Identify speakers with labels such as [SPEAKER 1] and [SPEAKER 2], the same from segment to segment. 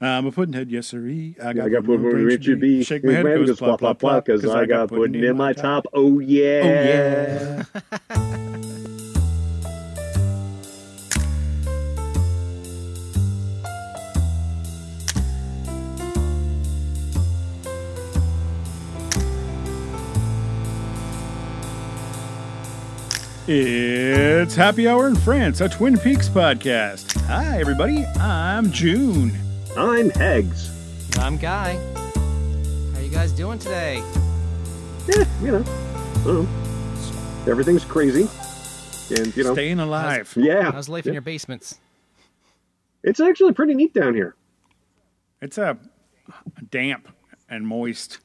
[SPEAKER 1] I'm a puddinhead, yes sirree. I
[SPEAKER 2] I got put
[SPEAKER 1] no brains
[SPEAKER 2] Richard
[SPEAKER 1] to
[SPEAKER 2] B.
[SPEAKER 1] beat. Shake my head, it goes plop, plop, plop,
[SPEAKER 2] because I got pudding in my top. Oh, yeah.
[SPEAKER 1] Oh, yeah. It's Happy Hour in France, a Twin Peaks podcast. Hi, everybody. I'm June.
[SPEAKER 2] I'm Heggs.
[SPEAKER 3] I'm Guy. How you guys doing today?
[SPEAKER 2] Yeah, you know. I don't know. Everything's crazy. And, you know.
[SPEAKER 1] Staying alive.
[SPEAKER 2] yeah.
[SPEAKER 3] How's life in your basements?
[SPEAKER 2] It's actually pretty neat down here.
[SPEAKER 1] It's a damp and moist.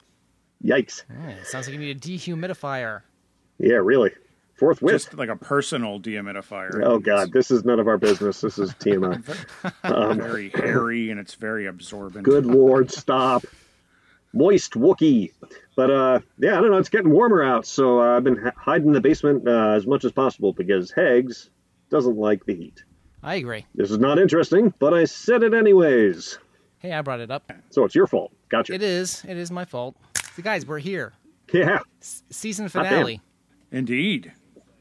[SPEAKER 2] Yikes.
[SPEAKER 3] Hmm, it sounds like you need a dehumidifier.
[SPEAKER 2] Yeah, really. Fourth whip.
[SPEAKER 1] Just like a personal dehumidifier.
[SPEAKER 2] oh, God. This is none of our business. This is TMI.
[SPEAKER 1] It's very hairy and it's very absorbent.
[SPEAKER 2] Good Lord, stop. Moist Wookie. But uh, yeah, I don't know. It's getting warmer out, so uh, I've been h- hiding in the basement uh, as much as possible because Heggs doesn't like the heat.
[SPEAKER 3] I agree.
[SPEAKER 2] This is not interesting, but I said it anyways.
[SPEAKER 3] Hey, I brought it up.
[SPEAKER 2] So it's your fault. Gotcha.
[SPEAKER 3] It is. It is my fault. So guys, we're here.
[SPEAKER 2] Yeah.
[SPEAKER 3] S- season finale.
[SPEAKER 1] Indeed.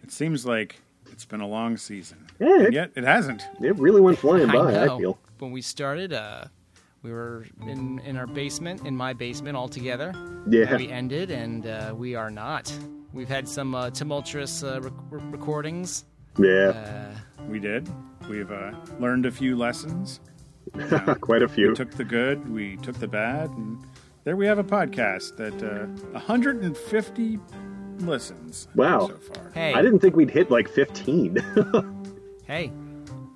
[SPEAKER 1] It seems like it's been a long season.
[SPEAKER 2] Yeah,
[SPEAKER 1] And
[SPEAKER 2] it-
[SPEAKER 1] yet it hasn't.
[SPEAKER 2] It really went flying by, I,
[SPEAKER 3] know.
[SPEAKER 2] feel.
[SPEAKER 3] When we started, uh, we were in in our basement, in my basement, all together.
[SPEAKER 2] Yeah.
[SPEAKER 3] And we ended, and uh, we are not. We've had some uh, tumultuous uh, rec- rec- recordings.
[SPEAKER 2] Yeah.
[SPEAKER 3] Uh,
[SPEAKER 1] We did. We've uh, learned a few lessons.
[SPEAKER 3] Uh,
[SPEAKER 2] Quite a few.
[SPEAKER 1] We took the good, we took the bad, and there we have a podcast that uh, 150 listens.
[SPEAKER 2] Wow.
[SPEAKER 1] So far.
[SPEAKER 3] hey,
[SPEAKER 2] I didn't think we'd hit like 15.
[SPEAKER 3] hey,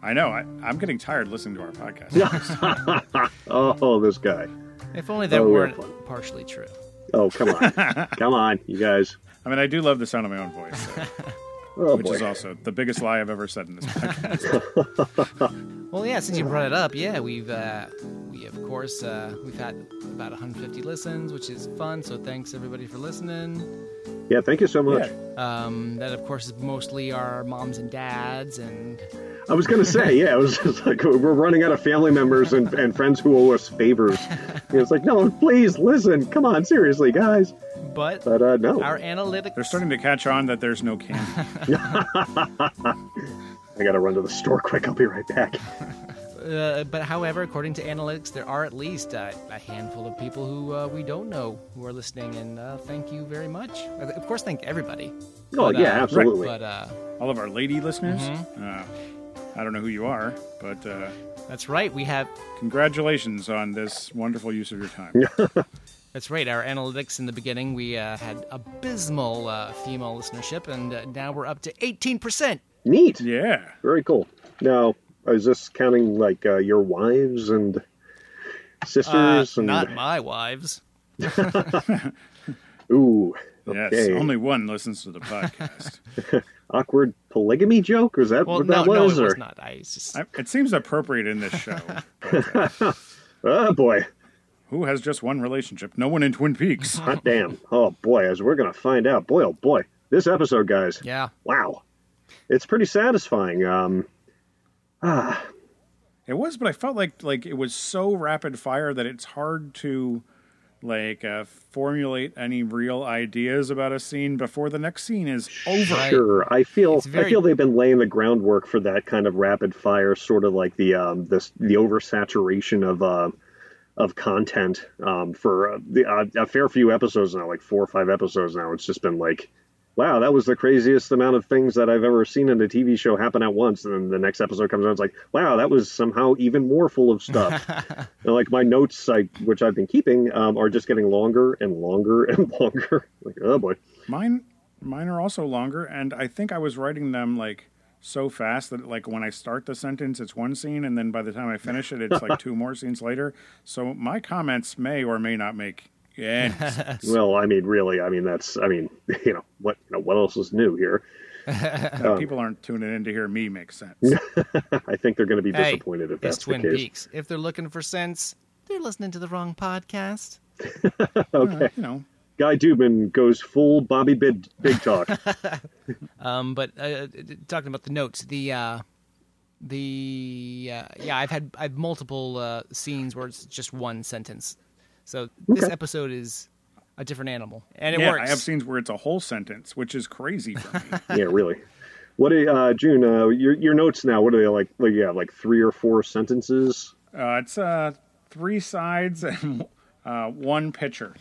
[SPEAKER 1] I know. I, I'm getting tired listening to our podcast.
[SPEAKER 2] oh, this guy.
[SPEAKER 3] if only that
[SPEAKER 2] Oh, we're
[SPEAKER 3] weren't
[SPEAKER 2] fun.
[SPEAKER 3] partially true.
[SPEAKER 2] Oh, come on. come on, you guys.
[SPEAKER 1] I mean, I do love the sound of my own voice, so-
[SPEAKER 2] Oh,
[SPEAKER 1] which
[SPEAKER 2] boy.
[SPEAKER 1] is also the biggest lie I've ever said in this podcast.
[SPEAKER 3] Well, yeah, since you brought it up, yeah, we've uh, we of course uh, we've had about 150 listens, which is fun. So thanks everybody for listening.
[SPEAKER 2] Yeah, thank you so much.
[SPEAKER 1] Yeah.
[SPEAKER 3] Um, that of course is mostly our moms and dads, and
[SPEAKER 2] I was going to say, yeah, it was just like we're running out of family members and, and friends who owe us favors. It was like, no, please listen. Come on, seriously, guys.
[SPEAKER 3] but
[SPEAKER 2] But uh, no,
[SPEAKER 3] our analytics.
[SPEAKER 1] They're starting to catch on that there's no candy.
[SPEAKER 2] I got to run to the store quick. I'll be right back.
[SPEAKER 3] Uh, but however, according to analytics, there are at least uh, a handful of people who uh, we don't know who are listening, and uh, thank you very much. Uh, Of course, thank everybody.
[SPEAKER 2] Oh,
[SPEAKER 3] But, uh,
[SPEAKER 2] yeah, absolutely.
[SPEAKER 3] But uh,
[SPEAKER 1] All of our lady listeners,
[SPEAKER 2] Mm-hmm.
[SPEAKER 1] uh, I don't know who you are, but uh,
[SPEAKER 3] that's right. We have
[SPEAKER 1] congratulations on this wonderful use of your time.
[SPEAKER 3] That's right. Our analytics in the beginning, we uh, had abysmal uh, female listenership, and uh, now we're up to 18%.
[SPEAKER 2] Neat.
[SPEAKER 1] Yeah.
[SPEAKER 2] Very cool. Now, is this counting like uh, your wives and
[SPEAKER 3] Uh,
[SPEAKER 2] sisters? and
[SPEAKER 3] not my wives.
[SPEAKER 2] ooh,
[SPEAKER 1] Yes.
[SPEAKER 2] okay.
[SPEAKER 1] Only one listens to the podcast.
[SPEAKER 2] awkward polygamy joke? Is that
[SPEAKER 3] Well,
[SPEAKER 2] what
[SPEAKER 3] no,
[SPEAKER 2] that
[SPEAKER 3] no,
[SPEAKER 2] was?
[SPEAKER 3] it was
[SPEAKER 2] or-
[SPEAKER 3] not. I was just,
[SPEAKER 1] I, it seems appropriate in this show.
[SPEAKER 2] Oh boy,
[SPEAKER 1] Who has just one relationship? No one in Twin Peaks.
[SPEAKER 2] hot damn! Oh boy, as we're gonna find out. Boy, oh boy, this episode, guys.
[SPEAKER 3] yeah.
[SPEAKER 2] Wow, it's pretty satisfying. Um,
[SPEAKER 1] It was, but I felt like like it was so rapid fire that it's hard to like uh, formulate any real ideas about a scene before the next scene is over.
[SPEAKER 3] Right.
[SPEAKER 2] sure, I feel
[SPEAKER 3] It's very-
[SPEAKER 2] I feel they've been laying the groundwork for that kind of rapid fire, sort of like the um, this the oversaturation of uh, of content um, for uh, the, uh, a fair few episodes now, like four or five episodes now. It's just been like, wow, that was the craziest amount of things that I've ever seen in a TV show happen at once. And then the next episode comes out, it's like, wow, that was somehow even more full of stuff. and like my notes, I, which I've been keeping, um, are just getting longer and longer and longer. like, oh boy,
[SPEAKER 1] Mine mine are also longer and I think I was writing them like so fast that like when I start the sentence it's one scene and then by the time I finish it it's like two more scenes later. So my comments may or may not make any sense.
[SPEAKER 2] well, I mean, really, I mean, that's, I mean, you know, what, you know, what else is new here?
[SPEAKER 1] people aren't tuning in to hear me make sense.
[SPEAKER 2] I think they're going to be
[SPEAKER 3] Hey,
[SPEAKER 2] disappointed if
[SPEAKER 3] it's
[SPEAKER 2] that's
[SPEAKER 3] Twin
[SPEAKER 2] the case.
[SPEAKER 3] Peaks. If they're looking for sense, they're listening to the wrong podcast.
[SPEAKER 1] Uh, you know,
[SPEAKER 2] Guy Dubin goes full Bobby Big, Big Talk.
[SPEAKER 3] Um, but uh, uh, talking about the notes, the uh, the uh, yeah I've had I've multiple uh, scenes where it's just one sentence. So this
[SPEAKER 2] Okay.
[SPEAKER 3] episode is a different animal, and it
[SPEAKER 1] yeah,
[SPEAKER 3] works.
[SPEAKER 1] I have scenes where it's a whole sentence, which is crazy for me.
[SPEAKER 2] yeah, really. What do uh, June? Uh, your your notes now. What are they like? Like yeah, like three or four sentences.
[SPEAKER 1] uh, it's uh, three sides and uh, one picture.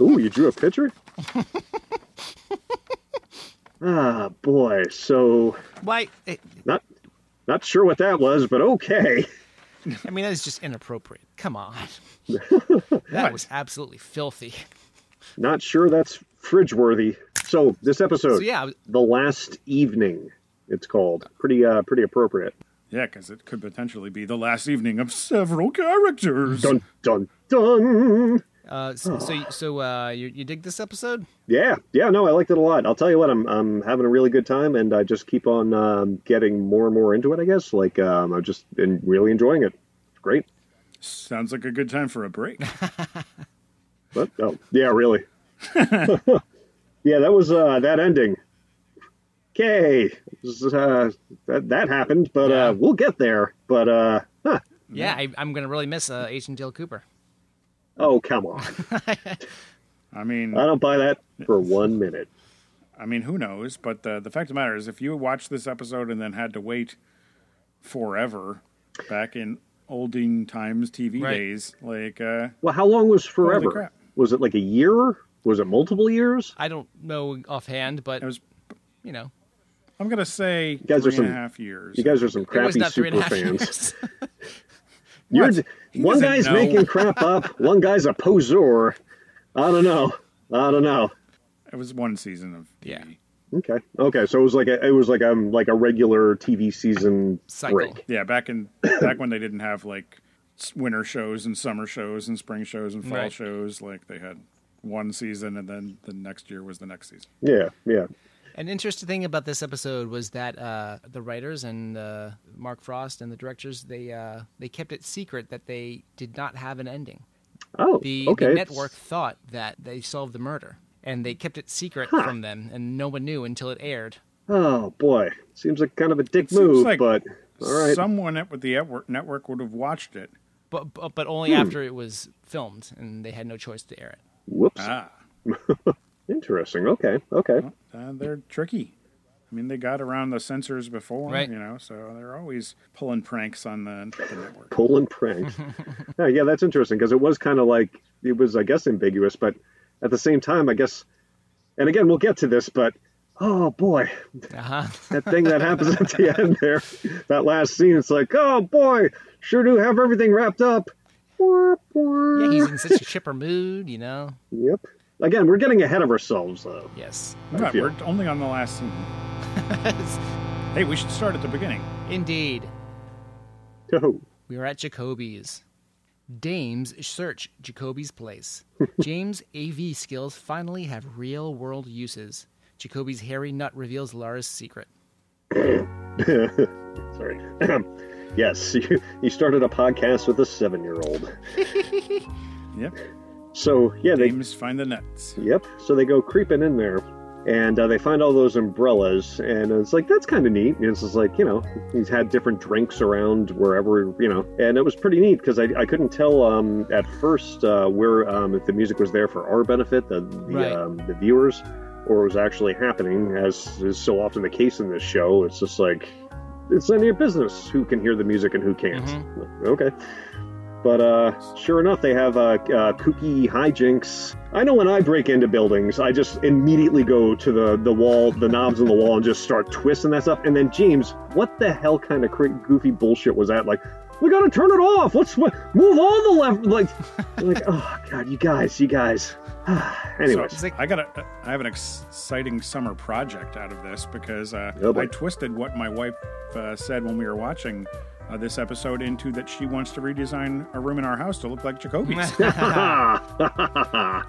[SPEAKER 2] Ooh, you drew a picture. ah, boy. So
[SPEAKER 3] Why? I
[SPEAKER 2] not not sure what that was, but okay.
[SPEAKER 3] I mean, that is just inappropriate. Come on, that was absolutely filthy.
[SPEAKER 2] Not sure that's fridge worthy. So this episode,
[SPEAKER 3] So yeah, I was-
[SPEAKER 2] the last evening, it's called. Pretty uh, pretty appropriate.
[SPEAKER 1] Yeah, because it could potentially be the last evening of several characters.
[SPEAKER 2] Dun dun dun.
[SPEAKER 3] Uh, so, so so uh, you, you dig this episode?
[SPEAKER 2] Yeah, yeah, no, I liked it a lot. I'll tell you what, I'm I'm having a really good time, and I just keep on um, getting more and more into it. I guess like um, I've just been really enjoying it. It's great,
[SPEAKER 1] Sounds like a good time for a break.
[SPEAKER 2] but oh yeah, really. yeah, that was uh, that ending. Okay, uh, that that happened, but
[SPEAKER 3] Yeah.
[SPEAKER 2] uh, we'll get there. But uh, huh.
[SPEAKER 3] Yeah, I, I'm gonna really miss uh, Agent Dale Cooper.
[SPEAKER 2] oh come on,
[SPEAKER 1] I mean,
[SPEAKER 2] I don't buy that for one minute.
[SPEAKER 1] I mean, who knows? But the the fact of the matter is, if you watched this episode and then had to wait forever back in olden times TV
[SPEAKER 3] Right.
[SPEAKER 1] days, like uh,
[SPEAKER 2] Well, how long was forever?
[SPEAKER 1] crap.
[SPEAKER 2] Was it like a year? Was it multiple years?
[SPEAKER 3] I don't know offhand, but
[SPEAKER 1] it was,
[SPEAKER 3] you know,
[SPEAKER 1] I'm gonna say
[SPEAKER 2] guys are
[SPEAKER 1] three and a
[SPEAKER 2] some-
[SPEAKER 1] half years.
[SPEAKER 2] You guys are some
[SPEAKER 3] it was
[SPEAKER 2] crappy
[SPEAKER 3] not three and
[SPEAKER 2] super
[SPEAKER 3] a half
[SPEAKER 2] fans.
[SPEAKER 3] years.
[SPEAKER 2] You're,
[SPEAKER 1] What? He
[SPEAKER 2] one
[SPEAKER 1] doesn't
[SPEAKER 2] guy's
[SPEAKER 1] know.
[SPEAKER 2] making crap up. One guy's a poseur. I don't know. I don't know.
[SPEAKER 1] it was one season of TV.
[SPEAKER 3] Yeah.
[SPEAKER 2] Okay. Okay. So it was like a, it was like um like a regular TV season
[SPEAKER 3] Cycle.
[SPEAKER 2] break.
[SPEAKER 1] Yeah, back in back when they didn't have like s- winter shows and summer shows and spring shows and fall
[SPEAKER 3] Right.
[SPEAKER 1] shows, like they had one season and then the next year was the next season.
[SPEAKER 2] Yeah. Yeah.
[SPEAKER 3] An interesting thing about this episode was that uh, the writers and uh, Mark Frost and the directors they uh, they kept it secret that they did not have an ending.
[SPEAKER 2] Oh.
[SPEAKER 3] The, the
[SPEAKER 2] okay.
[SPEAKER 3] network thought that they solved the murder, and they kept it secret from them, and no one knew until it aired.
[SPEAKER 2] Oh boy. Seems like kind of a dick
[SPEAKER 1] seems
[SPEAKER 2] move,
[SPEAKER 1] like
[SPEAKER 2] but all right.
[SPEAKER 1] Someone at with the network network would have watched it.
[SPEAKER 3] But but, but only
[SPEAKER 2] Hmm.
[SPEAKER 3] after it was filmed, and they had no choice to air it.
[SPEAKER 2] Whoops.
[SPEAKER 1] Ah,
[SPEAKER 2] Interesting. Okay. Okay.
[SPEAKER 1] uh, they're tricky. I mean, they got around the censors before,
[SPEAKER 3] Right.
[SPEAKER 1] you know, so they're always pulling pranks on the, the network.
[SPEAKER 2] Pull and prank. yeah, yeah, that's interesting because it was kind of like it was, I guess, ambiguous, but at the same time, I guess, and again, we'll get to this, but oh boy,
[SPEAKER 3] Uh-huh.
[SPEAKER 2] that thing that happens at the end there, that last scene, it's like, oh boy, sure do have everything wrapped up. Wah, wah.
[SPEAKER 3] Yeah, he's in such a chipper mood, you know.
[SPEAKER 2] Yep. Again, we're getting ahead of ourselves, though.
[SPEAKER 3] Yes.
[SPEAKER 1] Right,
[SPEAKER 2] feel-
[SPEAKER 1] we're only on the last scene. Hey, we should start at the beginning.
[SPEAKER 3] Indeed.
[SPEAKER 2] Oh,
[SPEAKER 3] We are at Jacoby's. Dames search Jacoby's place. James' AV skills finally have real world uses. Jacoby's hairy nut reveals Lara's secret.
[SPEAKER 2] sorry. yes, you, you started a podcast with a seven-year-old.
[SPEAKER 1] Yep.
[SPEAKER 2] So yeah, they
[SPEAKER 1] Names find the nuts.
[SPEAKER 2] Yep. So they go creeping in there, and uh, they find all those umbrellas, and it's like that's kind of neat. And it's just like you know, he's had different drinks around wherever you know, and it was pretty neat because I, I couldn't tell um, at first uh, where um, if the music was there for our benefit, the the,
[SPEAKER 3] Right.
[SPEAKER 2] um, the viewers, or was actually happening, as is so often the case in this show. It's just like it's none of your business who can hear the music and who can't. Okay. But uh, sure enough, they have uh, uh, kooky hijinks. I know when I break into buildings, I just immediately go to the, the wall, the knobs on the wall, and just start twisting that stuff. And then James, what the hell kind of cra- goofy bullshit was that? Like, we gotta turn it off. What's what? Move on the left. Like, like, oh god, you guys, you guys. Anyways,
[SPEAKER 3] It's like-
[SPEAKER 1] I got a, uh, I have an exciting summer project out of this because uh,
[SPEAKER 2] Oh, boy.
[SPEAKER 1] I twisted what my wife uh, said when we were watching uh, this episode into that she wants to redesign a room in our house to look like Jacoby's.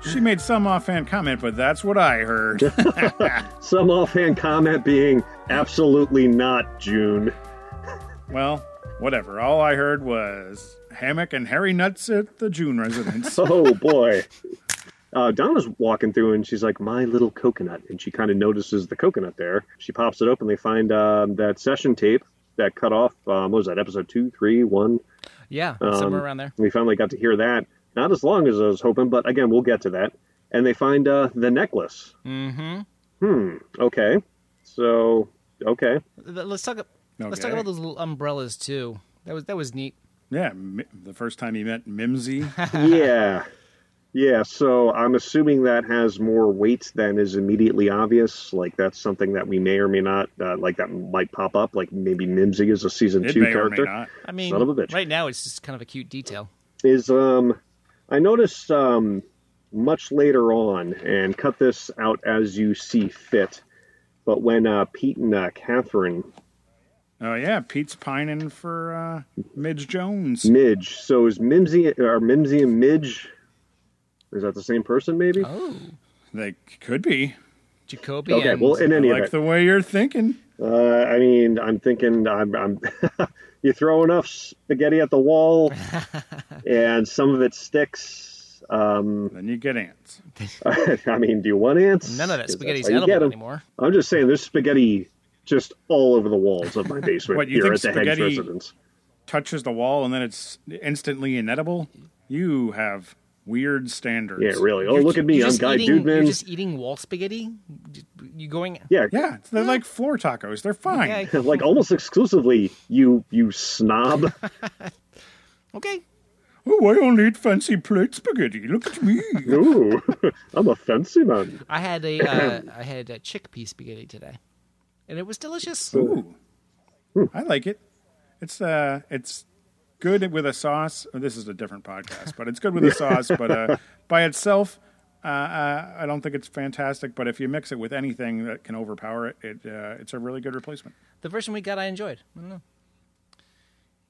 [SPEAKER 1] she made some offhand comment, but that's what I heard.
[SPEAKER 2] some offhand comment being absolutely not June.
[SPEAKER 1] Well, whatever. All I heard was hammock and hairy nuts at the June residence.
[SPEAKER 2] Oh boy. Uh, Donna's walking through and she's like, "My little coconut," and she kind of notices the coconut there. She pops it open. They find um, that session tape that cut off. Um, what was that episode two, three, one?
[SPEAKER 3] Yeah,
[SPEAKER 2] Um,
[SPEAKER 3] somewhere around there.
[SPEAKER 2] We finally got to hear that. Not as long as I was hoping, but again, we'll get to that. And they find uh, the necklace.
[SPEAKER 3] Mm-hmm.
[SPEAKER 2] Hmm. Okay. So okay.
[SPEAKER 3] Let's talk. Let's talk
[SPEAKER 1] Okay.
[SPEAKER 3] about those little umbrellas too. That was that was neat.
[SPEAKER 1] Yeah, mi- the first time he met Mimsy.
[SPEAKER 2] yeah. Yeah, so I'm assuming that has more weight than is immediately obvious. Like that's something that we may or may not uh, like that might pop up. Like maybe Mimsy is a season
[SPEAKER 1] it
[SPEAKER 2] two
[SPEAKER 1] may
[SPEAKER 2] character.
[SPEAKER 1] or may not.
[SPEAKER 3] I mean,
[SPEAKER 2] Son of a bitch.
[SPEAKER 3] right now it's just kind of a cute detail.
[SPEAKER 2] is um I noticed um much later on and cut this out as you see fit. But when uh, Pete and uh, Catherine
[SPEAKER 1] Oh yeah, Pete's pining for uh, Midge Jones.
[SPEAKER 2] Midge, so is Mimsy are Mimsy and Midge? Is that the same person? Maybe.
[SPEAKER 3] Oh,
[SPEAKER 1] They could be.
[SPEAKER 3] Jacoby.
[SPEAKER 2] okay.
[SPEAKER 3] and,
[SPEAKER 2] Well, in any
[SPEAKER 1] like
[SPEAKER 2] event,
[SPEAKER 1] the way you're thinking.
[SPEAKER 2] uh, I mean, I'm thinking I'm, I'm you throw enough spaghetti at the wall, and some of it sticks. Um,
[SPEAKER 1] Then you get ants.
[SPEAKER 2] I mean, do you want ants?
[SPEAKER 3] none of that
[SPEAKER 2] 'Cause that's
[SPEAKER 3] spaghetti's
[SPEAKER 2] how you get
[SPEAKER 3] edible
[SPEAKER 2] 'em.
[SPEAKER 3] anymore.
[SPEAKER 2] I'm just saying, there's spaghetti just all over the walls of my basement
[SPEAKER 1] What, you
[SPEAKER 2] here
[SPEAKER 1] think
[SPEAKER 2] at the Hanks
[SPEAKER 1] spaghetti-
[SPEAKER 2] residence.
[SPEAKER 1] Touches the wall and then it's instantly inedible. You have weird standards.
[SPEAKER 2] Yeah, really. Oh,
[SPEAKER 3] You're
[SPEAKER 2] look
[SPEAKER 3] ju-
[SPEAKER 2] at me.
[SPEAKER 3] you're
[SPEAKER 2] I'm
[SPEAKER 3] just
[SPEAKER 2] Guy
[SPEAKER 3] eating, You're
[SPEAKER 2] Dudeman.
[SPEAKER 3] just eating wall spaghetti. You going?
[SPEAKER 2] Yeah,
[SPEAKER 1] Yeah, they're like floor tacos. They're fine.
[SPEAKER 3] Okay.
[SPEAKER 2] like almost exclusively you, you snob.
[SPEAKER 3] Okay.
[SPEAKER 1] Oh, I don't eat fancy plate spaghetti. Look at me.
[SPEAKER 2] Ooh, I'm a fancy man.
[SPEAKER 3] I had a uh, I had a chickpea spaghetti today, and it was delicious.
[SPEAKER 1] Ooh, I like it. It's uh, it's good with a sauce. oh, This is a different podcast, but it's good with a sauce. But uh, by itself, uh, uh, I don't think it's fantastic. But if you mix it with anything that can overpower it, it uh, it's a really good replacement.
[SPEAKER 3] The version we got, I enjoyed. I don't know.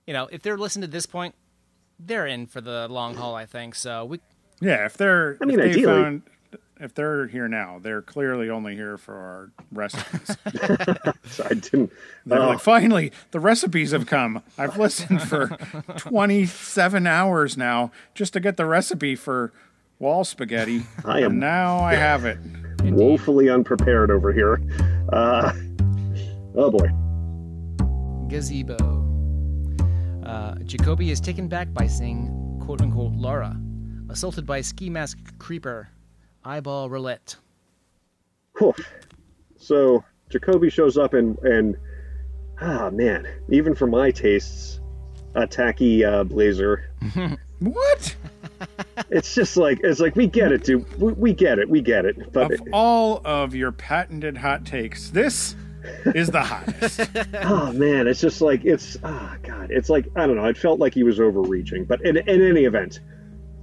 [SPEAKER 3] You know, if they're listening to this point, they're in for the long haul. I think so. We
[SPEAKER 1] Yeah, if they're,
[SPEAKER 2] I mean,
[SPEAKER 1] if they
[SPEAKER 2] ideally-
[SPEAKER 1] found, if they're here now, they're clearly only here for our recipes.
[SPEAKER 2] So I didn't.
[SPEAKER 1] They're
[SPEAKER 2] oh,
[SPEAKER 1] like, finally, the recipes have come. I've listened for 27 hours now just to get the recipe for wall spaghetti.
[SPEAKER 2] I am-
[SPEAKER 1] And now I have it.
[SPEAKER 2] woefully unprepared over here. Uh, oh boy.
[SPEAKER 3] gazebo. Uh, Jacoby is taken back by seeing quote unquote Laura assaulted by ski mask creeper, eyeball roulette.
[SPEAKER 2] Whew. So Jacoby shows up and and ah man, even for my tastes, a tacky uh, blazer
[SPEAKER 1] What?
[SPEAKER 2] It's just like it's like we get it, dude. We, we get it. We get it. But
[SPEAKER 1] Of all of your patented hot takes, this is the hottest.
[SPEAKER 2] oh man, it's just like it's oh god. It's like I don't know. It felt like he was overreaching. But in, in any event,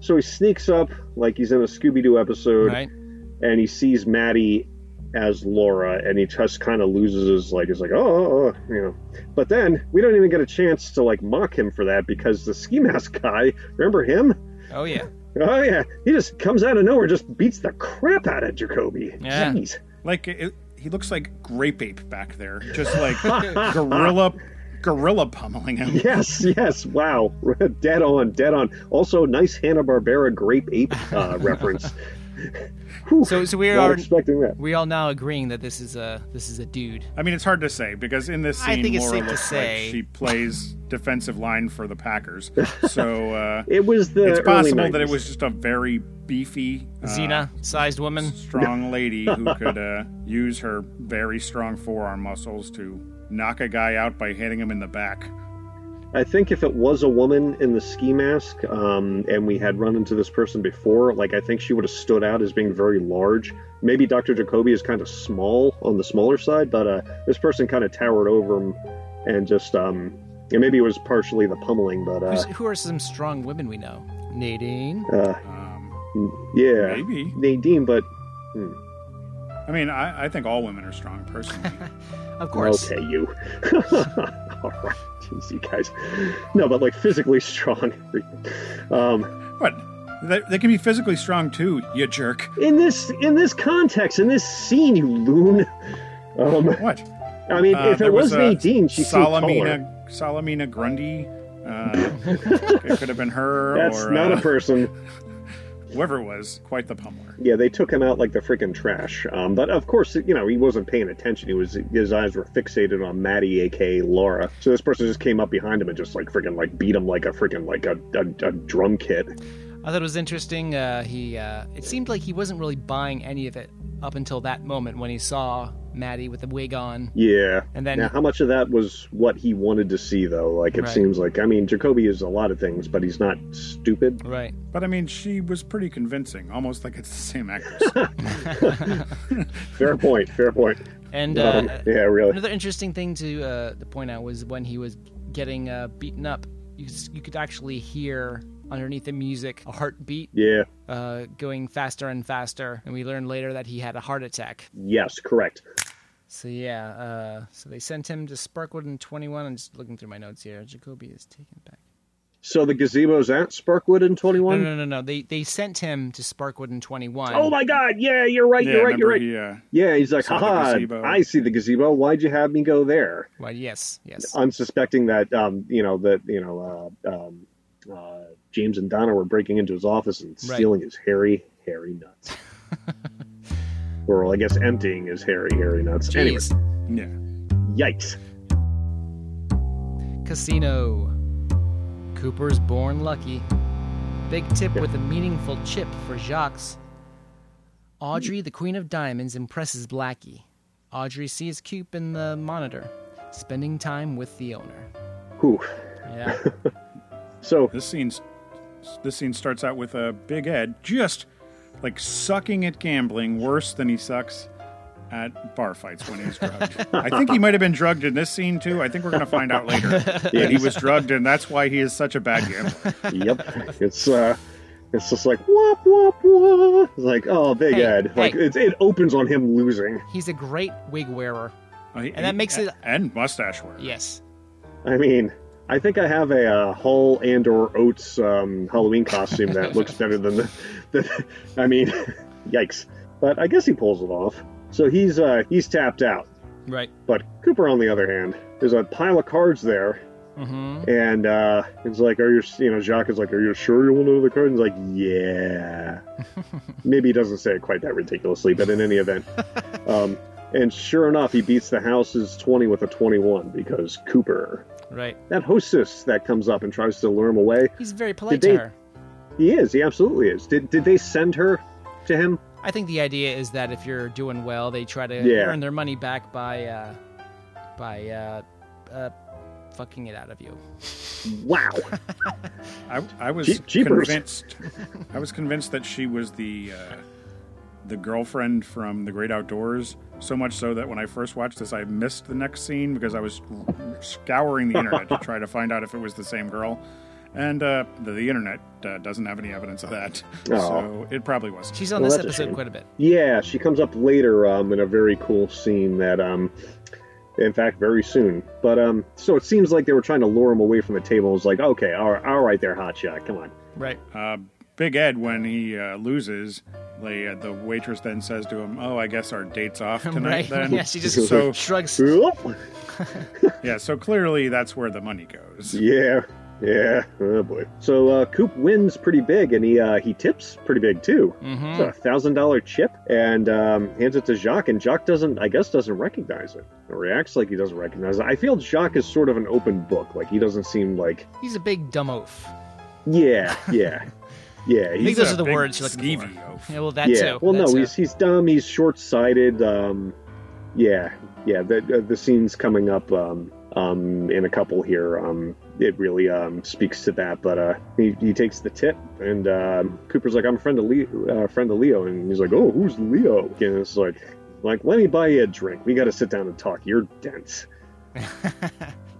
[SPEAKER 2] so he sneaks up like he's in a Scooby Doo episode,
[SPEAKER 3] Right?
[SPEAKER 2] and he sees Maddie as Laura, and he just kind of loses his like. He's like, oh, oh, oh, you know. But then we don't even get a chance to like mock him for that because the ski mask guy. Remember him?
[SPEAKER 3] Oh yeah.
[SPEAKER 2] Oh yeah, he just comes out of nowhere, just beats the crap out of Jacoby.
[SPEAKER 3] Yeah.
[SPEAKER 2] Jeez.
[SPEAKER 1] Like, it, he looks like Grape Ape back there, just like gorilla, gorilla pummeling him.
[SPEAKER 2] Yes, yes. Wow. dead on, dead on. Also, nice Hanna-Barbera grape ape uh, reference. Whew,
[SPEAKER 3] So so we
[SPEAKER 2] Not
[SPEAKER 3] are
[SPEAKER 2] expecting that.
[SPEAKER 3] we all now agreeing that this is a this is a dude.
[SPEAKER 1] I mean, it's hard to say because in this
[SPEAKER 3] I
[SPEAKER 1] scene,
[SPEAKER 3] think it's
[SPEAKER 1] Laura
[SPEAKER 3] safe to
[SPEAKER 1] looks
[SPEAKER 3] say-
[SPEAKER 1] like she plays defensive line for the Packers. So uh,
[SPEAKER 2] It was the
[SPEAKER 1] it's
[SPEAKER 2] early
[SPEAKER 1] possible that
[SPEAKER 2] 90s.
[SPEAKER 1] it was just a very beefy, uh,
[SPEAKER 3] Xena sized woman.
[SPEAKER 1] strong lady who could uh, use her very strong forearm muscles to knock a guy out by hitting him in the back.
[SPEAKER 2] I think if it was a woman in the ski mask, um, and we had run into this person before, like I think she would have stood out as being very large. Maybe Dr. Jacoby is kind of small on the smaller side, but uh, this person kind of towered over him, and just um, and maybe it was partially the pummeling, but uh,
[SPEAKER 3] Who's, who are some strong women we know? Nadine.
[SPEAKER 2] uh,
[SPEAKER 1] Um,
[SPEAKER 2] yeah,
[SPEAKER 1] maybe.
[SPEAKER 2] Nadine, but
[SPEAKER 1] I mean, I, I think all women are strong personally.
[SPEAKER 3] Of course.
[SPEAKER 2] Okay, you. All right, jeez, you guys. No, but like physically strong. Um,
[SPEAKER 1] but they, they can be physically strong too, you jerk.
[SPEAKER 2] in this in this context, in this scene, you loon. Um,
[SPEAKER 1] What?
[SPEAKER 2] I mean,
[SPEAKER 1] Uh,
[SPEAKER 2] if
[SPEAKER 1] there
[SPEAKER 2] it was,
[SPEAKER 1] uh,
[SPEAKER 2] Nadine, she seemed taller.
[SPEAKER 1] Salamina Salamina Grundy. Uh, it could have been her.
[SPEAKER 2] That's
[SPEAKER 1] or,
[SPEAKER 2] not
[SPEAKER 1] uh,
[SPEAKER 2] a person.
[SPEAKER 1] Whoever it was, quite the pummeler.
[SPEAKER 2] Yeah, they took him out like the freaking trash. Um, but of course, you know, he wasn't paying attention. He was his eyes were fixated on Maddie, aka Laura. So this person just came up behind him and just like freaking like beat him like a freaking like a, a, a drum kit.
[SPEAKER 3] I thought it was interesting. Uh, he uh, it seemed like he wasn't really buying any of it up until that moment when he saw Maddie with the wig on.
[SPEAKER 2] Yeah.
[SPEAKER 3] And then-
[SPEAKER 2] now, how much of that was what he wanted to see though? Like it
[SPEAKER 3] Right.
[SPEAKER 2] seems like I mean, Jacoby is a lot of things, but he's not stupid.
[SPEAKER 3] Right.
[SPEAKER 1] But I mean, she was pretty convincing, almost like it's the same actress.
[SPEAKER 2] Fair point. Fair point.
[SPEAKER 3] And
[SPEAKER 2] Um,
[SPEAKER 3] uh,
[SPEAKER 2] yeah, really.
[SPEAKER 3] Another interesting thing to uh, to point out was when he was getting uh, beaten up, you, s- you could actually hear underneath the music a heartbeat
[SPEAKER 2] Yeah.
[SPEAKER 3] uh, going faster and faster. And we learned later that he had a heart attack.
[SPEAKER 2] Yes. Correct.
[SPEAKER 3] So yeah, uh, so they sent him to Sparkwood in 21. I'm just looking through my notes here. Jacoby is taken back.
[SPEAKER 2] So the gazebo's at Sparkwood in twenty
[SPEAKER 3] No,
[SPEAKER 2] one.
[SPEAKER 3] no, no, no. They they sent him to Sparkwood in 21.
[SPEAKER 2] Oh my God! Yeah, you're right.
[SPEAKER 1] yeah,
[SPEAKER 2] you're right.
[SPEAKER 1] remember
[SPEAKER 2] You're right.
[SPEAKER 1] he, uh,
[SPEAKER 2] Yeah, he's like,
[SPEAKER 1] Saw the
[SPEAKER 2] haha,
[SPEAKER 1] gazebo."
[SPEAKER 2] I see the gazebo. Why'd you have me go there?
[SPEAKER 3] Well, yes, yes.
[SPEAKER 2] I'm suspecting that, um, you know, that, you know, uh, um, uh, James and Donna were breaking into his office and
[SPEAKER 3] Right.
[SPEAKER 2] stealing his hairy, hairy nuts. or, well, I guess, emptying his hairy, hairy nuts. Anyway,
[SPEAKER 3] Jeez.
[SPEAKER 1] uh, yeah.
[SPEAKER 2] yikes.
[SPEAKER 3] Casino. Cooper's born lucky. Big tip with a meaningful chip for Jacques. Audrey, the Queen of Diamonds, impresses Blackie. Audrey sees Coop in the monitor, spending time with the owner.
[SPEAKER 2] Whew.
[SPEAKER 3] Yeah.
[SPEAKER 2] So,
[SPEAKER 1] This scene's this scene starts out with a Big Ed just like sucking at gambling worse than he sucks at bar fights when he's drugged. I think he might have been drugged in this scene too. I think we're going to find out later that he was drugged and that's why he is such a bad gambler.
[SPEAKER 2] yep. It's, uh, it's just like, wop, wop, wop. It's like, oh, Big
[SPEAKER 3] Hey,
[SPEAKER 2] Ed. Like,
[SPEAKER 3] hey.
[SPEAKER 2] it's, it opens on him losing.
[SPEAKER 3] He's a great wig wearer.
[SPEAKER 1] And
[SPEAKER 3] that makes it-
[SPEAKER 1] and mustache wear.
[SPEAKER 3] Yes.
[SPEAKER 2] I mean, I think I have a uh, Hall and or Oates um, Halloween costume that looks better than the, the. I mean, yikes! But I guess he pulls it off. So he's uh, he's tapped out.
[SPEAKER 3] Right.
[SPEAKER 2] But Cooper, on the other hand, there's a pile of cards there,
[SPEAKER 3] Mm-hmm.
[SPEAKER 2] and uh, it's like, are you you know, Jacques is like, are you sure you want another card? And he's like, yeah. Maybe he doesn't say it quite that ridiculously, but in any event, um, and sure enough, he beats the house's twenty with a twenty-one because Cooper
[SPEAKER 3] Right.
[SPEAKER 2] that hostess that comes up and tries to lure him away.
[SPEAKER 3] He's very polite
[SPEAKER 2] Did
[SPEAKER 3] to
[SPEAKER 2] they-
[SPEAKER 3] her.
[SPEAKER 2] He is. He absolutely is. Did did they send her to him?
[SPEAKER 3] I think the idea is that if you're doing well, they try to
[SPEAKER 2] Yeah.
[SPEAKER 3] earn their money back by, uh, by, uh, uh, fucking it out of you.
[SPEAKER 2] Wow.
[SPEAKER 1] I, I was
[SPEAKER 2] Jee- jeepers.
[SPEAKER 1] convinced. I was convinced that she was the uh, the girlfriend from The Great Outdoors. So much so that when I first watched this, I missed the next scene because I was scouring the internet to try to find out if it was the same girl. And uh, the, the internet uh, doesn't have any evidence of that,
[SPEAKER 2] Aw.
[SPEAKER 1] so it probably wasn't.
[SPEAKER 3] She's on
[SPEAKER 2] Well,
[SPEAKER 3] this
[SPEAKER 2] that's a
[SPEAKER 3] episode
[SPEAKER 2] shame.
[SPEAKER 3] quite a bit.
[SPEAKER 2] yeah, she comes up later um, in a very cool scene that, um, in fact, very soon. But um, so it seems like they were trying to lure him away from the table. It was like, okay, all right, all right there, hotshot, come on.
[SPEAKER 3] Right.
[SPEAKER 1] Uh, Big Ed, when he uh, loses, the uh, the waitress then says to him, "Oh, I guess our date's off tonight."
[SPEAKER 3] Right.
[SPEAKER 1] Then
[SPEAKER 3] Yeah, she just
[SPEAKER 1] so
[SPEAKER 3] shrugs.
[SPEAKER 2] Oop.
[SPEAKER 1] yeah, so clearly that's where the money goes.
[SPEAKER 2] Yeah, yeah. Oh boy. So uh, Coop wins pretty big, and he uh, he tips pretty big too.
[SPEAKER 3] Mhm.
[SPEAKER 2] It's a thousand dollar chip, and um, hands it to Jacques, and Jacques doesn't, I guess, doesn't recognize it. Or reacts like he doesn't recognize it. I feel Jacques is sort of an open book. Like he doesn't seem like,
[SPEAKER 3] He's a big dumb oaf.
[SPEAKER 2] yeah, yeah, yeah.
[SPEAKER 3] I think
[SPEAKER 2] He's,
[SPEAKER 3] those
[SPEAKER 1] a
[SPEAKER 3] are the
[SPEAKER 1] big
[SPEAKER 3] words you're looking for.
[SPEAKER 1] skeevy oaf.
[SPEAKER 3] Yeah, well, that
[SPEAKER 2] yeah.
[SPEAKER 3] too.
[SPEAKER 2] Well, no,
[SPEAKER 3] That's, uh,
[SPEAKER 2] he's he's dumb. He's short sighted. Um, yeah, yeah. The uh, the scenes coming up um, um, in a couple here. Um, it really um, speaks to that. But uh, he, he takes the tip, and um, Cooper's like, "I'm a friend of Leo, uh, friend of Leo," and he's like, "Oh, who's Leo?" And it's like, "Like, let me buy you a drink. We got to sit down and talk. You're dense.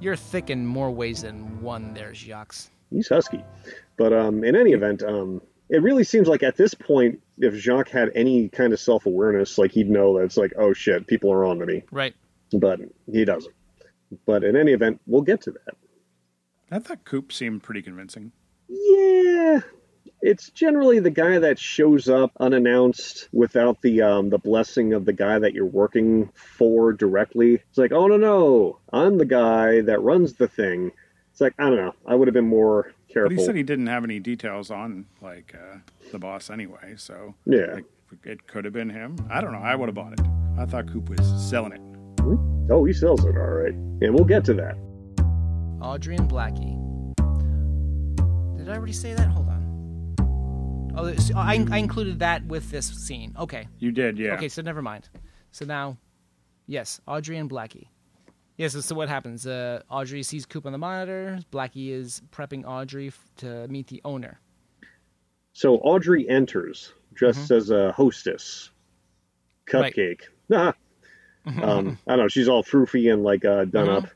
[SPEAKER 3] you're thick in more ways than one. There, Jacques.
[SPEAKER 2] He's husky." But um, in any event, um, it really seems like at this point, if Jacques had any kind of self awareness, like he'd know that it's like, "Oh shit, people are on to me."
[SPEAKER 3] Right.
[SPEAKER 2] but he doesn't. But in any event, we'll get to that.
[SPEAKER 1] I thought Coop seemed pretty convincing.
[SPEAKER 2] Yeah, it's generally the guy that shows up unannounced without the um, the blessing of the guy that you're working for directly. It's like, oh no no, I'm the guy that runs the thing. It's like I don't know. I would have been more
[SPEAKER 1] But he
[SPEAKER 2] careful.
[SPEAKER 1] said he didn't have any details on like uh, the boss anyway, so
[SPEAKER 2] Yeah.
[SPEAKER 1] like, it could have been him. I don't know. I would have bought it. I thought Coop was selling it.
[SPEAKER 2] oh, he sells it all right, and we'll get to that.
[SPEAKER 3] Audrey and Blackie. Did I already say that? Hold on. Oh, this- oh, I, I included that with this scene. Okay.
[SPEAKER 1] You did, yeah.
[SPEAKER 3] Okay, so never mind. So now, yes, Audrey and Blackie. Yes, so, so what happens? Uh, Audrey sees Coop on the monitor. Blackie is prepping Audrey f- to meet the owner.
[SPEAKER 2] So Audrey enters dressed as a hostess,
[SPEAKER 3] Right.
[SPEAKER 2] cupcake. Ah. um, I don't know. She's all froofy and like uh, done up,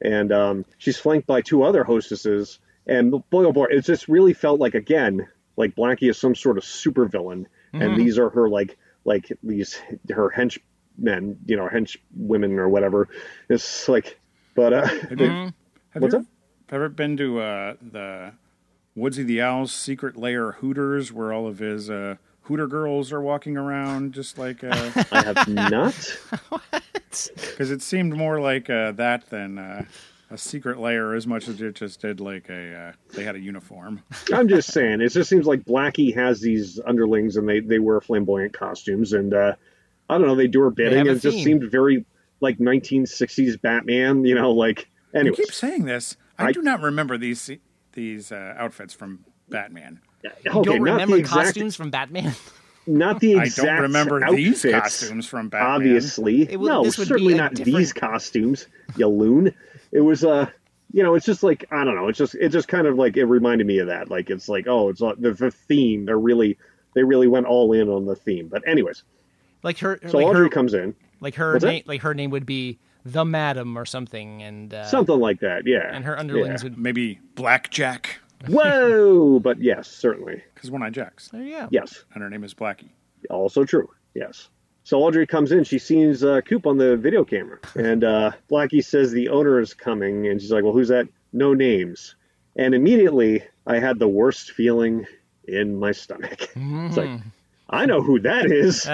[SPEAKER 2] and um, she's flanked by two other hostesses. And boy, oh boy, it just really felt like again, like Blackie is some sort of supervillain, and these are her like like these her henchmen, you know, hench women or whatever. It's like, but uh,
[SPEAKER 1] Have
[SPEAKER 2] What's
[SPEAKER 1] you
[SPEAKER 2] up?
[SPEAKER 1] ever been to uh, the Woodsy the Owl's secret lair Hooters, where all of his uh, Hooter girls are walking around, just like uh
[SPEAKER 2] I have not.
[SPEAKER 1] 'cause it seemed more like uh, that than uh, a secret lair, as much as it just did like a uh, they had a uniform.
[SPEAKER 2] I'm just saying, it just seems like Blackie has these underlings, and they they wear flamboyant costumes, and uh, I don't know, they do her bidding,
[SPEAKER 3] have
[SPEAKER 2] and
[SPEAKER 3] a
[SPEAKER 2] it just
[SPEAKER 3] theme.
[SPEAKER 2] seemed very like 1960s Batman, you know, like
[SPEAKER 1] You
[SPEAKER 2] anyway.
[SPEAKER 1] keep saying this. I,
[SPEAKER 2] I-
[SPEAKER 1] do not remember these these uh, outfits from Batman.
[SPEAKER 3] You
[SPEAKER 2] okay,
[SPEAKER 3] don't
[SPEAKER 2] not
[SPEAKER 3] remember
[SPEAKER 2] the exact,
[SPEAKER 3] costumes from Batman?
[SPEAKER 2] not the
[SPEAKER 1] I
[SPEAKER 2] exact.
[SPEAKER 1] don't remember these
[SPEAKER 2] outfits,
[SPEAKER 1] costumes from Batman.
[SPEAKER 2] Obviously,
[SPEAKER 3] It would-
[SPEAKER 2] no,
[SPEAKER 3] this would be
[SPEAKER 2] certainly
[SPEAKER 3] a
[SPEAKER 2] not
[SPEAKER 3] different-
[SPEAKER 2] these costumes, you loon. It was uh, you know, it's just like I don't know. It's just it just kind of like it reminded me of that. Like it's like oh, it's like the, the theme. They're really they really went all in on the theme. But anyways,
[SPEAKER 3] like her,
[SPEAKER 2] so
[SPEAKER 3] like
[SPEAKER 2] Audrey
[SPEAKER 3] her,
[SPEAKER 2] comes in.
[SPEAKER 3] like her,
[SPEAKER 2] What's
[SPEAKER 3] na-
[SPEAKER 2] that?
[SPEAKER 3] like her name would be the Madam or something, and uh,
[SPEAKER 2] something like that. Yeah,
[SPEAKER 3] and her underlings would.
[SPEAKER 1] Maybe Blackjack,
[SPEAKER 2] would. Whoa, but yes, certainly
[SPEAKER 1] because one eye Jack's,
[SPEAKER 3] Oh, yeah.
[SPEAKER 2] yes,
[SPEAKER 1] and her name is Blackie.
[SPEAKER 2] also true. Yes. So Audrey comes in. She sees uh, Coop on the video camera, and uh, Blackie says the owner is coming, and she's like, "Well, who's that? No names." And immediately, I had the worst feeling in my stomach. It's like, I know who that is.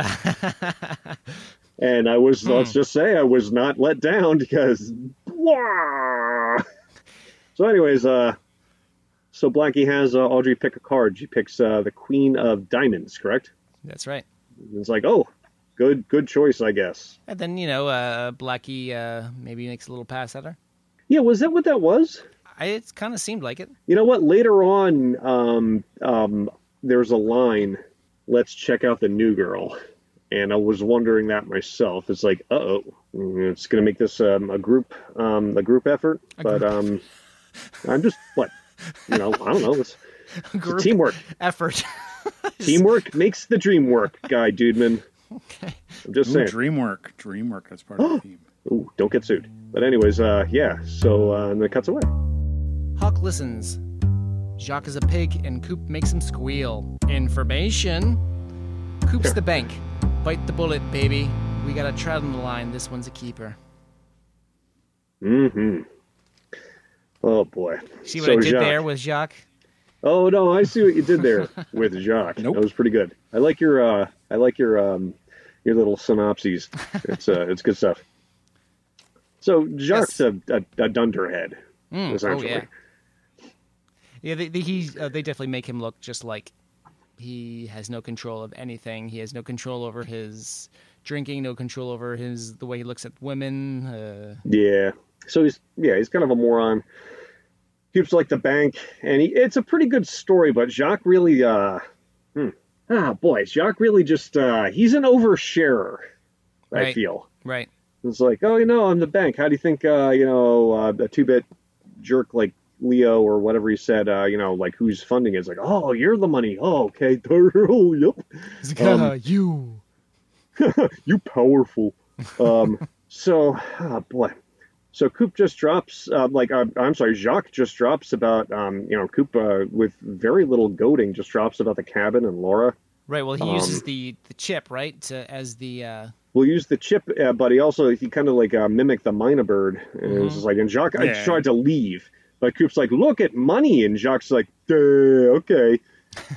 [SPEAKER 2] and I was, let's just say, I was not let down because, Wah! so, anyways, uh, so Blackie has uh, Audrey pick a card. She picks uh, the Queen of Diamonds, correct?
[SPEAKER 3] That's right.
[SPEAKER 2] And it's like, oh, good, good choice, I guess.
[SPEAKER 3] And then you know, uh, Blackie uh, maybe makes a little pass at her.
[SPEAKER 2] Yeah, was that what that was?
[SPEAKER 3] I, it kind of seemed like it.
[SPEAKER 2] You know what? Later on, um, um, there's a line, let's check out the new girl. And I was wondering that myself. It's like, uh oh, it's going to make this um, a group, um, a group effort. but um, I'm just what, you know, I don't know. It's, it's
[SPEAKER 3] Group
[SPEAKER 2] teamwork.
[SPEAKER 3] effort.
[SPEAKER 2] Teamwork makes the dream work, guy, dude, man.
[SPEAKER 3] okay.
[SPEAKER 2] I'm just
[SPEAKER 1] Ooh,
[SPEAKER 2] saying.
[SPEAKER 1] Dreamwork, Dreamwork. That's part of the theme.
[SPEAKER 2] Ooh, don't get sued. But anyways, uh, yeah. So uh, and it cuts away.
[SPEAKER 3] Hawk listens. Jacques is a pig, and Coop makes him squeal. Information. Coop's the bank. Bite the bullet, baby. We got a trout on the line. This one's a keeper.
[SPEAKER 2] Mm-hmm. Oh boy.
[SPEAKER 3] See what
[SPEAKER 2] So
[SPEAKER 3] I did
[SPEAKER 2] Jacques-
[SPEAKER 3] there with Jacques?
[SPEAKER 2] Oh no, I see what you did there with Jacques.
[SPEAKER 1] Nope.
[SPEAKER 2] That was pretty good. I like your uh, I like your um, your little synopses. It's uh, it's good stuff. So Jacques
[SPEAKER 3] Yes.
[SPEAKER 2] a, a, a dunderhead,
[SPEAKER 3] Oh
[SPEAKER 2] essentially.
[SPEAKER 3] yeah. Yeah, they, they, he uh, they definitely make him look just like he has no control of anything. He has no control over his drinking, no control over his the way he looks at women. Uh,
[SPEAKER 2] Yeah. So he's yeah, he's kind of a moron. Keeps like the bank, and he, it's a pretty good story. But Jacques really, uh, hmm. ah, boy, Jacques really just uh, he's an oversharer. I
[SPEAKER 3] Right.
[SPEAKER 2] feel
[SPEAKER 3] right.
[SPEAKER 2] it's like, oh, you know, I'm the bank. How do you think, uh, you know, uh, a two bit jerk like Leo or whatever he said, uh, you know, like who's funding it? It's like, oh, you're the money. Oh, okay, oh, yep
[SPEAKER 3] He's like,
[SPEAKER 2] Um,
[SPEAKER 3] "Ah, you.
[SPEAKER 2] you powerful. Um, so, ah, boy. So Coop just drops, uh, like, uh, I'm sorry, Jacques just drops about, um, you know, Coop uh, with very little goading just drops about the cabin and Laura.
[SPEAKER 3] Right. Well, he
[SPEAKER 2] Um,
[SPEAKER 3] uses the the chip right to, as the uh,
[SPEAKER 2] We'll use the chip, uh, but he also, he kind of like uh, mimicked the minor bird. And it's just like, and Jacques I
[SPEAKER 1] Yeah.
[SPEAKER 2] tried to leave, but Coop's like, look at money. And Jacques like, "Duh, okay.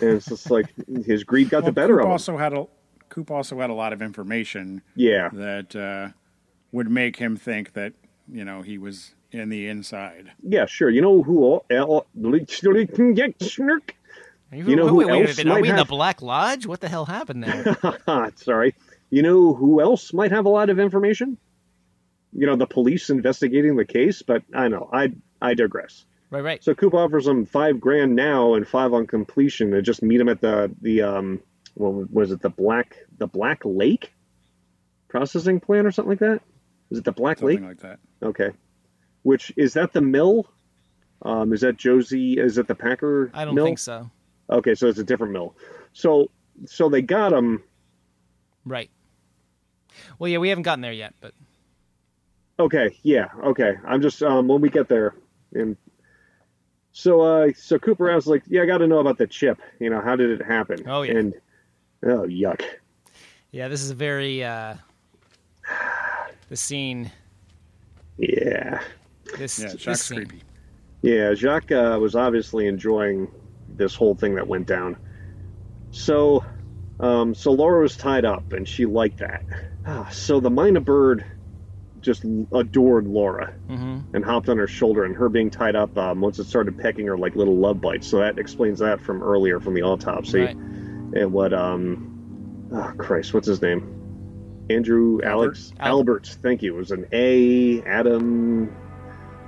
[SPEAKER 2] And it's just like his greed got the
[SPEAKER 1] Well,
[SPEAKER 2] better
[SPEAKER 1] Coop
[SPEAKER 2] of him.
[SPEAKER 1] also had a Coop also had a lot of information
[SPEAKER 2] yeah.
[SPEAKER 1] that uh, would make him think that you know he was in the inside.
[SPEAKER 2] Yeah, sure. You know who all, eh, all
[SPEAKER 3] Are You,
[SPEAKER 2] You know
[SPEAKER 3] wait,
[SPEAKER 2] who
[SPEAKER 3] wait, wait a
[SPEAKER 2] else
[SPEAKER 3] minute. Are
[SPEAKER 2] might
[SPEAKER 3] we in the
[SPEAKER 2] have-
[SPEAKER 3] Black Lodge? What the hell happened there?
[SPEAKER 2] sorry. You know who else might have a lot of information? You know, the police investigating the case, but I know, I I digress.
[SPEAKER 3] right, right.
[SPEAKER 2] So Coop offers him five grand now and five on completion and just meet him at the the um what was it, the black the black lake processing plant or something like that? Is it the Black Lake?
[SPEAKER 1] Something like that.
[SPEAKER 2] Okay. Which is that the mill? Um, is that Josie? Is it the Packer?
[SPEAKER 3] I don't
[SPEAKER 2] mill?
[SPEAKER 3] think so.
[SPEAKER 2] Okay, so it's a different mill. So so they got him.
[SPEAKER 3] Right. Well, yeah, we haven't gotten there yet, but
[SPEAKER 2] Okay, yeah, okay. I'm just um, when we get there, and so uh, so Cooper I was like, yeah, I got to know about the chip. You know, how did it happen?
[SPEAKER 3] Oh, yeah.
[SPEAKER 2] And oh yuck.
[SPEAKER 3] yeah, this is a very uh the scene.
[SPEAKER 2] Yeah,
[SPEAKER 3] This,
[SPEAKER 1] Yeah,
[SPEAKER 3] this
[SPEAKER 1] Jack's
[SPEAKER 3] scene.
[SPEAKER 1] creepy.
[SPEAKER 2] yeah. Jacques uh, was obviously enjoying this whole thing that went down. So, um, so Laura was tied up, and she liked that. Ah, so the Mina bird just adored Laura
[SPEAKER 3] Mm-hmm,
[SPEAKER 2] and hopped on her shoulder, and her being tied up um, once it started pecking her like little love bites. So that explains that from earlier from the autopsy
[SPEAKER 3] Right.
[SPEAKER 2] and what um, oh Christ, what's his name? Andrew Alex
[SPEAKER 3] Albert.
[SPEAKER 2] Albert. Thank you. It was an A Adam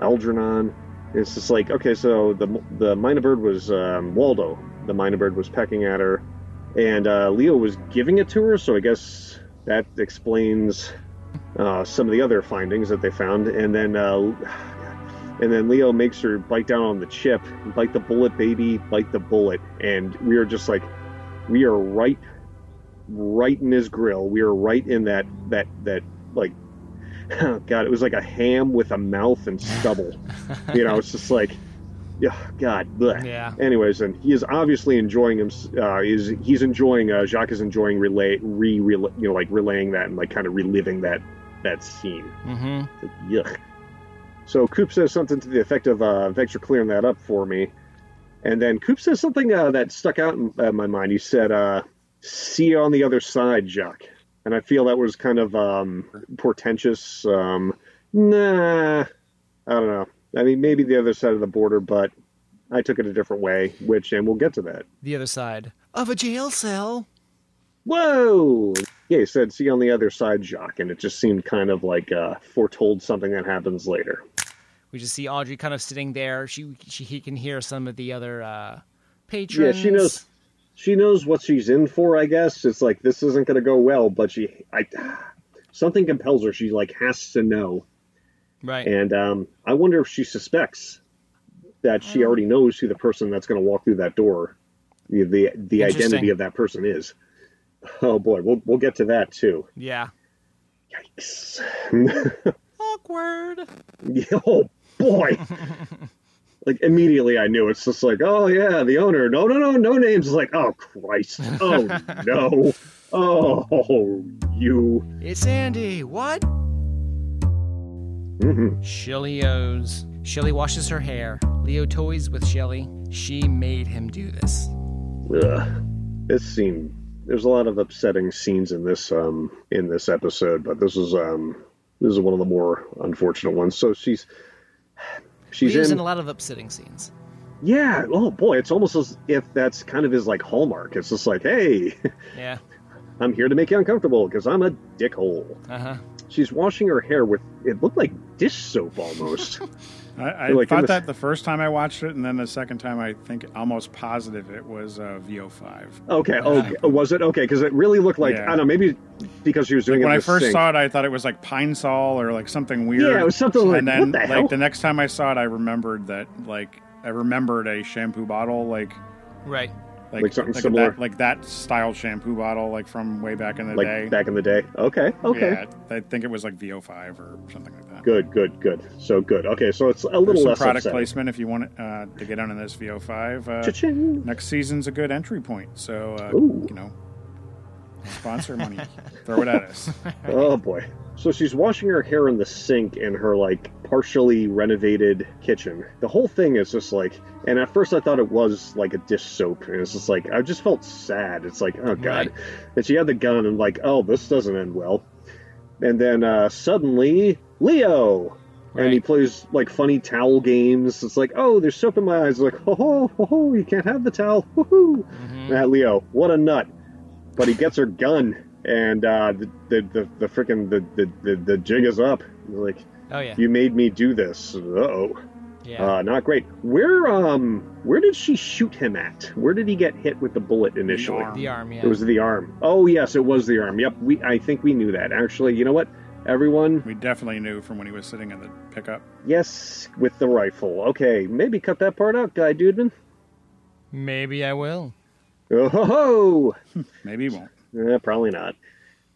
[SPEAKER 2] Algernon. It's just like okay, so the the minor bird was um, Waldo. The minor bird was pecking at her, and uh, Leo was giving it to her. So I guess that explains uh, some of the other findings that they found. And then uh, and then Leo makes her bite down on the chip, bite the bullet, baby, bite the bullet. And we are just like, we are right, right in his grill. We are right in that that that like, God, it was like a ham with a mouth and stubble. you know, it's just like, yeah, God, bleh.
[SPEAKER 3] Yeah.
[SPEAKER 2] Anyways, and he is obviously enjoying him. Uh, is he's enjoying? Uh, Jacques is enjoying relay, re, rela you know, like relaying that and like kind of reliving that that scene.
[SPEAKER 3] Mhm.
[SPEAKER 2] Like, yuck. So Coop says something to the effect of, uh, thanks for clearing that up for me. And then Coop says something uh, that stuck out in uh, my mind. He said, uh, see you on the other side, Jacques. And I feel that was kind of um, portentous. Um, nah, I don't know. I mean, maybe the other side of the border, but I took it a different way, which, and we'll get to that.
[SPEAKER 3] The other side of a jail cell.
[SPEAKER 2] Whoa! Yeah, he said, see you on the other side, Jacques. And it just seemed kind of like uh, foretold something that happens later.
[SPEAKER 3] We just see Audrey kind of sitting there. She she he can hear some of the other uh
[SPEAKER 2] yeah
[SPEAKER 3] patrons.
[SPEAKER 2] she knows she knows what she's in for i guess it's like this isn't going to go well but she i something compels her she like has to know
[SPEAKER 3] Right.
[SPEAKER 2] and um i wonder if she suspects that she already knows who the person that's going to walk through that door the the, the
[SPEAKER 3] Interesting.
[SPEAKER 2] identity of that person is oh boy we'll, we'll get to that too
[SPEAKER 3] Yeah.
[SPEAKER 2] yikes
[SPEAKER 3] Awkward.
[SPEAKER 2] Yeah, oh boy like immediately i knew it's just like oh yeah the owner no no no no names like oh christ oh no oh you
[SPEAKER 3] It's Andy. What?
[SPEAKER 2] Mm-hmm.
[SPEAKER 3] Shellyo's. Shelly washes her hair. Leo toys with Shelly. She made him do this.
[SPEAKER 2] Ugh. this scene there's a lot of upsetting scenes in this um in this episode but this is um this is one of the more unfortunate ones so she's she's
[SPEAKER 3] Leo's
[SPEAKER 2] in,
[SPEAKER 3] in a lot of upsetting scenes.
[SPEAKER 2] yeah oh boy it's almost as if that's kind of his like hallmark it's just like hey
[SPEAKER 3] Yeah.
[SPEAKER 2] i'm here to make you uncomfortable because i'm a dickhole
[SPEAKER 3] Uh huh.
[SPEAKER 2] She's washing her hair with it looked like dish soap almost.
[SPEAKER 1] I, I
[SPEAKER 2] Like in
[SPEAKER 1] thought
[SPEAKER 2] the-
[SPEAKER 1] that the first time I watched it, and then the second time, I think almost positive it was uh, VO5.
[SPEAKER 2] okay, okay, oh, was it okay? Because it really looked like
[SPEAKER 1] Yeah.
[SPEAKER 2] I don't know, maybe because she was doing
[SPEAKER 1] When
[SPEAKER 2] it.
[SPEAKER 1] I
[SPEAKER 2] with
[SPEAKER 1] first
[SPEAKER 2] sink.
[SPEAKER 1] saw it, I thought it was like Pine Sol or like something weird.
[SPEAKER 2] Yeah, it was something like,
[SPEAKER 1] and then
[SPEAKER 2] what the
[SPEAKER 1] like
[SPEAKER 2] hell?
[SPEAKER 1] the next time I saw it, I remembered that like I remembered a shampoo bottle like
[SPEAKER 3] Right.
[SPEAKER 1] like,
[SPEAKER 2] Like something similar.
[SPEAKER 1] that, like that style shampoo bottle like from way back in the
[SPEAKER 2] like
[SPEAKER 1] day.
[SPEAKER 2] back in the day. Okay, okay,
[SPEAKER 1] Yeah, I think it was like VO5 or something like that.
[SPEAKER 2] good, good, good. So good. Okay, so it's a little
[SPEAKER 1] Some
[SPEAKER 2] less
[SPEAKER 1] product
[SPEAKER 2] upsetting.
[SPEAKER 1] placement if you want uh, to get on in this VO5. Uh,
[SPEAKER 2] Cha-ching.
[SPEAKER 1] next season's a good entry point. So, uh,
[SPEAKER 2] Ooh.
[SPEAKER 1] you know, sponsor money, throw it at us.
[SPEAKER 2] Oh boy. So she's washing her hair in the sink in her like partially renovated kitchen. The whole thing is just like, and at first I thought it was like a dish soap, and it's just like I just felt sad. It's like oh god,
[SPEAKER 3] Right.
[SPEAKER 2] and she had the gun, and like oh this doesn't end well. And then uh, suddenly Leo and he
[SPEAKER 3] Right.
[SPEAKER 2] plays like funny towel games. It's like, oh, there's soap in my eyes. Like, ho ho ho ho, you can't have the towel. Woohoo!
[SPEAKER 3] Mm-hmm.
[SPEAKER 2] That Mm-hmm. Uh, Leo, what a nut! But he gets her gun, and uh, the the the, the freaking the, the the the jig is up. Like,
[SPEAKER 3] Oh yeah.
[SPEAKER 2] you made me do this. Uh oh,
[SPEAKER 3] Yeah.
[SPEAKER 2] uh, not great. Where um where did she shoot him at? Where did he get hit with the bullet initially?
[SPEAKER 1] arm.
[SPEAKER 3] the arm. Yeah.
[SPEAKER 2] It was the arm. Oh yes, it was the arm. Yep, we I think we knew that. Actually, you know what? Everyone
[SPEAKER 1] We definitely knew from when he was sitting in the pickup.
[SPEAKER 2] Yes, with the rifle. Okay, maybe cut that part out, Guy Dudeman.
[SPEAKER 3] Maybe I will.
[SPEAKER 2] Oh, ho, ho!
[SPEAKER 1] Maybe he won't.
[SPEAKER 2] Eh, probably not.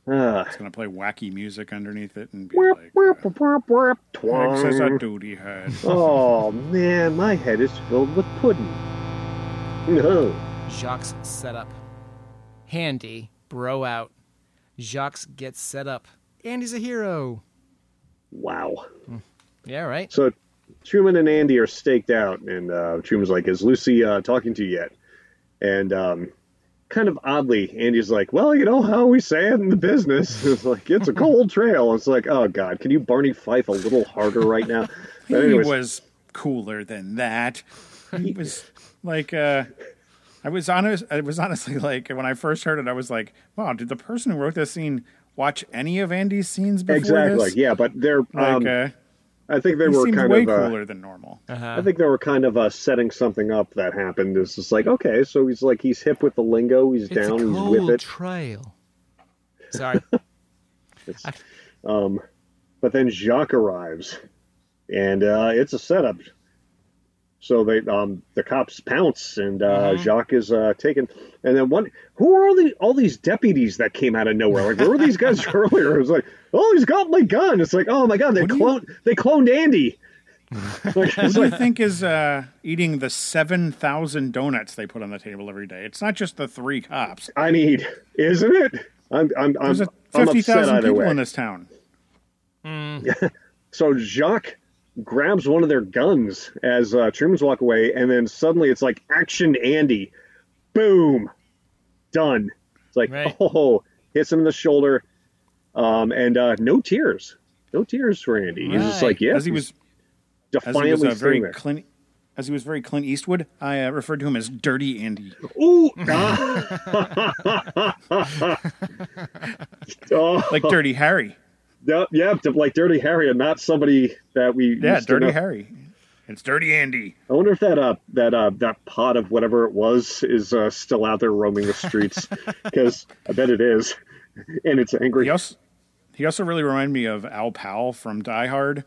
[SPEAKER 2] Uh,
[SPEAKER 1] It's gonna play wacky music underneath it and be
[SPEAKER 2] warp,
[SPEAKER 1] like, uh,
[SPEAKER 2] warp, warp, warp,
[SPEAKER 1] "Thanks as a
[SPEAKER 2] twang.
[SPEAKER 1] duty head."
[SPEAKER 2] Oh, man, my head is filled with pudding. No.
[SPEAKER 3] Jacques set up. Handy, bro out. Jacques gets set up. And he's a hero.
[SPEAKER 2] Wow.
[SPEAKER 3] Yeah, right?
[SPEAKER 2] So Truman and Andy are staked out, and uh, Truman's like, "Is Lucy uh, talking to you yet?" And um, kind of oddly, Andy's like, "Well, you know how we say it in the business. It's like it's a cold trail." It's like, "Oh God, can you Barney Fife a little harder right now?" But
[SPEAKER 1] he
[SPEAKER 2] anyways,
[SPEAKER 1] was cooler than that. He was like, uh, I was honest. I was honestly like, when I first heard it, I was like, "Wow, did the person who wrote this scene watch any of Andy's scenes before
[SPEAKER 2] exactly,
[SPEAKER 1] this?"
[SPEAKER 2] yeah. But they're,
[SPEAKER 1] Like,
[SPEAKER 2] um,
[SPEAKER 1] uh,
[SPEAKER 2] I think they
[SPEAKER 1] he
[SPEAKER 2] were
[SPEAKER 1] seemed
[SPEAKER 2] kind
[SPEAKER 1] way
[SPEAKER 2] of. Uh,
[SPEAKER 1] cooler than normal.
[SPEAKER 2] I think they were kind of uh, setting something up that happened. It's just like, okay, so he's like, he's hip with the lingo, he's
[SPEAKER 3] It's
[SPEAKER 2] down,
[SPEAKER 3] a
[SPEAKER 2] he's
[SPEAKER 3] cold
[SPEAKER 2] with it.
[SPEAKER 3] trail. Sorry.
[SPEAKER 2] um, But then Jacques arrives, and uh, it's a setup. So they um, the cops pounce, and uh, Jacques is uh, taken. And then one, who are all the all these deputies that came out of nowhere? Like where were these guys earlier? It was like, oh, he's got my gun. It's like, oh my god, they
[SPEAKER 1] do you-
[SPEAKER 2] cloned they cloned Andy. Like,
[SPEAKER 1] What
[SPEAKER 2] it's
[SPEAKER 1] do you
[SPEAKER 2] like,
[SPEAKER 1] think is uh, eating the seven thousand donuts they put on the table every day? It's not just the three cops.
[SPEAKER 2] I need, isn't it? I'm I'm I'm,
[SPEAKER 1] There's a
[SPEAKER 2] I'm
[SPEAKER 1] fifty
[SPEAKER 2] upset
[SPEAKER 1] thousand
[SPEAKER 2] either
[SPEAKER 1] people
[SPEAKER 2] way.
[SPEAKER 1] in this town.
[SPEAKER 2] So Jacques grabs one of their guns as uh, Truman's walk away, and then suddenly it's like action Andy, boom, done. It's like
[SPEAKER 3] Right.
[SPEAKER 2] oh, hits him in the shoulder, um, and uh, no tears, no tears for Andy. He's just
[SPEAKER 3] Right.
[SPEAKER 2] like yeah,
[SPEAKER 1] As he was, as he
[SPEAKER 2] defiantly
[SPEAKER 1] was uh,
[SPEAKER 2] sitting
[SPEAKER 1] very
[SPEAKER 2] there.
[SPEAKER 1] Clint, as he was very Clint Eastwood. I uh, referred to him as Dirty Andy.
[SPEAKER 2] Ooh, ah. oh,
[SPEAKER 1] like Dirty Harry.
[SPEAKER 2] yeah, yeah, like Dirty Harry, and not somebody that we
[SPEAKER 1] Yeah,
[SPEAKER 2] used to
[SPEAKER 1] Dirty
[SPEAKER 2] know.
[SPEAKER 1] Harry. It's Dirty Andy.
[SPEAKER 2] I wonder if that uh, that uh, that pot of whatever it was is uh, still out there roaming the streets because I bet it is, and it's angry.
[SPEAKER 1] He also he also really reminded me of Al Powell from Die Hard.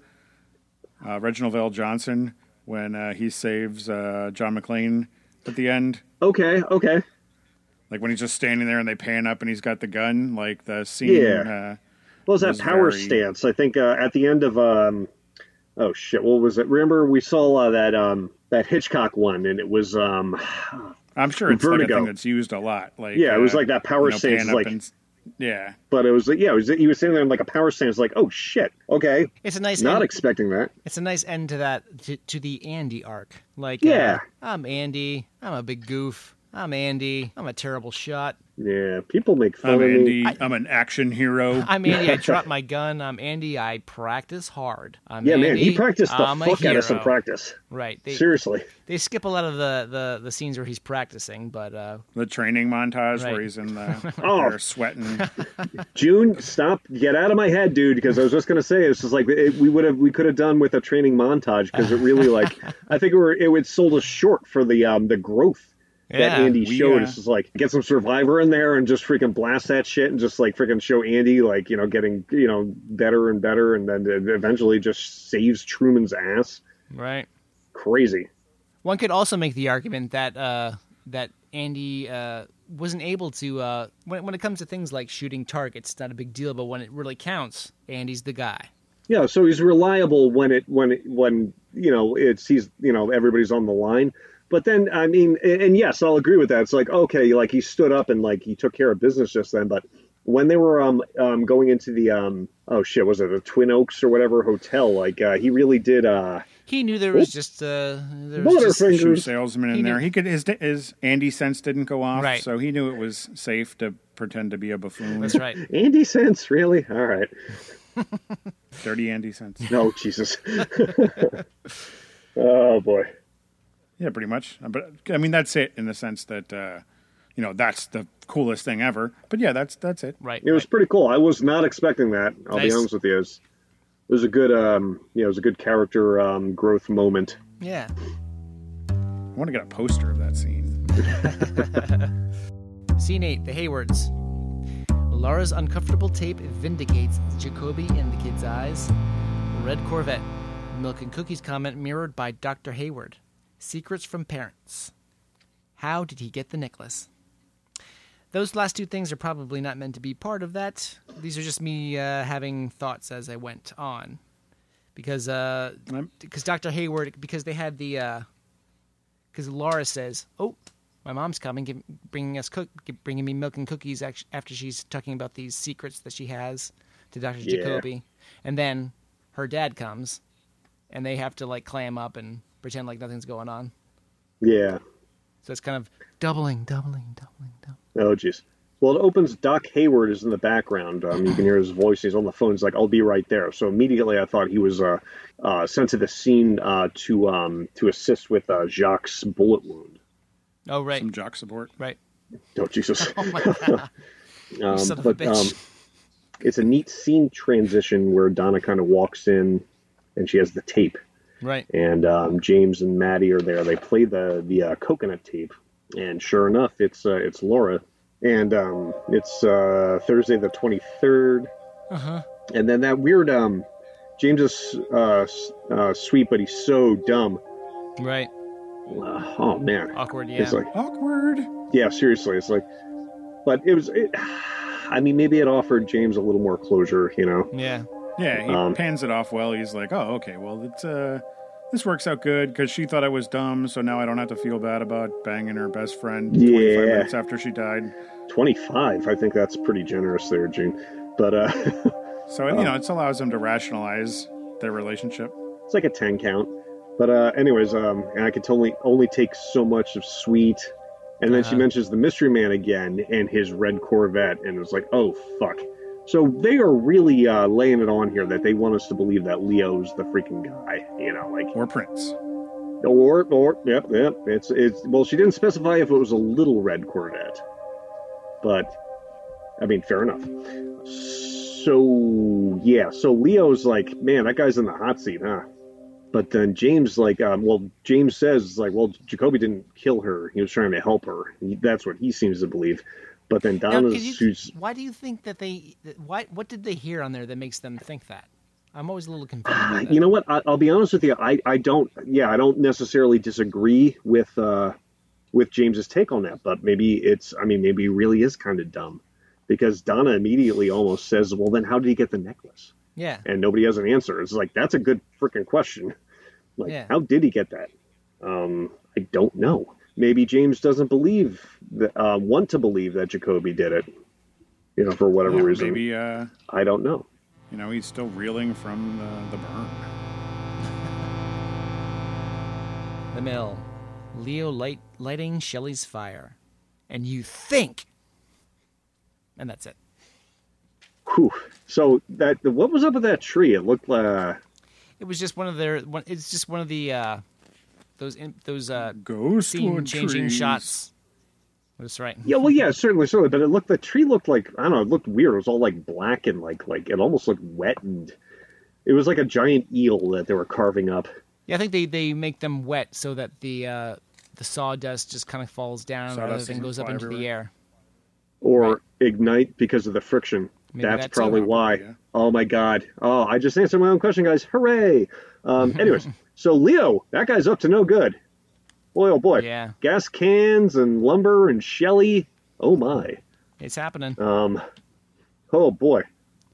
[SPEAKER 1] Uh, Reginald Vale Johnson when uh, he saves uh, John McClane at the end,
[SPEAKER 2] Okay, okay,
[SPEAKER 1] like when he's just standing there and they pan up and he's got the gun, like the scene. uh,
[SPEAKER 2] Yeah. What was that
[SPEAKER 1] was
[SPEAKER 2] power
[SPEAKER 1] very-
[SPEAKER 2] stance? I think uh, at the end of um, oh shit, what was it? Remember we saw uh, that um, that Hitchcock one, and it was um,
[SPEAKER 1] Uh, I'm sure it's like a
[SPEAKER 2] Vertigo.
[SPEAKER 1] thing that's used a lot. Like
[SPEAKER 2] Yeah, it was
[SPEAKER 1] uh,
[SPEAKER 2] like that power
[SPEAKER 1] you know,
[SPEAKER 2] stance,
[SPEAKER 1] pan up
[SPEAKER 2] like-
[SPEAKER 1] and s- yeah,
[SPEAKER 2] but it was like yeah, it was, he was sitting there in like a power stance, like oh shit, okay,
[SPEAKER 3] It's a nice
[SPEAKER 2] not
[SPEAKER 3] end,
[SPEAKER 2] expecting that.
[SPEAKER 3] it's a nice end to that to, to the Andy arc. Like
[SPEAKER 2] Yeah.
[SPEAKER 3] uh, I'm Andy, I'm a big goof. I'm Andy. I'm a terrible shot.
[SPEAKER 2] Yeah, people make fun
[SPEAKER 1] I'm
[SPEAKER 2] of me.
[SPEAKER 1] Andy. I'm an action hero.
[SPEAKER 3] I'm Andy. I dropped my gun. I'm Andy. I practice hard. I'm
[SPEAKER 2] Yeah,
[SPEAKER 3] Andy,
[SPEAKER 2] man, he practiced the
[SPEAKER 3] I'm a
[SPEAKER 2] fuck out of some
[SPEAKER 3] hero.
[SPEAKER 2] practice.
[SPEAKER 3] Right. They,
[SPEAKER 2] Seriously.
[SPEAKER 3] they skip a lot of the, the, the scenes where he's practicing, but uh,
[SPEAKER 1] the training montage
[SPEAKER 3] Right.
[SPEAKER 1] where he's in the
[SPEAKER 2] Oh.
[SPEAKER 1] they're sweating.
[SPEAKER 2] June, stop! Get out of my head, dude. Because I was just gonna say it's just like it, we would have we could have done with a training montage because it really like I think it were it would sold us short for the um the growth
[SPEAKER 3] Yeah,
[SPEAKER 2] that Andy
[SPEAKER 1] we,
[SPEAKER 2] showed.
[SPEAKER 1] uh,
[SPEAKER 2] It's just like get some Survivor in there and just freaking blast that shit and just like freaking show Andy like you know getting you know better and better and then it eventually just saves Truman's ass.
[SPEAKER 3] right.
[SPEAKER 2] Crazy.
[SPEAKER 3] One could also make the argument that uh, that Andy uh, wasn't able to uh, when when it comes to things like shooting targets, it's not a big deal, but when it really counts, Andy's the guy.
[SPEAKER 2] Yeah, so he's reliable when it when it, when you know it's he's you know everybody's on the line. But then I mean, and, and yes, I'll agree with that. It's like okay, like he stood up and like he took care of business just then. But when they were um, um going into the um oh shit was it the Twin Oaks or whatever hotel? Like uh, he really did uh
[SPEAKER 3] He knew there was just uh, there was just
[SPEAKER 1] shoe
[SPEAKER 2] Butterfingers.
[SPEAKER 1] salesman in
[SPEAKER 3] He
[SPEAKER 1] there.
[SPEAKER 3] knew-
[SPEAKER 1] He could his his Andy sense didn't go off,
[SPEAKER 3] Right.
[SPEAKER 1] so he knew it was safe to pretend to be a buffoon.
[SPEAKER 3] that's right.
[SPEAKER 2] Andy sense really all right.
[SPEAKER 1] Dirty Andy cents.
[SPEAKER 2] No, Jesus. oh boy.
[SPEAKER 1] Yeah, pretty much. Uh, But I mean, that's it in the sense that uh, you know that's the coolest thing ever. But yeah, that's that's it.
[SPEAKER 3] Right.
[SPEAKER 2] It was pretty cool. I was not expecting that. I'll
[SPEAKER 3] Nice.
[SPEAKER 2] be honest with you. It was, it was a good, um, you know, it was a good character um, growth moment.
[SPEAKER 3] right. Yeah.
[SPEAKER 1] I want to get a poster of that scene.
[SPEAKER 3] Scene 8 The Haywards. Lara's uncomfortable tape vindicates Jacoby in the kid's eyes. Red Corvette. Milk and Cookies comment mirrored by Dr. Hayward. Secrets from parents. How did he get the necklace? Those last two things are probably not meant to be part of that. These are just me uh, having thoughts as I went on. Because uh,
[SPEAKER 1] I'm-
[SPEAKER 3] because Dr. Hayward, because they had the. Uh, because Laura says, "Oh, my mom's coming, give, bringing us cook, give, bringing me milk and cookies." act- After she's talking about these secrets that she has to Doctor
[SPEAKER 2] Yeah.
[SPEAKER 3] Jacoby, and then her dad comes, and they have to like clam up and pretend like nothing's going on.
[SPEAKER 2] Yeah.
[SPEAKER 3] So it's kind of doubling, doubling, doubling, doubling.
[SPEAKER 2] Oh, jeez. Well, it opens. Doc Hayward is in the background. Um, you can hear his voice. He's on the phone. He's like, "I'll be right there." So immediately, I thought he was uh, uh, sent to the scene uh, to um, to assist with uh, Jacques' bullet wound.
[SPEAKER 3] Oh right,
[SPEAKER 1] Some jock support.
[SPEAKER 3] right.
[SPEAKER 2] Oh, Jesus!
[SPEAKER 3] Oh my god,
[SPEAKER 2] Um,
[SPEAKER 3] son of a
[SPEAKER 2] but um,
[SPEAKER 3] bitch.
[SPEAKER 2] it's a neat scene transition where Donna kind of walks in, and she has the tape.
[SPEAKER 3] right.
[SPEAKER 2] and um, James and Maddie are there. They play the the uh, coconut tape, and sure enough, it's uh, it's Laura, and um, it's uh, Thursday the twenty third,
[SPEAKER 3] Uh huh.
[SPEAKER 2] and then that weird um, James is uh, s- uh, sweet, but he's so dumb.
[SPEAKER 3] Right.
[SPEAKER 2] Uh, oh man,
[SPEAKER 3] Awkward. Yeah.
[SPEAKER 2] it's like
[SPEAKER 1] Awkward.
[SPEAKER 2] yeah, seriously, it's like, but it was. It, I mean, maybe it offered James a little more closure, you know.
[SPEAKER 3] yeah.
[SPEAKER 1] Yeah, he
[SPEAKER 2] Um,
[SPEAKER 1] pans it off well. He's like, "Oh, okay. Well, it's uh, this works out good because she thought I was dumb, so now I don't have to feel bad about banging her best friend 25
[SPEAKER 2] Yeah.
[SPEAKER 1] minutes after she died."
[SPEAKER 2] 25, I think that's pretty generous there, Gene. But uh,
[SPEAKER 1] So
[SPEAKER 2] Um,
[SPEAKER 1] you know, it allows him to rationalize their relationship.
[SPEAKER 2] it's like a 10 count but uh anyways um and i could totally only take so much of sweet and then she
[SPEAKER 3] Uh-huh.
[SPEAKER 2] mentions the mystery man again and his red corvette and it was like oh fuck so they are really uh, laying it on here that they want us to believe that leo's the freaking guy you know like
[SPEAKER 1] Or Prince.
[SPEAKER 2] or or yep yep it's it's well she didn't specify if it was a little red corvette but i mean fair enough so yeah so leo's like man that guy's in the hot seat huh but then james like um, well james says like well jacoby didn't kill her he was trying to help her He- that's what he seems to believe but then
[SPEAKER 3] Now,
[SPEAKER 2] donna
[SPEAKER 3] could you-
[SPEAKER 2] shoots
[SPEAKER 3] why do you think that they? that- Why? What did they hear on there that makes them think that? I'm always a little confused. about that.
[SPEAKER 2] Uh, you know what I, i'll be honest with you I, I don't yeah i don't necessarily disagree with uh with james's take on that but maybe it's i mean maybe he really is kind of dumb because donna immediately almost says well then how did he get the necklace
[SPEAKER 3] Yeah.
[SPEAKER 2] and nobody has an answer it's like that's a good freaking question like
[SPEAKER 3] Yeah.
[SPEAKER 2] how did he get that um i don't know maybe james doesn't believe that uh want to believe that jacoby did it you know for whatever
[SPEAKER 1] Yeah,
[SPEAKER 2] reason
[SPEAKER 1] maybe uh,
[SPEAKER 2] i don't know
[SPEAKER 1] you know he's still reeling from the, the burn.
[SPEAKER 3] The mill. Leo light, lighting Shelley's fire. And you think. And that's it.
[SPEAKER 2] Whew. so that what was up with that tree it looked uh, like
[SPEAKER 3] It was just one of their. One, it's just one of the. Uh, those in, those uh,
[SPEAKER 1] Ghost
[SPEAKER 3] scene
[SPEAKER 1] wood
[SPEAKER 3] changing
[SPEAKER 1] trees.
[SPEAKER 3] shots. That's right.
[SPEAKER 2] Yeah, well, yeah, certainly, certainly. But it looked the tree looked like I don't know. It looked weird. It was all like black and like like it almost looked wet and it was like a giant eel that they were carving up.
[SPEAKER 3] Yeah, I think they, they make them wet so that the uh, the sawdust just kind of falls down rather
[SPEAKER 1] Sawdust
[SPEAKER 3] than
[SPEAKER 1] doesn't
[SPEAKER 3] goes up
[SPEAKER 1] fly
[SPEAKER 3] into the
[SPEAKER 1] everywhere.
[SPEAKER 3] air.
[SPEAKER 2] or
[SPEAKER 3] Right.
[SPEAKER 2] ignite because of the friction.
[SPEAKER 3] Maybe
[SPEAKER 2] that's
[SPEAKER 3] that's
[SPEAKER 2] probably
[SPEAKER 3] it.
[SPEAKER 2] why.
[SPEAKER 1] Yeah.
[SPEAKER 2] Oh my god. Oh, I just answered my own question, guys. Hooray. Um, anyways, so Leo, that guy's up to no good. Boy, oh boy.
[SPEAKER 3] Yeah.
[SPEAKER 2] Gas cans and lumber and Shelly. Oh my.
[SPEAKER 3] It's happening.
[SPEAKER 2] Um, oh boy.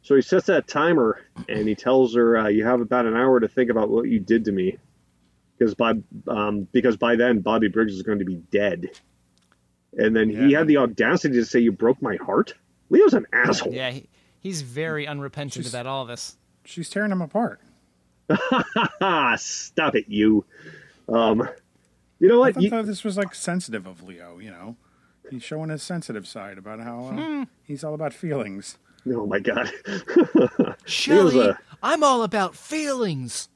[SPEAKER 2] So he sets that timer and he tells her, uh, "You have about an hour to think about what you did to me, because by um, because by then Bobby Briggs is going to be dead." And then he
[SPEAKER 1] Yeah.
[SPEAKER 2] had the audacity to say, "You broke my heart." Leo's an asshole.
[SPEAKER 3] Yeah, he, he's very unrepentant
[SPEAKER 1] She's-
[SPEAKER 3] about all this.
[SPEAKER 1] She's tearing him apart.
[SPEAKER 2] Ah, stop it, you. Um, you know
[SPEAKER 1] I
[SPEAKER 2] what?
[SPEAKER 1] thought
[SPEAKER 2] You-
[SPEAKER 1] that this was like sensitive
[SPEAKER 3] Hmm.
[SPEAKER 1] of Leo. You know, he's showing his sensitive side about how uh, he's all about feelings.
[SPEAKER 2] Oh my god.
[SPEAKER 3] Shelly,
[SPEAKER 2] a-
[SPEAKER 3] I'm all about feelings.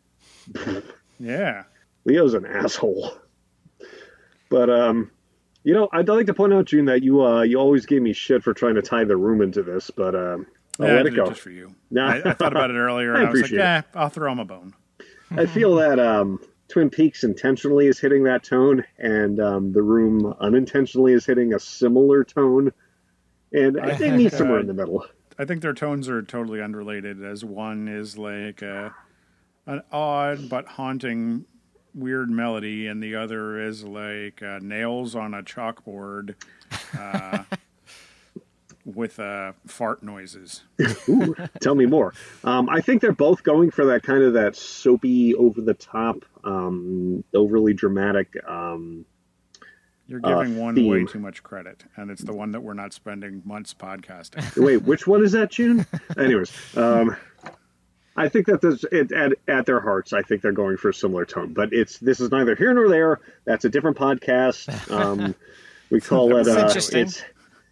[SPEAKER 1] Yeah.
[SPEAKER 2] Leo's an asshole. But um, you know, I'd like to point out, June, that you uh, you always gave me shit for trying to tie the room into this, but um, I'll
[SPEAKER 1] yeah, I
[SPEAKER 2] let it
[SPEAKER 1] did it
[SPEAKER 2] go.
[SPEAKER 1] just for you.
[SPEAKER 2] Nah.
[SPEAKER 1] I, I thought about it earlier, and
[SPEAKER 2] I
[SPEAKER 1] I, was like,
[SPEAKER 2] appreciate
[SPEAKER 1] yeah, I'll throw him a bone.
[SPEAKER 2] I feel that um, Twin Peaks intentionally is hitting that tone, and um, the room unintentionally is hitting a similar tone, and I think needs somewhere in the middle.
[SPEAKER 1] I think their tones are totally unrelated, as one is like a, an odd but haunting, weird melody, and the other is like uh, nails on a chalkboard uh, with uh, fart noises.
[SPEAKER 2] Ooh, tell me more. Um, I think they're both going for that kind of that soapy, over the top, um, overly dramatic. Um,
[SPEAKER 1] You're
[SPEAKER 2] Uh,
[SPEAKER 1] giving one way
[SPEAKER 2] theme.
[SPEAKER 1] too much credit, and it's the one that we're not spending months podcasting.
[SPEAKER 2] wait, which one is that, June? Anyways, um, I think that this it, at at their hearts, I think they're going for a similar tone, but it's this is neither here nor there. That's a different podcast. Um, we call it
[SPEAKER 3] was
[SPEAKER 2] uh,
[SPEAKER 3] interesting.
[SPEAKER 2] it's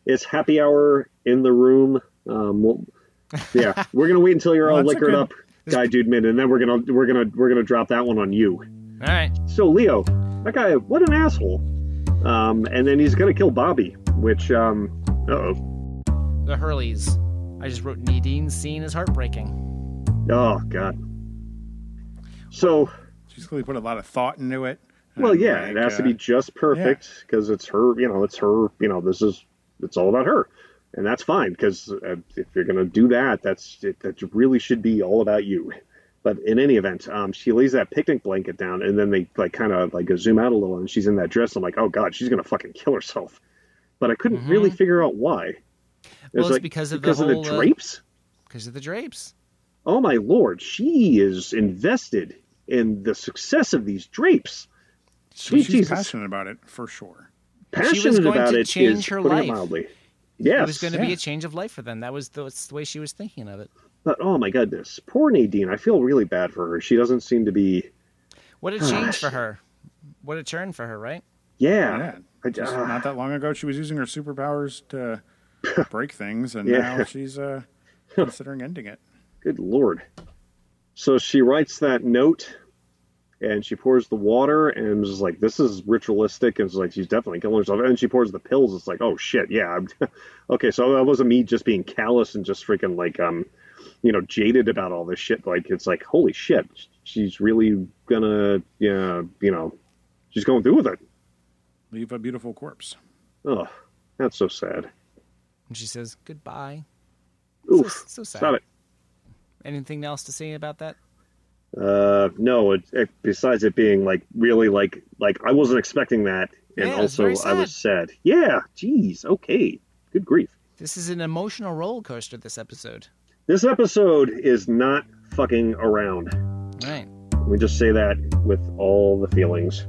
[SPEAKER 2] it's happy hour in the room. Um, we'll, yeah, we're gonna wait until you're all
[SPEAKER 1] Well, that's a
[SPEAKER 2] liquored
[SPEAKER 1] good-
[SPEAKER 2] up, guy, dude, man, and then we're gonna we're gonna we're gonna drop that one on you.
[SPEAKER 3] All right.
[SPEAKER 2] So Leo, that guy, what an asshole. Um, and then he's gonna kill Bobby, which um, oh,
[SPEAKER 3] The Hurleys. I just wrote Nadine's scene is heartbreaking.
[SPEAKER 2] oh god. So
[SPEAKER 1] She's clearly put a lot of thought into it.
[SPEAKER 3] Oh,
[SPEAKER 2] well,
[SPEAKER 1] and,
[SPEAKER 2] yeah,
[SPEAKER 1] like,
[SPEAKER 2] it has to
[SPEAKER 1] uh,
[SPEAKER 2] be just perfect because it's her, you know, it's her, you know, this is it's all about her, and that's fine because uh, if you're gonna do that, that's it, that really should be all about you. But in any event, um, she lays that picnic blanket down, and then they like kind of like zoom out a little, and she's in that dress. I'm like, oh god, she's gonna fucking kill herself. But I couldn't really figure out why.
[SPEAKER 3] Mm-hmm. Well,
[SPEAKER 2] was
[SPEAKER 3] it's because of the
[SPEAKER 2] because
[SPEAKER 3] whole,
[SPEAKER 2] of
[SPEAKER 3] uh,
[SPEAKER 2] the drapes.
[SPEAKER 3] Because of the drapes.
[SPEAKER 2] Oh my lord, she is invested in the success of these drapes. Sweet
[SPEAKER 1] she's
[SPEAKER 2] Jesus,
[SPEAKER 1] passionate about it for sure.
[SPEAKER 2] passionate
[SPEAKER 3] She was going
[SPEAKER 2] about
[SPEAKER 3] to
[SPEAKER 2] it is
[SPEAKER 3] change her
[SPEAKER 2] putting it
[SPEAKER 3] life.
[SPEAKER 2] mildly.
[SPEAKER 3] It was
[SPEAKER 2] Yes,
[SPEAKER 3] going to be
[SPEAKER 1] yeah.
[SPEAKER 3] a change of life for them. That was the, that's the way she was thinking of it.
[SPEAKER 2] but oh my goodness, poor Nadine. I feel really bad for her. She doesn't seem to be.
[SPEAKER 3] What
[SPEAKER 2] Hmm.
[SPEAKER 3] a change for her. What a turn for her, right?
[SPEAKER 2] Yeah,
[SPEAKER 1] Yeah,
[SPEAKER 2] I,
[SPEAKER 1] just
[SPEAKER 2] ah,
[SPEAKER 1] not that long ago, she was using her superpowers to break things, and
[SPEAKER 2] Yeah.
[SPEAKER 1] now she's uh, considering ending it.
[SPEAKER 2] good lord. So she writes that note, and she pours the water, and is like, "This is ritualistic." And it's like she's definitely killing herself. And she pours the pills. It's like, "Oh shit, yeah." I'm, okay, so that wasn't me just being callous and just freaking like, um, you know, jaded about all this shit. Like, it's like, holy shit, she's really gonna, yeah, you know, she's going through with it.
[SPEAKER 1] Leave a beautiful corpse.
[SPEAKER 2] Oh, that's so sad.
[SPEAKER 3] And she says, goodbye.
[SPEAKER 2] Oof.
[SPEAKER 3] so, so sad.
[SPEAKER 2] Stop it.
[SPEAKER 3] Anything else to say about that?
[SPEAKER 2] Uh, no. It, it, besides it being like really like like I wasn't expecting that, and
[SPEAKER 3] Yeah, it's
[SPEAKER 2] also
[SPEAKER 3] very
[SPEAKER 2] I was sad. Yeah. Jeez. Okay. Good grief.
[SPEAKER 3] This is an emotional roller coaster this episode.
[SPEAKER 2] This episode is not fucking around.
[SPEAKER 3] Right.
[SPEAKER 2] We just say that with all the feelings.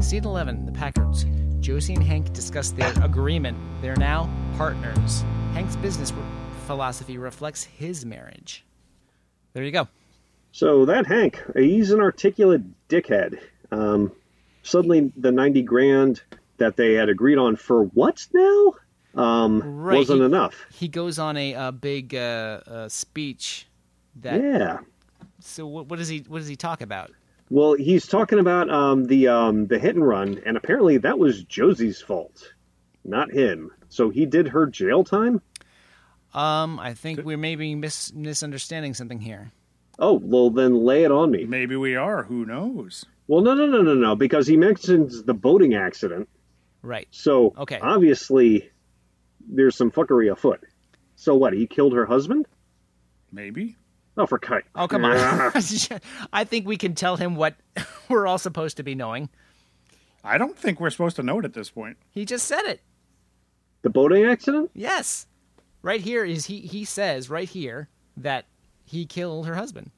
[SPEAKER 3] Scene 11, the Packards. Josie and Hank discuss their agreement. They're now partners. Hank's business re- philosophy reflects his marriage. There you go.
[SPEAKER 2] So that Hank, he's an articulate dickhead. Um, suddenly, the ninety grand that they had agreed on for what now um,
[SPEAKER 3] Right,
[SPEAKER 2] wasn't
[SPEAKER 3] he-
[SPEAKER 2] enough.
[SPEAKER 3] He goes on a, uh big uh, uh, speech that
[SPEAKER 2] Yeah.
[SPEAKER 3] so what, what does he what does he talk about?
[SPEAKER 2] Well, he's talking about um, the um, the hit and run, and apparently that was Josie's fault, not him. So he did her jail time.
[SPEAKER 3] Um, I think we're maybe mis- misunderstanding something here.
[SPEAKER 2] Oh, well, then lay it on me.
[SPEAKER 1] Maybe we are. Who knows?
[SPEAKER 2] Well, no, no, no, no, no, because he mentions the boating accident.
[SPEAKER 3] Right.
[SPEAKER 2] So
[SPEAKER 3] Okay.
[SPEAKER 2] obviously, there's some fuckery afoot. So what? He killed her husband?
[SPEAKER 1] Maybe.
[SPEAKER 2] Oh, for kite.
[SPEAKER 3] Oh, come on. I think we can tell him what we're all supposed to be knowing.
[SPEAKER 1] I don't think we're supposed to know it at this point.
[SPEAKER 3] He just said it.
[SPEAKER 2] The boating accident?
[SPEAKER 3] Yes. Right here is he he says right here that he killed her husband.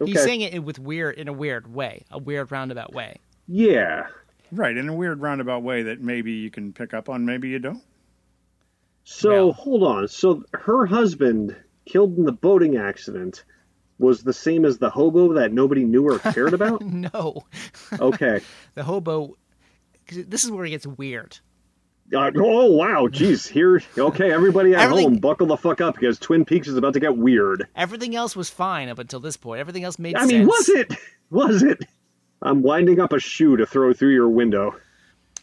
[SPEAKER 2] Okay.
[SPEAKER 3] He's saying it in- with weird in a weird way, a weird roundabout way.
[SPEAKER 2] yeah.
[SPEAKER 1] Right, in a weird roundabout way that maybe you can pick up on, maybe you don't.
[SPEAKER 2] So
[SPEAKER 3] Well-
[SPEAKER 2] hold on. So her husband killed in the boating accident was the same as the hobo that nobody knew or cared about.
[SPEAKER 3] No.
[SPEAKER 2] okay.
[SPEAKER 3] The hobo 'cause this is where it gets weird.
[SPEAKER 2] Uh, oh wow, jeez. Here, okay, everybody at
[SPEAKER 3] Everything-
[SPEAKER 2] home, buckle the fuck up because Twin Peaks is about to get weird.
[SPEAKER 3] Everything else was fine up until this point. Everything else made
[SPEAKER 2] I
[SPEAKER 3] sense.
[SPEAKER 2] mean, was it? Was it? I'm winding up a shoe to throw through your window.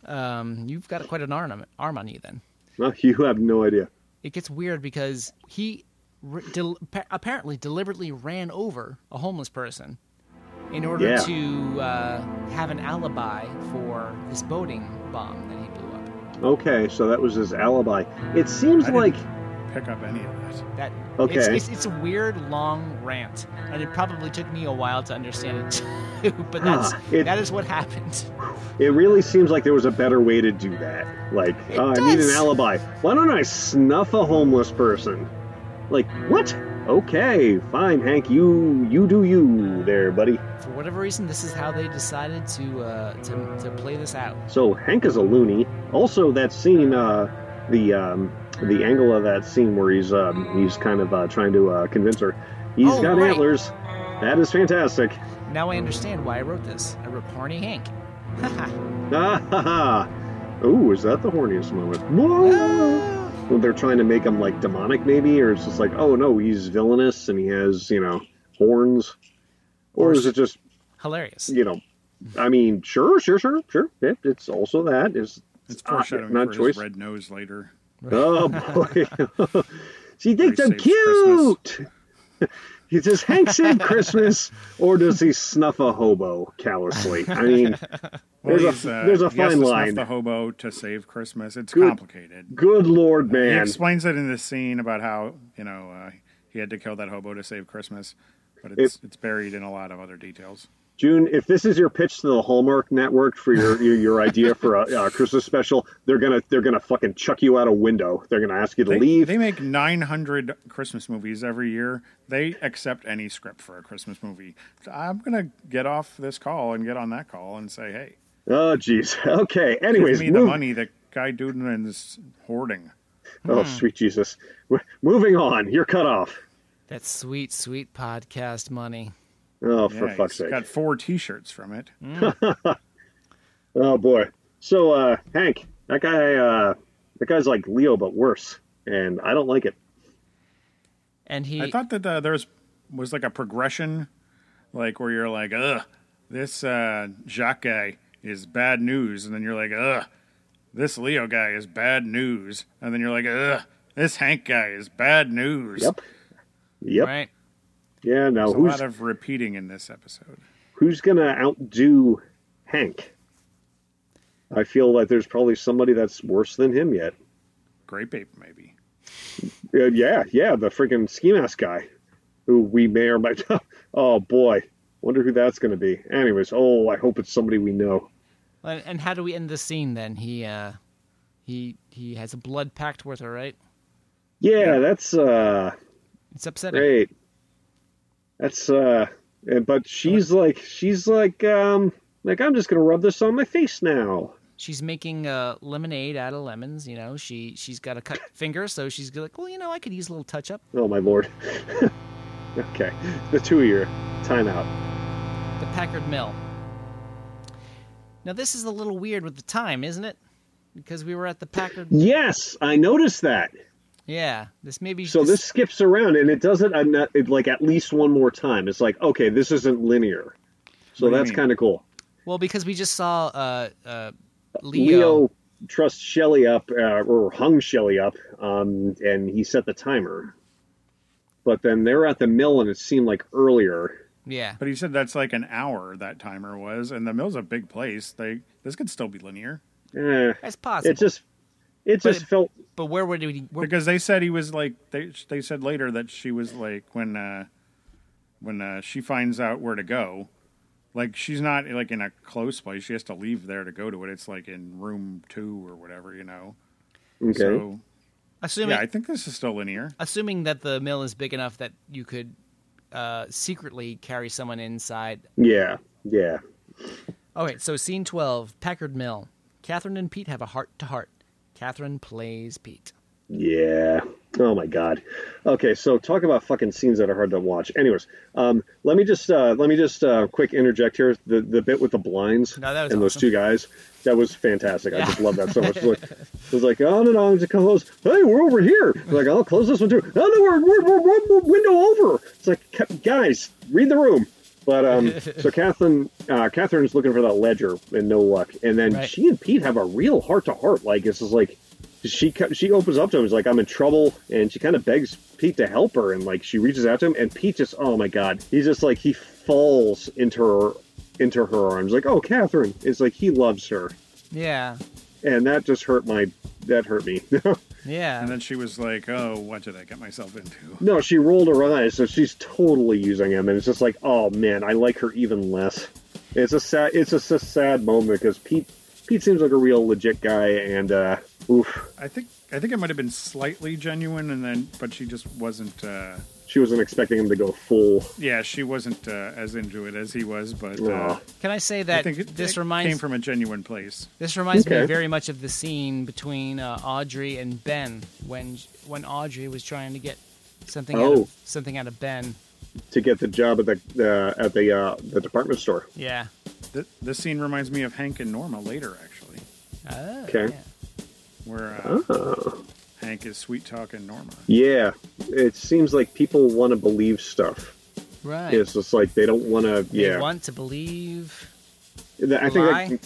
[SPEAKER 3] Um, you've got quite an arm, arm on you then.
[SPEAKER 2] Well, you have no idea.
[SPEAKER 3] It gets weird because he re- del- pa- apparently deliberately ran over a homeless person in order
[SPEAKER 2] Yeah.
[SPEAKER 3] to uh, have an alibi for this boating bomb that he blew up.
[SPEAKER 2] Okay, so that was his alibi. It seems
[SPEAKER 1] I didn't-
[SPEAKER 2] like
[SPEAKER 1] Pick up any of that.
[SPEAKER 3] That it's,
[SPEAKER 2] Okay.
[SPEAKER 3] it's, it's a weird long rant, and it probably took me a while to understand it too. But that's
[SPEAKER 2] Ah, it-
[SPEAKER 3] that is what happened.
[SPEAKER 2] it really seems like there was a better way to do that. Like,
[SPEAKER 3] It
[SPEAKER 2] uh, I need an
[SPEAKER 3] does.
[SPEAKER 2] alibi. Why don't I snuff a homeless person? Like, what? Okay, fine, Hank. You you do you there, buddy.
[SPEAKER 3] For whatever reason, this is how they decided to uh, to to play this out.
[SPEAKER 2] So Hank is a loony. Also, that scene, uh, the um, the angle of that scene where he's um, he's kind of uh, trying to uh, convince her he's
[SPEAKER 3] Oh,
[SPEAKER 2] got
[SPEAKER 3] right.
[SPEAKER 2] antlers. That is fantastic.
[SPEAKER 3] Now I understand why I wrote this. I wrote horny Hank.
[SPEAKER 2] Ah, ha, ha. Ooh, is that the horniest moment? Whoa! Well, they're trying to make him like demonic, maybe, or it's just like, oh no, he's villainous and he has you know horns, or is it just
[SPEAKER 3] Hilarious.
[SPEAKER 2] you know? I mean, sure, sure, sure, sure. It, it's also that. It's
[SPEAKER 1] It's
[SPEAKER 2] ah,
[SPEAKER 1] foreshadowing
[SPEAKER 2] not
[SPEAKER 1] for
[SPEAKER 2] choice.
[SPEAKER 1] his red nose later.
[SPEAKER 2] Oh boy, she thinks
[SPEAKER 1] Or he
[SPEAKER 2] I'm
[SPEAKER 1] saves
[SPEAKER 2] cute. he says, "Hank saved Christmas," or does he snuff a hobo callously? I mean, there's
[SPEAKER 1] he's, uh,
[SPEAKER 2] a there's a
[SPEAKER 1] he has
[SPEAKER 2] fine
[SPEAKER 1] to snuff
[SPEAKER 2] line.
[SPEAKER 1] The hobo to save Christmas. It's
[SPEAKER 2] Good
[SPEAKER 1] complicated.
[SPEAKER 2] Good lord,
[SPEAKER 1] He
[SPEAKER 2] man!
[SPEAKER 1] explains it in this scene about how you know uh, he had to kill that hobo to save Christmas, but it's it's buried in a lot of other details.
[SPEAKER 2] June, if this is your pitch to the Hallmark Network for your your, your idea for a, a Christmas special, they're gonna they're gonna fucking chuck you out a window. They're gonna ask you to
[SPEAKER 1] They,
[SPEAKER 2] leave.
[SPEAKER 1] they make 900 Christmas movies every year. They accept any script for a Christmas movie. So I'm gonna get off this call and get on that call and say, hey,
[SPEAKER 2] oh, jeez. Okay.
[SPEAKER 1] give
[SPEAKER 2] Anyways,
[SPEAKER 1] me the
[SPEAKER 2] move-
[SPEAKER 1] money that Guy Dudeman's hoarding.
[SPEAKER 2] oh
[SPEAKER 1] Hmm.
[SPEAKER 2] sweet Jesus. We're- moving on. You're cut off.
[SPEAKER 3] That's sweet, sweet podcast money.
[SPEAKER 2] Oh,
[SPEAKER 1] Yeah,
[SPEAKER 2] for fuck's
[SPEAKER 1] he's
[SPEAKER 2] sake.
[SPEAKER 1] got four T-shirts from it.
[SPEAKER 2] Oh boy. So uh Hank, that guy uh that guy's like Leo but worse. And I don't like it.
[SPEAKER 3] And he
[SPEAKER 1] I thought that uh, there was was like a progression, like where you're like, ugh, this uh, Jacques guy is bad news, and then you're like, ugh, this Leo guy is bad news, and then you're like, ugh, this Hank guy is bad news.
[SPEAKER 2] Yep. Yep.
[SPEAKER 3] right.
[SPEAKER 2] Yeah, now
[SPEAKER 1] There's a
[SPEAKER 2] who's
[SPEAKER 1] lot of repeating in this episode.
[SPEAKER 2] who's gonna outdo Hank? I feel like there's probably somebody that's worse than him yet.
[SPEAKER 1] Grape ape, maybe.
[SPEAKER 2] Uh, yeah, yeah, the freaking ski mask guy, who we may or might. oh boy, wonder who that's going to be. Anyways, oh, I hope it's somebody we know.
[SPEAKER 3] And and how do we end this scene then? He uh he he has a blood pact with her, right?
[SPEAKER 2] Yeah, that's uh
[SPEAKER 3] It's upsetting.
[SPEAKER 2] great. That's uh, and- but she's like, she's like, um, like I'm just going to rub this on my face now.
[SPEAKER 3] She's making uh, lemonade out of lemons, you know. She she's got a cut finger, so she's like, well, you know, I could use a little touch up.
[SPEAKER 2] Oh my lord. okay, the two year timeout.
[SPEAKER 3] The Packard Mill. Now this is a little weird with the time, isn't it? Because we were at the Packard.
[SPEAKER 2] Mm. Yes, I noticed that.
[SPEAKER 3] Yeah, this maybe.
[SPEAKER 2] So this skips around and it doesn't I'm not- it, like at least one more time. It's like okay, this isn't linear. So
[SPEAKER 1] What do you
[SPEAKER 2] that's
[SPEAKER 1] mean?
[SPEAKER 2] kind of cool.
[SPEAKER 3] Well, because we just saw uh, uh, Leo.
[SPEAKER 2] Leo trussed Shelley up uh, or hung Shelley up, um, and he set the timer. But then they're at the mill, and it seemed like earlier.
[SPEAKER 3] Yeah,
[SPEAKER 1] But he said that's like an hour that timer was, and the mill's a big place. They this could still be linear
[SPEAKER 2] Eh,
[SPEAKER 3] that's possible.
[SPEAKER 2] it just it
[SPEAKER 3] But
[SPEAKER 2] just
[SPEAKER 3] it-
[SPEAKER 2] felt
[SPEAKER 3] but where would he? Where,
[SPEAKER 1] because they said he was like they they said later that she was like when uh when uh she finds out where to go like she's not like in a close place she has to leave there to go to it it's like in room 2 or whatever you know
[SPEAKER 2] okay.
[SPEAKER 1] so
[SPEAKER 3] assuming
[SPEAKER 1] yeah i think this is still linear
[SPEAKER 3] assuming that the mill is big enough that you could uh, secretly carry someone inside.
[SPEAKER 2] yeah, yeah.
[SPEAKER 3] Okay, so scene twelve, Packard Mill. Catherine and Pete have a heart to heart. Catherine plays Pete.
[SPEAKER 2] Yeah. Oh my god. Okay, so talk about fucking scenes that are hard to watch. Anyways, um, let me just uh, let me just uh, quick interject here. The the bit with the blinds
[SPEAKER 3] No, that was
[SPEAKER 2] and those
[SPEAKER 3] awesome.
[SPEAKER 2] two guys, that was fantastic. I
[SPEAKER 3] Yeah.
[SPEAKER 2] just love that so much. It was like, it was like oh no no, I'm just gonna close. Hey, we're over here. It's like I'll close this one too. Oh no, we're we're, we're, we're, we're window over. It's like guys, read the room. But um, so Catherine, uh, Catherine's looking for that ledger and no luck. And then
[SPEAKER 3] Right.
[SPEAKER 2] she and Pete have a real heart to heart. Like it's just like she co- she opens up to him. She's like, "I'm in trouble," and she kind of begs Pete to help her. And like she reaches out to him, and Pete just, oh my god, he's just like he falls into her into her arms. Like, oh, Catherine, it's like he loves her,
[SPEAKER 3] Yeah.
[SPEAKER 2] and that just hurt my that hurt me.
[SPEAKER 3] Yeah.
[SPEAKER 1] And then she was like, "Oh, what did I get myself into?"
[SPEAKER 2] no, she rolled her eyes, so she's totally using him, and it's just like, oh man, I like her even less. It's a sad, it's just a sad moment because Pete Pete seems like a real legit guy, and uh, oof,
[SPEAKER 1] I think I think it might have been slightly genuine, and then but she just wasn't. Uh,
[SPEAKER 2] she wasn't expecting him to go full.
[SPEAKER 1] yeah, she wasn't uh, as into it as he was, but uh,
[SPEAKER 2] Aw.
[SPEAKER 3] Can I say
[SPEAKER 1] I
[SPEAKER 3] that
[SPEAKER 1] think it,
[SPEAKER 3] this
[SPEAKER 1] it
[SPEAKER 3] reminds
[SPEAKER 1] came from a genuine place.
[SPEAKER 3] this reminds me
[SPEAKER 2] Okay.
[SPEAKER 3] very much of the scene between uh, Audrey and Ben when when Audrey was trying to get something out
[SPEAKER 2] Oh.
[SPEAKER 3] of something out of Ben.
[SPEAKER 2] to get the job at the uh, at the uh, the department store.
[SPEAKER 3] Yeah.
[SPEAKER 1] Th- this scene reminds me of Hank and Norma later, actually,
[SPEAKER 3] Oh,
[SPEAKER 2] Okay.
[SPEAKER 3] yeah.
[SPEAKER 1] where uh,
[SPEAKER 2] Oh.
[SPEAKER 1] Hank is sweet talking Norma.
[SPEAKER 2] Yeah, it seems like people want to believe stuff.
[SPEAKER 3] Right.
[SPEAKER 2] It's just like they don't want to.
[SPEAKER 3] They
[SPEAKER 2] Yeah,
[SPEAKER 3] want to believe.
[SPEAKER 2] I think. that-
[SPEAKER 3] lie?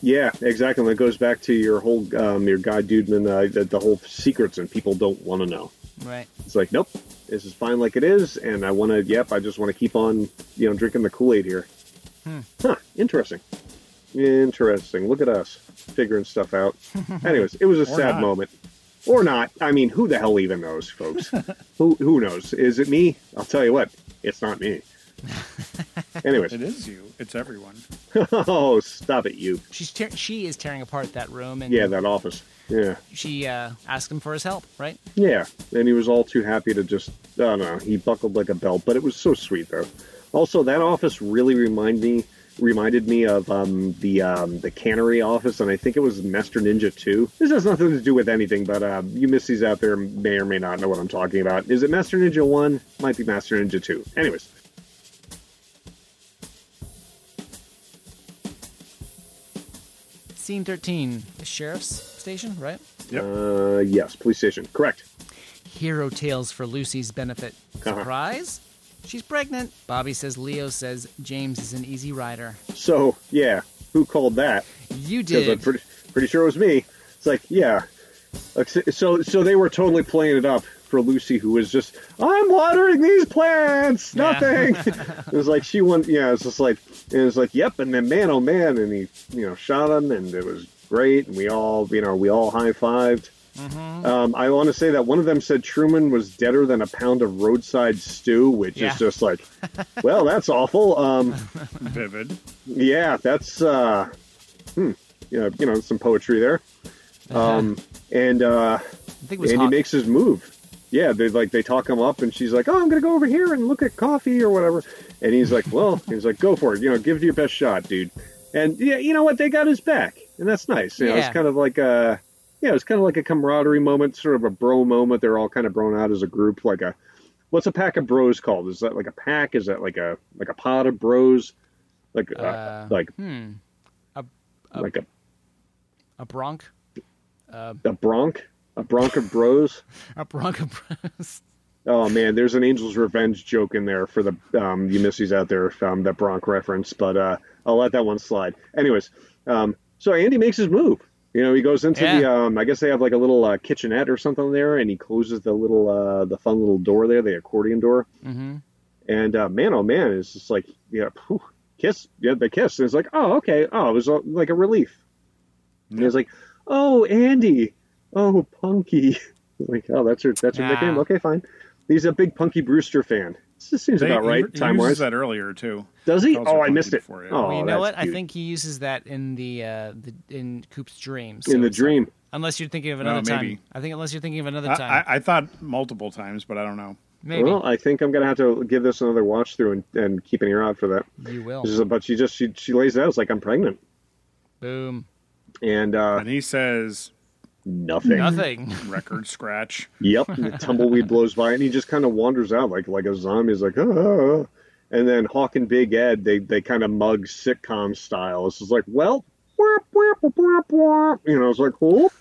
[SPEAKER 2] yeah, exactly. That goes back to your whole um, your guy Dudeman uh, the, the whole secrets and people don't want to know.
[SPEAKER 3] Right.
[SPEAKER 2] It's like nope, this is fine like it is, and I want to. Yep, I just want to keep on you know drinking the Kool Aid here.
[SPEAKER 3] Hmm.
[SPEAKER 2] Huh. Interesting. Interesting. Look at us figuring stuff out. Anyways, it was a
[SPEAKER 1] Or
[SPEAKER 2] sad
[SPEAKER 1] not.
[SPEAKER 2] moment. Or not. I mean, who the hell even knows, folks? who who knows? Is it me? I'll tell you what. It's not me. Anyways,
[SPEAKER 1] It is you. It's everyone.
[SPEAKER 2] oh, stop it, you.
[SPEAKER 3] She's tear she is tearing apart that room and
[SPEAKER 2] Yeah, that office. Yeah,
[SPEAKER 3] she uh, asked him for his help. Right.
[SPEAKER 2] yeah. And he was all too happy to just. I don't know. He buckled like a belt, but it was so sweet though. Also, that office really remind me reminded me of um, the um, the cannery office, and I think it was Master Ninja Two. This has nothing to do with anything, but um, you missies out there may or may not know what I'm talking about. Is it Master Ninja One? Might be Master Ninja Two. Anyways,
[SPEAKER 3] Scene thirteen. The sheriff's station. Right.
[SPEAKER 1] Yep.
[SPEAKER 2] uh, yes, police station. Correct.
[SPEAKER 3] Hero tales for Lucy's benefit.
[SPEAKER 2] Uh-huh.
[SPEAKER 3] Surprise? She's pregnant. Bobby says Leo says James is an easy rider.
[SPEAKER 2] So yeah, who called that?
[SPEAKER 3] You
[SPEAKER 2] Because I'm
[SPEAKER 3] did.
[SPEAKER 2] pretty, pretty sure it was me. It's like yeah. Like, So so they were totally playing it up for Lucy, who was just I'm watering these plants,
[SPEAKER 3] Yeah.
[SPEAKER 2] nothing. it was like she won. Yeah, it's just like and it was like yep. And then man, oh man, and he you know shot him, and it was great. And we all you know we all high fived.
[SPEAKER 3] Mm-hmm.
[SPEAKER 2] Um, I want to say that one of them said Truman was deader than a pound of roadside stew, which
[SPEAKER 3] Yeah.
[SPEAKER 2] is just like, well, that's awful. Um,
[SPEAKER 1] Vivid.
[SPEAKER 2] yeah, that's uh, hmm, you know, you know, some poetry there. Um, and uh,
[SPEAKER 3] I think it was
[SPEAKER 2] and he
[SPEAKER 3] Hawk.
[SPEAKER 2] makes his move. Yeah, they like they talk him up, and she's like, "Oh, I'm gonna go over here and look at coffee or whatever," and he's like, "Well," he's like, "Go for it, you know, give it your best shot, dude." And yeah, you know what? They got his back, and that's nice. You know,
[SPEAKER 3] Yeah.
[SPEAKER 2] it's kind of like a yeah, it's kind of like a camaraderie moment, sort of a bro moment. They're all kind of brown out as a group, like a what's a pack of bros called? Is that like a pack? Is that like a like a pod of bros? Like uh,
[SPEAKER 3] Uh,
[SPEAKER 2] like
[SPEAKER 3] hmm.
[SPEAKER 2] like a,
[SPEAKER 3] A bronc.
[SPEAKER 2] a bronc, a bronc of bros.
[SPEAKER 3] A bronc of bros.
[SPEAKER 2] Oh man, there's an Angel's Revenge joke in there for the um, you missies out there, um, that Bronk reference, but uh, I'll let that one slide. Anyways, um, so Andy makes his move. You know, he goes into the.
[SPEAKER 3] Yeah.
[SPEAKER 2] Um, I guess they have like a little uh, kitchenette or something there, and he closes the little, uh, the fun little door there, the accordion door.
[SPEAKER 3] Mm-hmm.
[SPEAKER 2] And uh, man, oh man, it's just like yeah, phew, kiss, yeah, they kiss, and it's like oh okay, oh it was uh, like a relief. And it's like, oh Andy, oh Punky, like oh that's her that's her
[SPEAKER 3] Yeah.
[SPEAKER 2] nickname. Okay, fine. He's a big Punky Brewster fan. This seems
[SPEAKER 1] They-
[SPEAKER 2] about
[SPEAKER 1] he-
[SPEAKER 2] right
[SPEAKER 1] he
[SPEAKER 2] time
[SPEAKER 1] uses
[SPEAKER 2] wise.
[SPEAKER 1] that earlier too.
[SPEAKER 2] Does he?
[SPEAKER 1] calls her
[SPEAKER 2] Oh, I
[SPEAKER 1] Punky
[SPEAKER 2] missed it.
[SPEAKER 1] before, yeah.
[SPEAKER 2] Oh,
[SPEAKER 1] Well,
[SPEAKER 3] well, you know
[SPEAKER 2] that's
[SPEAKER 3] what? I
[SPEAKER 2] cute.
[SPEAKER 3] think he uses that in the uh, the in Coop's dream. so
[SPEAKER 2] in the
[SPEAKER 3] it's-
[SPEAKER 2] dream.
[SPEAKER 3] Unless you're thinking of
[SPEAKER 1] No,
[SPEAKER 3] another time.
[SPEAKER 1] Uh, maybe.
[SPEAKER 3] I think unless you're thinking of another
[SPEAKER 1] I,
[SPEAKER 3] time.
[SPEAKER 1] I, I thought multiple times, but I don't know.
[SPEAKER 3] Maybe
[SPEAKER 2] Well, I think I'm gonna have to give this another watch through and, and keep an ear out for that.
[SPEAKER 3] you will.
[SPEAKER 2] This is a- But she just she she lays it out. It's like I'm pregnant,
[SPEAKER 3] Boom.
[SPEAKER 2] and uh,
[SPEAKER 1] And he says,
[SPEAKER 2] nothing.
[SPEAKER 3] Nothing.
[SPEAKER 1] Record scratch.
[SPEAKER 2] Yep, the tumbleweed blows by, and he just kind of wanders out like like a zombie. He's like, oh. and then Hawk and Big Ed, they they kind of mug sitcom style. It's just like, well, whap, whap, whap, whap. you know, it's like, whoop,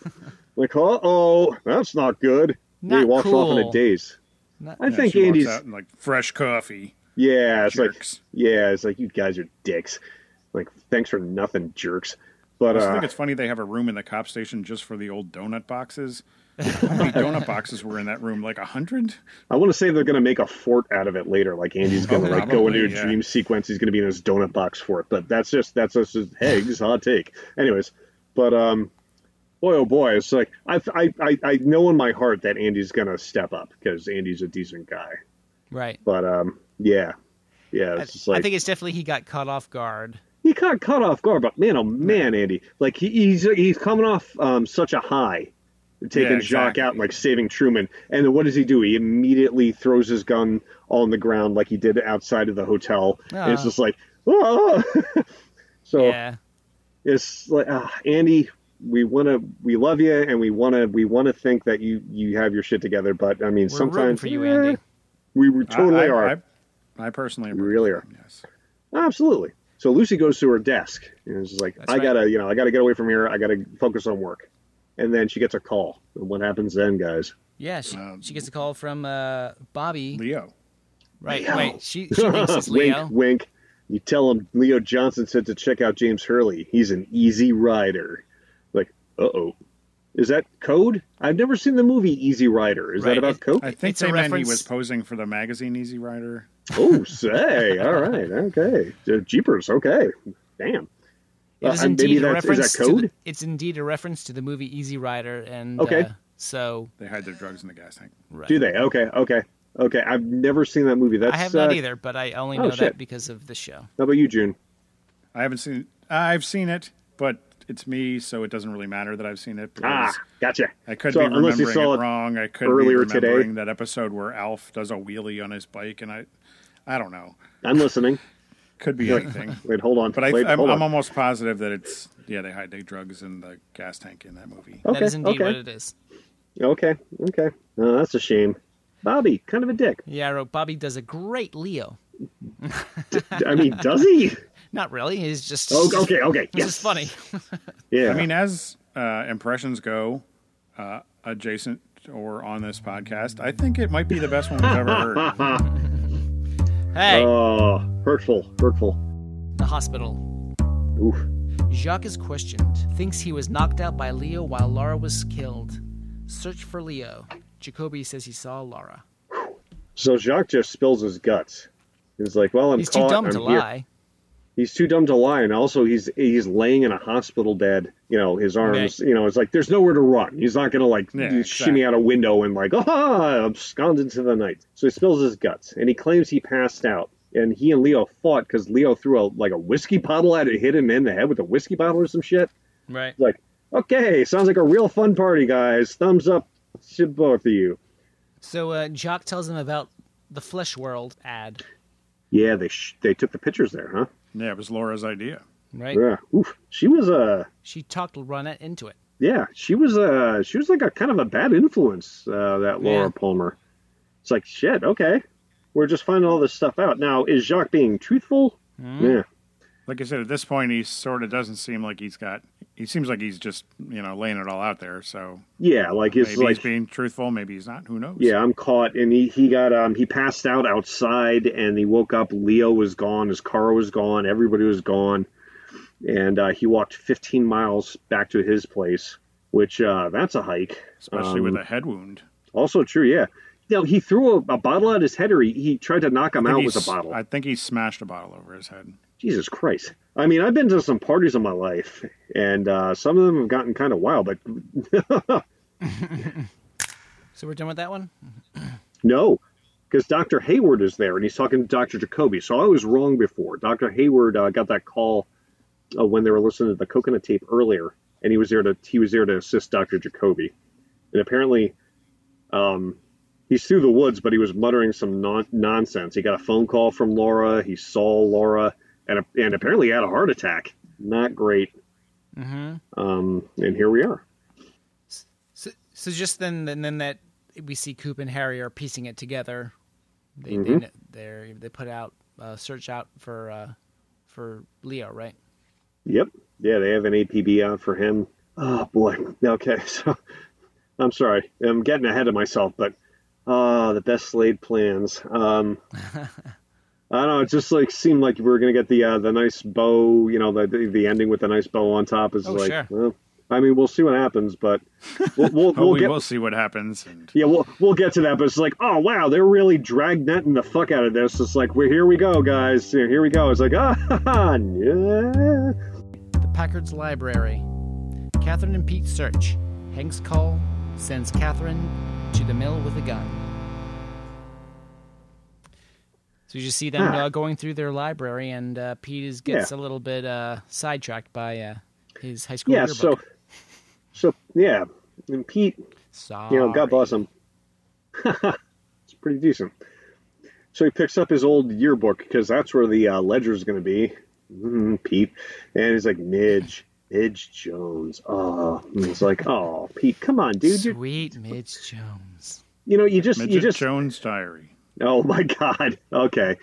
[SPEAKER 2] like, uh oh, that's not good. Then he
[SPEAKER 3] Not
[SPEAKER 2] walks off in
[SPEAKER 3] cool.
[SPEAKER 2] a daze.
[SPEAKER 3] Not-
[SPEAKER 2] I
[SPEAKER 1] Yeah,
[SPEAKER 2] think
[SPEAKER 1] she walks
[SPEAKER 2] Andy's.
[SPEAKER 1] out in, like fresh coffee.
[SPEAKER 2] Yeah, it's
[SPEAKER 1] Jerks.
[SPEAKER 2] like yeah, it's like you guys are dicks. Like thanks for nothing, jerks. But
[SPEAKER 1] I also
[SPEAKER 2] uh,
[SPEAKER 1] think it's funny they have a room in the cop station just for the old donut boxes. How many donut boxes were in that room? Like a hundred?
[SPEAKER 2] I want to say they're going to make a fort out of it later. Like Andy's going to like go
[SPEAKER 1] probably,
[SPEAKER 2] into a
[SPEAKER 1] yeah.
[SPEAKER 2] dream sequence. He's going to be in his donut box fort. But that's just that's just his Heggs hot take. Anyways, but um, boy oh boy, it's like I I I, I know in my heart that Andy's going to step up because Andy's a decent guy.
[SPEAKER 3] Right.
[SPEAKER 2] But um, yeah, yeah,
[SPEAKER 3] I,
[SPEAKER 2] it's just like
[SPEAKER 3] I think it's definitely he got caught off guard.
[SPEAKER 2] he got caught off guard, but man, oh man, Andy, like he, he's he's coming off um, such a high, taking
[SPEAKER 1] Yeah,
[SPEAKER 2] Jacques
[SPEAKER 1] exactly.
[SPEAKER 2] out and like saving Truman, and then what does he do? He immediately throws his gun on the ground like he did outside of the hotel, and it's
[SPEAKER 3] Ah.
[SPEAKER 2] just like, oh. so
[SPEAKER 3] Yeah.
[SPEAKER 2] it's like ah, Andy, we want to, we love you, and we want to, we want to think that you you have your shit together, but I mean,
[SPEAKER 3] We're rooting
[SPEAKER 2] sometimes
[SPEAKER 3] for you,
[SPEAKER 2] eh,
[SPEAKER 3] Andy.
[SPEAKER 2] we were totally
[SPEAKER 1] I, I,
[SPEAKER 2] are,
[SPEAKER 1] I, I personally
[SPEAKER 2] we really are.
[SPEAKER 1] Yes.
[SPEAKER 2] Absolutely. So Lucy goes to her desk and is just like,
[SPEAKER 3] That's
[SPEAKER 2] I
[SPEAKER 3] right.
[SPEAKER 2] gotta, you know, I gotta get away from here. I gotta focus on work. And then she gets a call. And what happens then, guys?
[SPEAKER 3] Yeah. She,
[SPEAKER 1] Um,
[SPEAKER 3] she gets a call from uh, Bobby.
[SPEAKER 1] Leo.
[SPEAKER 3] Right.
[SPEAKER 2] Leo. uh,
[SPEAKER 3] Wait. She, she thinks it's Leo.
[SPEAKER 2] wink, wink. You tell him Leo Johnson said to check out James Hurley. He's an easy rider. Like, uh oh. Is that code? I've never seen the movie Easy Rider. Is
[SPEAKER 3] Right.
[SPEAKER 2] that about
[SPEAKER 3] It-
[SPEAKER 2] coke?
[SPEAKER 1] I think
[SPEAKER 3] It's a
[SPEAKER 1] they meant he
[SPEAKER 3] reference-
[SPEAKER 1] was posing for the magazine Easy Rider.
[SPEAKER 2] oh, say. All right. Okay. Jeepers. Okay. Damn.
[SPEAKER 3] It is
[SPEAKER 2] Uh, and maybe
[SPEAKER 3] indeed a
[SPEAKER 2] that's- is that
[SPEAKER 3] reference
[SPEAKER 2] code?
[SPEAKER 3] To the, it's indeed a reference to the movie Easy Rider, and
[SPEAKER 2] Okay.
[SPEAKER 3] uh, so
[SPEAKER 1] They hide their drugs in the gas tank.
[SPEAKER 3] right.
[SPEAKER 2] Do they? Okay. Okay. Okay. I've never seen that movie. That's
[SPEAKER 3] I have
[SPEAKER 2] uh,
[SPEAKER 3] not either, but I only
[SPEAKER 2] oh,
[SPEAKER 3] know that
[SPEAKER 2] shit.
[SPEAKER 3] because of the show.
[SPEAKER 2] How about you, June?
[SPEAKER 1] I haven't seen. I've seen it, but it's me, so it doesn't really matter that I've seen it.
[SPEAKER 2] Ah,
[SPEAKER 1] because
[SPEAKER 2] gotcha.
[SPEAKER 1] I could
[SPEAKER 2] So
[SPEAKER 1] be
[SPEAKER 2] unless you
[SPEAKER 1] remembering
[SPEAKER 2] saw
[SPEAKER 1] it
[SPEAKER 2] it
[SPEAKER 1] wrong. I could be
[SPEAKER 2] earlier today-
[SPEAKER 1] remembering that episode where Alf does a wheelie on his bike, and I, I don't know.
[SPEAKER 2] I'm listening.
[SPEAKER 1] Could be anything.
[SPEAKER 2] Wait, hold on.
[SPEAKER 1] But I,
[SPEAKER 2] Wait,
[SPEAKER 1] I'm,
[SPEAKER 2] hold
[SPEAKER 1] I'm
[SPEAKER 2] on.
[SPEAKER 1] almost positive that it's yeah they hide their drugs in the gas tank in that movie.
[SPEAKER 2] okay,
[SPEAKER 3] that is indeed
[SPEAKER 2] okay,
[SPEAKER 3] what it is.
[SPEAKER 2] okay, okay. No, that's a shame. Bobby, kind of a dick.
[SPEAKER 3] Yeah, I wrote Bobby does a great Leo.
[SPEAKER 2] I mean, does he?
[SPEAKER 3] Not really. He's just
[SPEAKER 2] Oh, okay, okay.
[SPEAKER 3] This
[SPEAKER 2] Yes.
[SPEAKER 3] is funny.
[SPEAKER 2] Yeah.
[SPEAKER 1] I mean, as uh, impressions go, uh, adjacent or on this podcast, I think it might be the best one we've ever heard.
[SPEAKER 3] Hey,
[SPEAKER 2] Oh, hurtful, hurtful.
[SPEAKER 3] the hospital.
[SPEAKER 2] Oof.
[SPEAKER 3] Jacques is questioned. Thinks he was knocked out by Leo while Laura was killed. Search for Leo. Jacoby says he saw Laura.
[SPEAKER 2] So Jacques just spills his guts. He's like, "Well, I'm
[SPEAKER 3] He's
[SPEAKER 2] caught.
[SPEAKER 3] too dumb
[SPEAKER 2] I'm
[SPEAKER 3] to
[SPEAKER 2] here.
[SPEAKER 3] lie.
[SPEAKER 2] He's too dumb to lie, and also he's he's laying in a hospital bed. You know, his arms. You know, it's like there's nowhere to run. He's not gonna like
[SPEAKER 1] Yeah,
[SPEAKER 2] shimmy
[SPEAKER 1] exactly.
[SPEAKER 2] out a window and like ah abscond into the night. So he spills his guts, and he claims he passed out. And he and Leo fought because Leo threw a like a whiskey bottle at it, hit him in the head with a whiskey bottle or some shit.
[SPEAKER 3] Right.
[SPEAKER 2] Like, okay, sounds like a real fun party, guys. Thumbs up to both of you.
[SPEAKER 3] So uh, Jock tells him about the Flesh World ad,
[SPEAKER 2] Yeah, they sh- they took the pictures there, huh?
[SPEAKER 1] Yeah, it was Laura's idea.
[SPEAKER 3] right?
[SPEAKER 2] Yeah. Oof. She was a. Uh,
[SPEAKER 3] She talked Ronette into it.
[SPEAKER 2] yeah, she was uh she was like a kind of a bad influence uh, that Laura
[SPEAKER 3] Yeah.
[SPEAKER 2] Palmer. It's like shit. Okay, we're just finding all this stuff out now. Is Jacques being truthful?
[SPEAKER 1] Hmm?
[SPEAKER 2] Yeah,
[SPEAKER 1] Like I said, at this point, he sort of doesn't seem like he's got. He seems like he's just you know laying it all out there. So
[SPEAKER 2] yeah. Like it's
[SPEAKER 1] maybe
[SPEAKER 2] like
[SPEAKER 1] he's being truthful, maybe he's not. Who knows?
[SPEAKER 2] yeah, I'm caught, and he he got um he passed out outside, and he woke up. Leo was gone. His car was gone. Everybody was gone, and uh, he walked 15 miles back to his place, which uh, that's a hike,
[SPEAKER 1] especially
[SPEAKER 2] Um,
[SPEAKER 1] with a head wound.
[SPEAKER 2] also true. Yeah. Now he threw a, a bottle at his head, or he, he tried to knock him
[SPEAKER 1] I
[SPEAKER 2] out
[SPEAKER 1] think
[SPEAKER 2] with a
[SPEAKER 1] he's-
[SPEAKER 2] bottle.
[SPEAKER 1] I think he smashed a bottle over his head.
[SPEAKER 2] Jesus Christ. I mean, I've been to some parties in my life, and uh, some of them have gotten kind of wild, but
[SPEAKER 3] So we're done with that one.
[SPEAKER 2] no, because Dr. Hayward is there, and he's talking to Dr. Jacoby. So I was wrong before. Dr. Hayward uh, got that call uh, when they were listening to the coconut tape earlier, and he was there to he was there to assist Dr. Jacoby, and apparently, um, he's through the woods, but he was muttering some non- nonsense. He got a phone call from Laura. He saw Laura, and and apparently had a heart attack. Not great.
[SPEAKER 3] Mm-hmm.
[SPEAKER 2] Um, and here we are.
[SPEAKER 3] So just then, and then that we see Coop and Harry are piecing it together. They
[SPEAKER 2] Mm-hmm.
[SPEAKER 3] they they they put out uh, search out for uh, for Leo, right?
[SPEAKER 2] Yep. Yeah, they have an APB out for him. Oh boy. Okay, so I'm sorry. I'm getting ahead of myself, but ah, the best laid plans. Um, I don't know. It just like seemed like we were gonna get the uh, the nice bow. You know, the, the the ending with the nice bow on top is
[SPEAKER 3] Oh,
[SPEAKER 2] like.
[SPEAKER 3] sure.
[SPEAKER 2] Well, I mean, we'll see what happens, but we'll we'll,
[SPEAKER 1] Oh,
[SPEAKER 2] we'll
[SPEAKER 1] we
[SPEAKER 2] get
[SPEAKER 1] will see what happens. And
[SPEAKER 2] yeah, we'll we'll get to that, but it's like, oh wow, they're really dragnetting the fuck out of this. It's like, we're here we go, guys. Here here we go. It's like, ah, yeah.
[SPEAKER 3] The Packard's library. Catherine and Pete search. Hank's call sends Catherine to the mill with a gun. So you just see them
[SPEAKER 2] Ah.
[SPEAKER 3] uh, going through their library, and uh, Pete is, gets a little bit uh, sidetracked by uh, his high school
[SPEAKER 2] yeah.
[SPEAKER 3] yearbook.
[SPEAKER 2] So, so yeah, and Pete,
[SPEAKER 3] Sorry.
[SPEAKER 2] you know, God bless him. it's pretty decent. So he picks up his old yearbook because that's where the uh, ledger's going to be. Mm, Pete, and he's like, Midge, Midge Jones. Oh, and it's like, oh, Pete, come on, dude. You,
[SPEAKER 3] Sweet Midge Jones.
[SPEAKER 2] you know, you just you
[SPEAKER 1] Midget
[SPEAKER 2] just
[SPEAKER 1] Jones Diary.
[SPEAKER 2] Oh my god. Okay.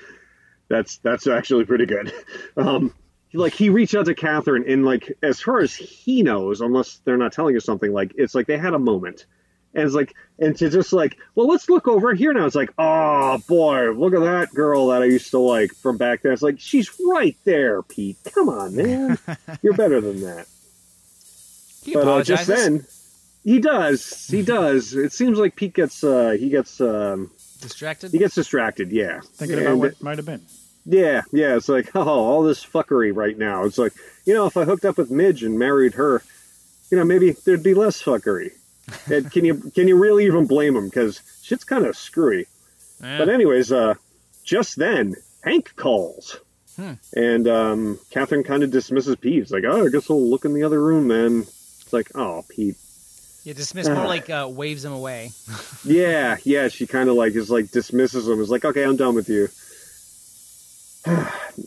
[SPEAKER 2] That's that's actually pretty good. Um like he reached out to Catherine and like as far as he knows, unless they're not telling you something, like it's like they had a moment. And it's like and to just like, well let's look over here now. It's like, oh boy, look at that girl that I used to like from back then. It's like, she's right there, Pete. Come on, man. You're better than that
[SPEAKER 3] He
[SPEAKER 2] but uh, just
[SPEAKER 3] apologizes.
[SPEAKER 2] then he does he does it seems like pete gets uh he gets um
[SPEAKER 3] distracted.
[SPEAKER 2] he gets distracted yeah
[SPEAKER 1] Thinking
[SPEAKER 2] And-
[SPEAKER 1] about what might have been.
[SPEAKER 2] yeah yeah it's like oh all this fuckery right now it's like you know if i hooked up with midge and married her you know maybe there'd be less fuckery and can you can you really even blame him because shit's kind of screwy
[SPEAKER 3] Yeah.
[SPEAKER 2] but anyways uh just then hank calls
[SPEAKER 3] Hmm.
[SPEAKER 2] and um catherine kind of dismisses pete it's like oh i guess we'll look in the other room then it's like oh pete
[SPEAKER 3] Yeah, dismissed more like uh, waves him away.
[SPEAKER 2] Yeah, yeah, she kind of like is like dismisses him. Is like, okay, I'm done with you.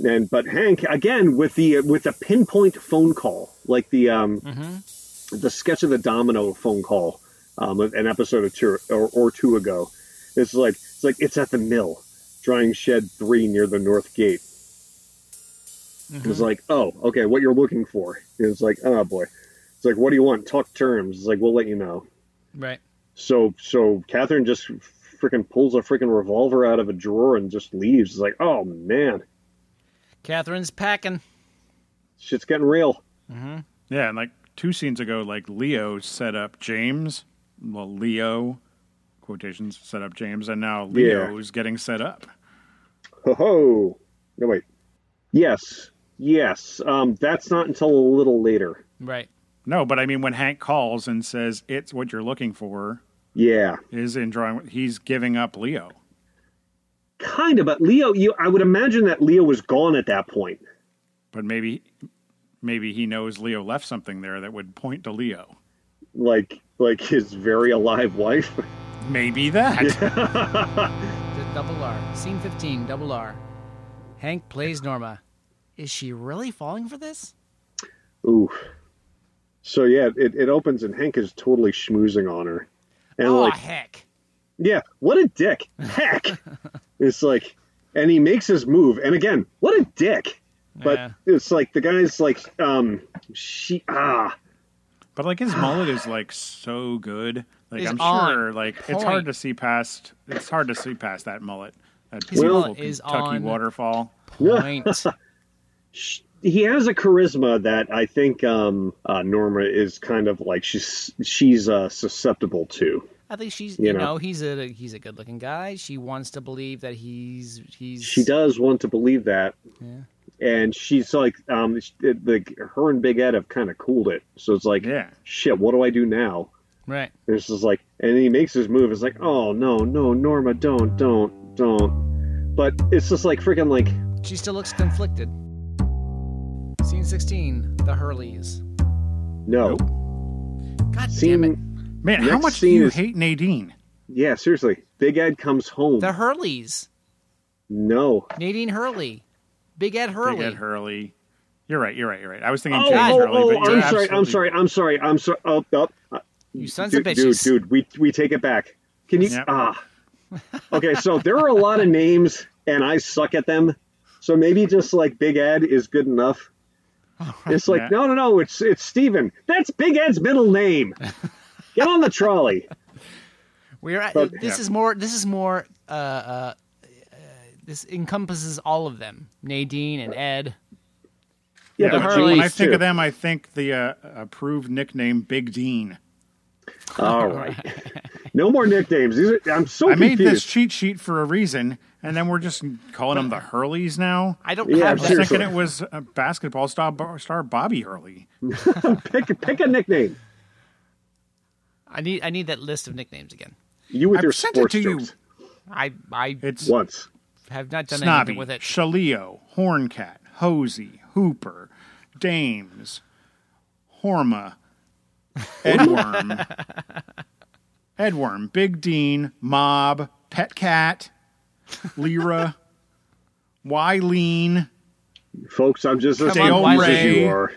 [SPEAKER 2] and but Hank again with the with the pinpoint phone call, like the um
[SPEAKER 3] Mm-hmm.
[SPEAKER 2] the sketch of the domino phone call, um an episode or two or, or two ago. It's like it's like it's at the mill, drying shed three near the north gate. It's like, oh, okay, what you're looking for. And it's like, oh boy. It's like, what do you want? Talk terms. It's like, we'll let you know.
[SPEAKER 3] Right.
[SPEAKER 2] So so Catherine just freaking pulls a freaking revolver out of a drawer and just leaves. It's like, oh man,
[SPEAKER 3] Catherine's packing.
[SPEAKER 2] shit's getting real.
[SPEAKER 1] Yeah, and like two scenes ago, like Leo set up James. Well, Leo quotations set up James, and now
[SPEAKER 2] Yeah.
[SPEAKER 1] Leo's getting set up.
[SPEAKER 2] Ho ho. No wait. Yes. Yes. Um, that's not until a little later.
[SPEAKER 3] Right.
[SPEAKER 1] No, but I mean, when Hank calls and says it's what you're looking for
[SPEAKER 2] Yeah.
[SPEAKER 1] is in drawing, he's giving up Leo.
[SPEAKER 2] Kind of, but Leo, you I would imagine that Leo was gone at that point.
[SPEAKER 1] But maybe, maybe he knows Leo left something there that would point to Leo.
[SPEAKER 2] Like like his very alive wife.
[SPEAKER 1] Maybe that.
[SPEAKER 3] The double R. Scene 15, double R. Hank plays Norma. Is she really falling for this?
[SPEAKER 2] Ooh. So yeah, it, it opens and Hank is totally schmoozing on her. And
[SPEAKER 3] oh,
[SPEAKER 2] like
[SPEAKER 3] heck.
[SPEAKER 2] Yeah, what a dick. Heck. it's like and he makes his move and again, what a dick. But
[SPEAKER 3] Yeah.
[SPEAKER 2] it's like the guy's like um she ah
[SPEAKER 1] But like his mullet is like so good. Like
[SPEAKER 3] Is
[SPEAKER 1] I'm
[SPEAKER 3] on
[SPEAKER 1] sure like it's
[SPEAKER 3] point.
[SPEAKER 1] hard to see past it's hard to see past that mullet. That
[SPEAKER 3] His
[SPEAKER 1] beautiful
[SPEAKER 3] mullet is
[SPEAKER 1] Kentucky
[SPEAKER 3] on-
[SPEAKER 1] waterfall.
[SPEAKER 3] Point.
[SPEAKER 2] sh he has a charisma that I think um uh Norma is kind of like she's she's uh susceptible to.
[SPEAKER 3] I think she's, you,
[SPEAKER 2] You
[SPEAKER 3] know,
[SPEAKER 2] know.
[SPEAKER 3] he's a he's a good looking guy. She wants to believe that he's he's
[SPEAKER 2] She does want to believe that.
[SPEAKER 3] Yeah.
[SPEAKER 2] And she's like um sh- the her and Big Ed have kind of cooled it. So it's like
[SPEAKER 1] Yeah.
[SPEAKER 2] shit, what do I do now?
[SPEAKER 3] Right.
[SPEAKER 2] It's just like, and he makes his move. It's like, oh no, no, Norma, don't, don't, don't. But it's just like freaking like,
[SPEAKER 3] She still looks conflicted. Scene 16, the Hurleys.
[SPEAKER 2] no.
[SPEAKER 3] God damn it.
[SPEAKER 2] Scene,
[SPEAKER 1] Man, how
[SPEAKER 2] Next
[SPEAKER 1] much do
[SPEAKER 2] scene
[SPEAKER 1] you
[SPEAKER 2] is-
[SPEAKER 1] hate Nadine?
[SPEAKER 2] yeah, seriously. Big Ed comes home.
[SPEAKER 3] The Hurleys.
[SPEAKER 2] no.
[SPEAKER 3] Nadine Hurley. Big Ed Hurley.
[SPEAKER 1] Big Ed Hurley. You're right. You're right. You're right. I was thinking
[SPEAKER 2] Oh,
[SPEAKER 1] James
[SPEAKER 2] oh,
[SPEAKER 1] Hurley,
[SPEAKER 2] oh,
[SPEAKER 1] but you're
[SPEAKER 2] I'm sorry, I'm
[SPEAKER 1] absolutely-
[SPEAKER 2] sorry, I'm sorry, I'm sorry. Oh, oh.
[SPEAKER 3] You sons
[SPEAKER 2] dude,
[SPEAKER 3] of
[SPEAKER 2] dude,
[SPEAKER 3] bitches.
[SPEAKER 2] dude, we we take it back. Can you?
[SPEAKER 1] Yep.
[SPEAKER 2] Ah. Okay, so there are a lot of names, and I suck at them. So maybe just like Big Ed is good enough. It's like
[SPEAKER 1] Yeah.
[SPEAKER 2] no, no, no. It's it's Steven. That's Big Ed's middle name. Get on the trolley.
[SPEAKER 3] We're at,
[SPEAKER 2] But-
[SPEAKER 3] this
[SPEAKER 1] Yeah.
[SPEAKER 3] is more this is more uh, uh, uh, this encompasses all of them. Nadine and Ed.
[SPEAKER 2] Yeah,
[SPEAKER 3] The
[SPEAKER 2] but
[SPEAKER 1] when,
[SPEAKER 2] you-
[SPEAKER 3] Hurleys,
[SPEAKER 1] when I think
[SPEAKER 2] too.
[SPEAKER 1] of them, I think the uh, approved nickname Big Dean.
[SPEAKER 2] All right. No more nicknames. These are, I'm so
[SPEAKER 1] I made
[SPEAKER 2] confused.
[SPEAKER 1] this cheat sheet for a reason, and then we're just calling them the Hurleys now.
[SPEAKER 3] I don't
[SPEAKER 2] Yeah,
[SPEAKER 1] I
[SPEAKER 3] have
[SPEAKER 1] was
[SPEAKER 3] that.
[SPEAKER 2] seriously.
[SPEAKER 1] thinking it was uh, basketball star, star Bobby Hurley.
[SPEAKER 2] Pick pick a nickname.
[SPEAKER 3] I need I need that list of nicknames again.
[SPEAKER 2] You with
[SPEAKER 1] I've
[SPEAKER 2] your
[SPEAKER 1] sent it
[SPEAKER 2] sports
[SPEAKER 1] to you.
[SPEAKER 2] jokes.
[SPEAKER 3] I I
[SPEAKER 1] It's
[SPEAKER 2] Once.
[SPEAKER 3] have not done
[SPEAKER 1] Snobby,
[SPEAKER 3] anything with it.
[SPEAKER 1] Shaleo, Horncat, Hosey, Hooper, Dames, Horma, Edworm, Edworm, Big Dean, Mob, Pet Cat, Lyra, Wyleen,
[SPEAKER 2] Folks, I'm just as
[SPEAKER 3] Come on,
[SPEAKER 2] confused as
[SPEAKER 1] Wiley.
[SPEAKER 2] you are.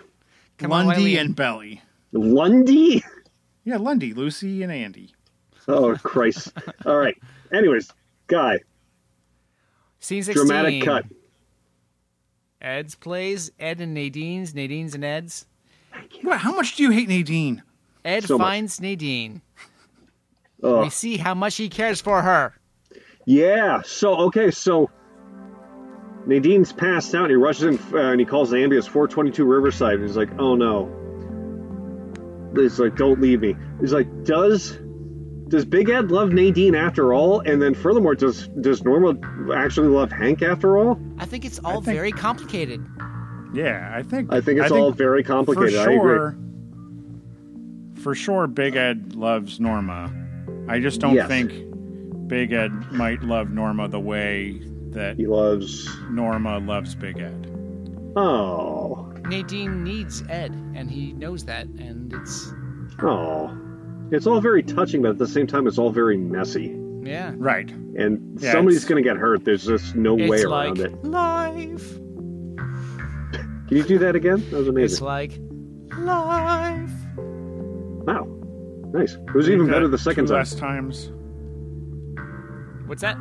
[SPEAKER 3] Come on,
[SPEAKER 1] Lundy,
[SPEAKER 3] Wyleen.
[SPEAKER 1] and Belly.
[SPEAKER 2] Lundy?
[SPEAKER 1] Yeah, Lundy, Lucy, and Andy.
[SPEAKER 2] Oh, Christ. All right. Anyways, Guy,
[SPEAKER 3] Scene sixteen.
[SPEAKER 2] dramatic cut.
[SPEAKER 3] Ed's plays Ed and Nadine's. Nadine's and Ed's.
[SPEAKER 1] What, how much do you hate Nadine?
[SPEAKER 3] Ed
[SPEAKER 2] So much.
[SPEAKER 3] finds Nadine.
[SPEAKER 2] Ugh.
[SPEAKER 3] We see how much he cares for her.
[SPEAKER 2] Yeah. So, okay. So Nadine's passed out and he rushes in uh, and he calls the ambulance 422 Riverside. And he's like, oh no. He's like, don't leave me. He's like, does. Does Big Ed love Nadine after all? And then, furthermore, does does Norma actually love Hank after all?
[SPEAKER 3] I think it's all
[SPEAKER 1] think-
[SPEAKER 3] very complicated.
[SPEAKER 1] Yeah, I think
[SPEAKER 2] I think it's all very complicated.
[SPEAKER 1] For
[SPEAKER 2] I agree.
[SPEAKER 1] sure, for sure, Big Ed loves Norma. I just don't
[SPEAKER 2] Yes.
[SPEAKER 1] think Big Ed might love Norma the way that
[SPEAKER 2] He loves.
[SPEAKER 1] Norma loves Big Ed.
[SPEAKER 2] Oh,
[SPEAKER 3] Nadine needs Ed, and he knows that, and it's
[SPEAKER 2] oh. It's all very touching, but at the same time, it's all very messy.
[SPEAKER 3] yeah.
[SPEAKER 1] Right.
[SPEAKER 2] And
[SPEAKER 1] Yeah,
[SPEAKER 2] somebody's
[SPEAKER 1] it's-
[SPEAKER 2] going to get hurt. There's just no way
[SPEAKER 3] it's
[SPEAKER 2] around
[SPEAKER 3] like
[SPEAKER 2] it.
[SPEAKER 3] life.
[SPEAKER 2] Can you do that again? That was
[SPEAKER 3] It's
[SPEAKER 2] amazing.
[SPEAKER 3] like life.
[SPEAKER 2] Wow. Nice. It was even
[SPEAKER 1] That
[SPEAKER 2] better the second
[SPEAKER 1] two
[SPEAKER 2] time.
[SPEAKER 1] less times.
[SPEAKER 3] What's that?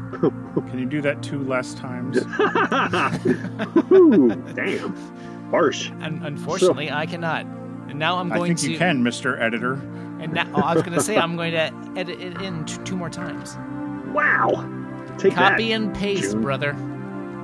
[SPEAKER 1] Can you do that two less times?
[SPEAKER 2] Ooh, damn. Harsh.
[SPEAKER 3] Un- unfortunately, I cannot. And now I'm
[SPEAKER 1] I
[SPEAKER 3] going
[SPEAKER 1] think
[SPEAKER 3] to.
[SPEAKER 1] you can, Mister Editor.
[SPEAKER 3] And now, oh, I was going to say I'm going to edit it in t- two more times.
[SPEAKER 2] Wow. Take
[SPEAKER 3] Copy
[SPEAKER 2] that.
[SPEAKER 3] and paste,
[SPEAKER 2] June.
[SPEAKER 3] brother.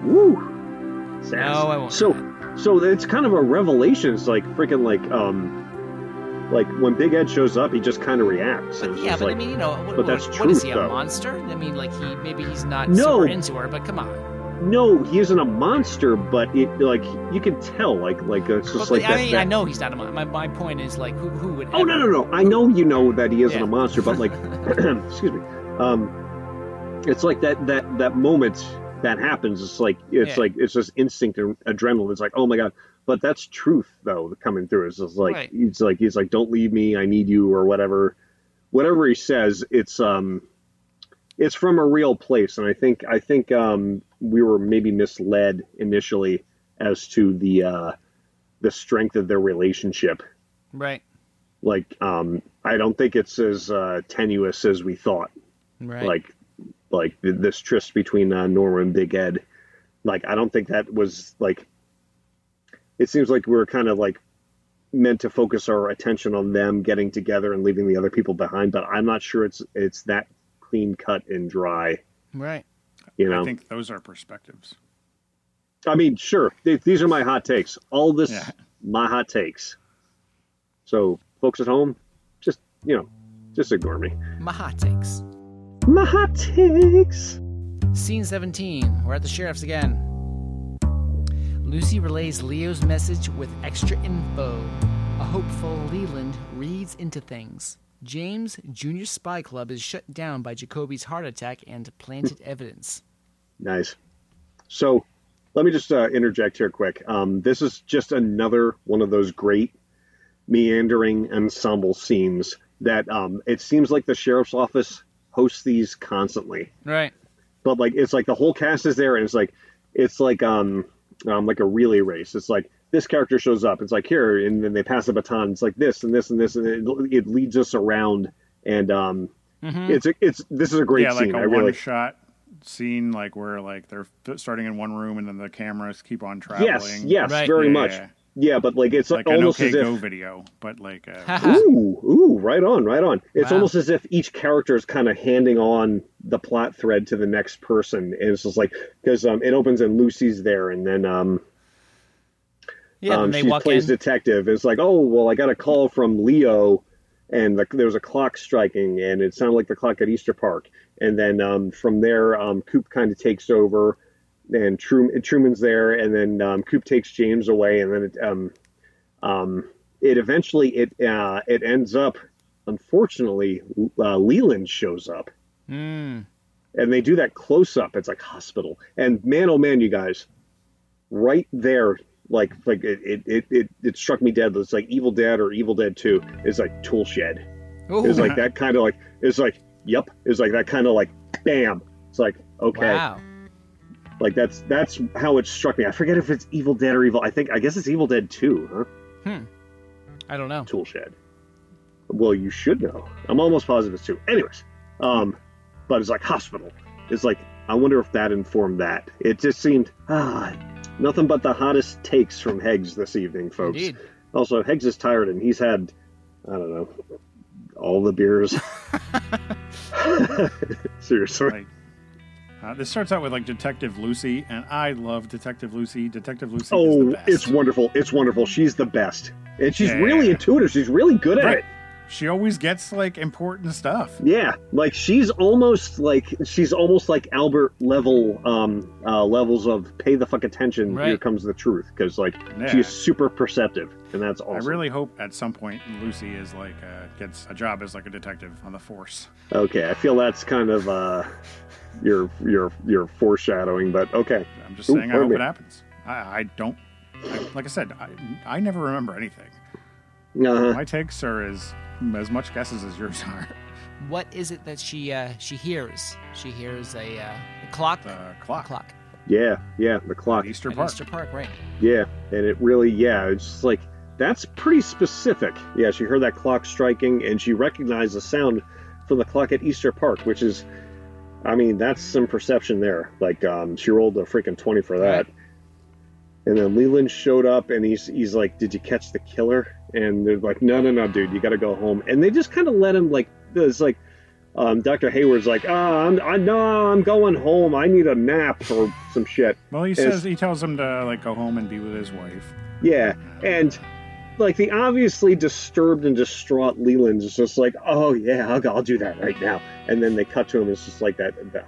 [SPEAKER 2] Woo. Sass.
[SPEAKER 3] No, I won't do
[SPEAKER 2] So, so it's kind of a revelation. It's like freaking like um, like when Big Ed shows up, he just kind of reacts. And
[SPEAKER 3] But
[SPEAKER 2] it's
[SPEAKER 3] yeah,
[SPEAKER 2] just
[SPEAKER 3] but I
[SPEAKER 2] like,
[SPEAKER 3] mean, you know, what,
[SPEAKER 2] but that's
[SPEAKER 3] what- what is
[SPEAKER 2] truth,
[SPEAKER 3] he
[SPEAKER 2] though.
[SPEAKER 3] a monster? I mean, like he maybe he's not
[SPEAKER 2] No.
[SPEAKER 3] super into her, but come on.
[SPEAKER 2] No, he isn't a monster, but it like you can tell, like like it's just
[SPEAKER 3] But,
[SPEAKER 2] like
[SPEAKER 3] I
[SPEAKER 2] that,
[SPEAKER 3] mean,
[SPEAKER 2] that-
[SPEAKER 3] I know he's not a monster. My, my point is like, who who would?
[SPEAKER 2] Oh no
[SPEAKER 3] ever-
[SPEAKER 2] no no! I know you know that he isn't
[SPEAKER 3] Yeah.
[SPEAKER 2] a monster, but like, excuse me, um, it's like that that that moment that happens. It's like it's
[SPEAKER 3] Yeah.
[SPEAKER 2] like it's just instinct and adrenaline. It's like oh my god! But that's truth though coming through. It's just like
[SPEAKER 3] Right.
[SPEAKER 2] it's like he's like don't leave me, I need you or whatever, whatever he says. It's um, it's from a real place, and I think I think um we were maybe misled initially as to the uh the strength of their relationship
[SPEAKER 3] Right.
[SPEAKER 2] like um i don't think it's as uh tenuous as we thought
[SPEAKER 3] Right.
[SPEAKER 2] like like th- this tryst between uh, norma and big ed like i don't think that was like it seems like we were kind of like meant to focus our attention on them getting together and leaving the other people behind but i'm not sure it's it's that clean cut and dry
[SPEAKER 3] right.
[SPEAKER 2] you know
[SPEAKER 1] I
[SPEAKER 2] i,
[SPEAKER 1] think those are perspectives.
[SPEAKER 2] mean sure th- these are my hot takes all this
[SPEAKER 1] Yeah.
[SPEAKER 2] my hot takes so folks at home just you know just ignore me
[SPEAKER 3] My hot takes.
[SPEAKER 2] My hot takes.
[SPEAKER 3] Scene 17. We're at the sheriff's again. Lucy relays Leo's message with extra info. A hopeful Leland reads into things. James Junior Spy Club is shut down by Jacoby's heart attack and planted evidence.
[SPEAKER 2] Nice. So, let me just uh, interject here quick. Um, this is just another one of those great meandering ensemble scenes that um, it seems like the sheriff's office hosts these constantly.
[SPEAKER 3] Right.
[SPEAKER 2] but like it's like the whole cast is there and it's like it's like um um like a relay race it's like this character shows up. It's like here, and then they pass the baton. It's like this and this and this, and it, it leads us around. And um, it's a, it's this is a great
[SPEAKER 1] Mm-hmm. yeah, like
[SPEAKER 2] scene.
[SPEAKER 1] a
[SPEAKER 2] I
[SPEAKER 1] one
[SPEAKER 2] really
[SPEAKER 1] shot scene, like where like they're f- starting in one room and then the cameras keep on traveling.
[SPEAKER 2] yes, yes,
[SPEAKER 3] Right.
[SPEAKER 2] very
[SPEAKER 1] Yeah,
[SPEAKER 2] much.
[SPEAKER 1] yeah.
[SPEAKER 2] Yeah, but like it's
[SPEAKER 1] like an
[SPEAKER 2] almost
[SPEAKER 1] OK
[SPEAKER 2] as if
[SPEAKER 1] Go video, but like uh,
[SPEAKER 2] Ooh, ooh, right on, right on. It's
[SPEAKER 3] Wow.
[SPEAKER 2] almost as if each character is kind of handing on the plot thread to the next person. And it's just like because um, it opens and Lucy's there, and then um,
[SPEAKER 3] Yeah,
[SPEAKER 2] um,
[SPEAKER 3] and they
[SPEAKER 2] she
[SPEAKER 3] walk
[SPEAKER 2] plays
[SPEAKER 3] in.
[SPEAKER 2] detective. It's like, oh well, I got a call from Leo, and the, there was a clock striking, and it sounded like the clock at Easter Park. And then um, from there, um, Coop kind of takes over, and Truman, Truman's there, and then um, Coop takes James away, and then it, um, um, it eventually it uh, it ends up, unfortunately, uh, Leland shows up
[SPEAKER 3] Mm.
[SPEAKER 2] and they do that close up. It's like hospital, and man, oh man, you guys, right there, like like it it it, it, it struck me dead. It's like Evil Dead or Evil Dead Two is like tool shed.
[SPEAKER 3] Ooh,
[SPEAKER 2] It's like that kind of like it's like yep. It's like that kind of like bam. It's like okay,
[SPEAKER 3] wow.
[SPEAKER 2] like that's that's how it struck me. I forget if it's Evil Dead or Evil. I think I guess it's Evil Dead Two, huh?
[SPEAKER 3] I don't know.
[SPEAKER 2] Tool shed. Well, you should know. I'm almost positive it's two. Anyways, um, but it's like hospital. It's like I wonder if that informed that. It just seemed ah, nothing but the hottest takes from Heggs this evening, folks.
[SPEAKER 3] Indeed.
[SPEAKER 2] Also, Heggs is tired and he's had I don't know all the beers. Seriously.
[SPEAKER 1] like. Uh, this starts out with like Detective Lucy, and I love Detective Lucy. Detective Lucy is the
[SPEAKER 2] Oh,
[SPEAKER 1] best.
[SPEAKER 2] it's wonderful. It's wonderful. She's the best. And she's
[SPEAKER 1] Yeah.
[SPEAKER 2] really intuitive. She's really good at
[SPEAKER 1] Right.
[SPEAKER 2] it.
[SPEAKER 1] She always gets like important stuff.
[SPEAKER 2] Yeah, like she's almost like she's almost like Albert level um uh, levels of pay the fuck attention.
[SPEAKER 3] Right.
[SPEAKER 2] Here comes the truth because like
[SPEAKER 1] Yeah.
[SPEAKER 2] she's super perceptive and that's awesome.
[SPEAKER 1] I really hope at some point Lucy is like uh, gets a job as like a detective on the force.
[SPEAKER 2] Okay, I feel that's kind of uh your your your foreshadowing, but okay.
[SPEAKER 1] I'm just
[SPEAKER 2] Ooh,
[SPEAKER 1] saying I
[SPEAKER 2] wait a
[SPEAKER 1] hope it
[SPEAKER 2] minute.
[SPEAKER 1] happens. I, I don't. I, like I said, I, I never remember anything.
[SPEAKER 2] Uh,
[SPEAKER 1] My takes are as as much guesses as yours are.
[SPEAKER 3] What is it that she uh, she hears? She hears a, uh, a clock.
[SPEAKER 1] The
[SPEAKER 3] A
[SPEAKER 1] clock,
[SPEAKER 3] clock.
[SPEAKER 2] yeah, yeah, the clock.
[SPEAKER 1] at Easter
[SPEAKER 3] at
[SPEAKER 1] Park.
[SPEAKER 3] Easter Park, right?
[SPEAKER 2] Yeah, and it really yeah, it's just like that's pretty specific. Yeah, she heard that clock striking and she recognized the sound from the clock at Easter Park, which is I mean, that's some perception there. Like um she rolled a freaking 20 for that. And then Leland showed up and he's he's like, "Did you catch the killer?" And they're like, "No, no, no, dude, you got to go home." And they just kind of let him like it's like um, Dr. Hayward's like, "Ah, I'm I no, I'm going home. I need a nap or some shit."
[SPEAKER 1] Well, he
[SPEAKER 2] It's-
[SPEAKER 1] says he tells him to like go home and be with his wife.
[SPEAKER 2] Yeah, and like the obviously disturbed and distraught Leland is just like, "Oh yeah, I'll, I'll do that right now." And then they cut to him. It's just like that. that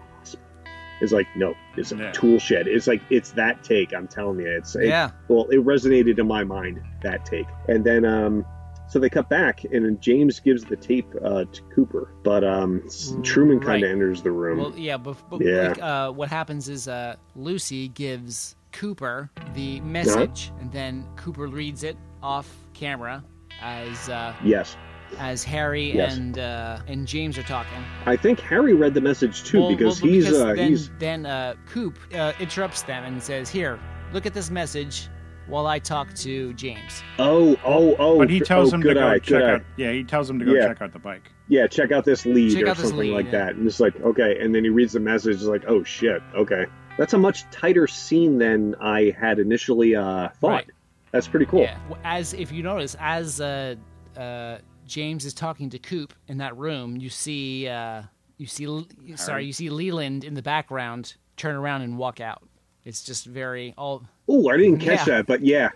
[SPEAKER 2] it's like no, it's a
[SPEAKER 1] Yeah.
[SPEAKER 2] tool shed. It's like it's that take. I'm telling you, it's it,
[SPEAKER 3] Yeah.
[SPEAKER 2] Well, it resonated in my mind that take. And then um, so they cut back, and then James gives the tape uh, to Cooper, but um, s- Truman kind
[SPEAKER 3] Mm, Right.
[SPEAKER 2] of enters the room.
[SPEAKER 3] Well, yeah, but, but
[SPEAKER 2] Yeah.
[SPEAKER 3] Like, uh, what happens is uh, Lucy gives Cooper the message,
[SPEAKER 2] Uh-huh.
[SPEAKER 3] and then Cooper reads it off camera as uh,
[SPEAKER 2] yes,
[SPEAKER 3] as Harry
[SPEAKER 2] Yes.
[SPEAKER 3] and uh, and James are talking.
[SPEAKER 2] I think Harry read the message too
[SPEAKER 3] Well,
[SPEAKER 2] because
[SPEAKER 3] well,
[SPEAKER 2] he's
[SPEAKER 3] because
[SPEAKER 2] uh,
[SPEAKER 3] then,
[SPEAKER 2] he's
[SPEAKER 3] then uh, Coop uh, interrupts them and says, "Here, look at this message." While I talk to James,
[SPEAKER 2] oh oh oh.
[SPEAKER 1] But he tells
[SPEAKER 2] oh,
[SPEAKER 1] him to
[SPEAKER 2] good
[SPEAKER 1] go
[SPEAKER 2] eye,
[SPEAKER 1] check
[SPEAKER 2] good eye.
[SPEAKER 1] out. Yeah, he tells him to go
[SPEAKER 2] Yeah.
[SPEAKER 1] check out the bike.
[SPEAKER 2] yeah, check out this lead
[SPEAKER 3] Check
[SPEAKER 2] or
[SPEAKER 3] out this
[SPEAKER 2] something
[SPEAKER 3] lead,
[SPEAKER 2] like
[SPEAKER 3] yeah.
[SPEAKER 2] that. And it's like, okay. And then he reads the message. It's like, oh shit, okay. That's a much tighter scene than I had initially uh, thought.
[SPEAKER 3] Right.
[SPEAKER 2] That's pretty cool.
[SPEAKER 3] yeah, w- as if you notice, as uh, uh, James is talking to Coop in that room, you see, uh, you see, L- sorry, you see Leland in the background turn around and walk out. It's just very all
[SPEAKER 2] Oh, I didn't catch
[SPEAKER 3] Yeah.
[SPEAKER 2] that, but yeah,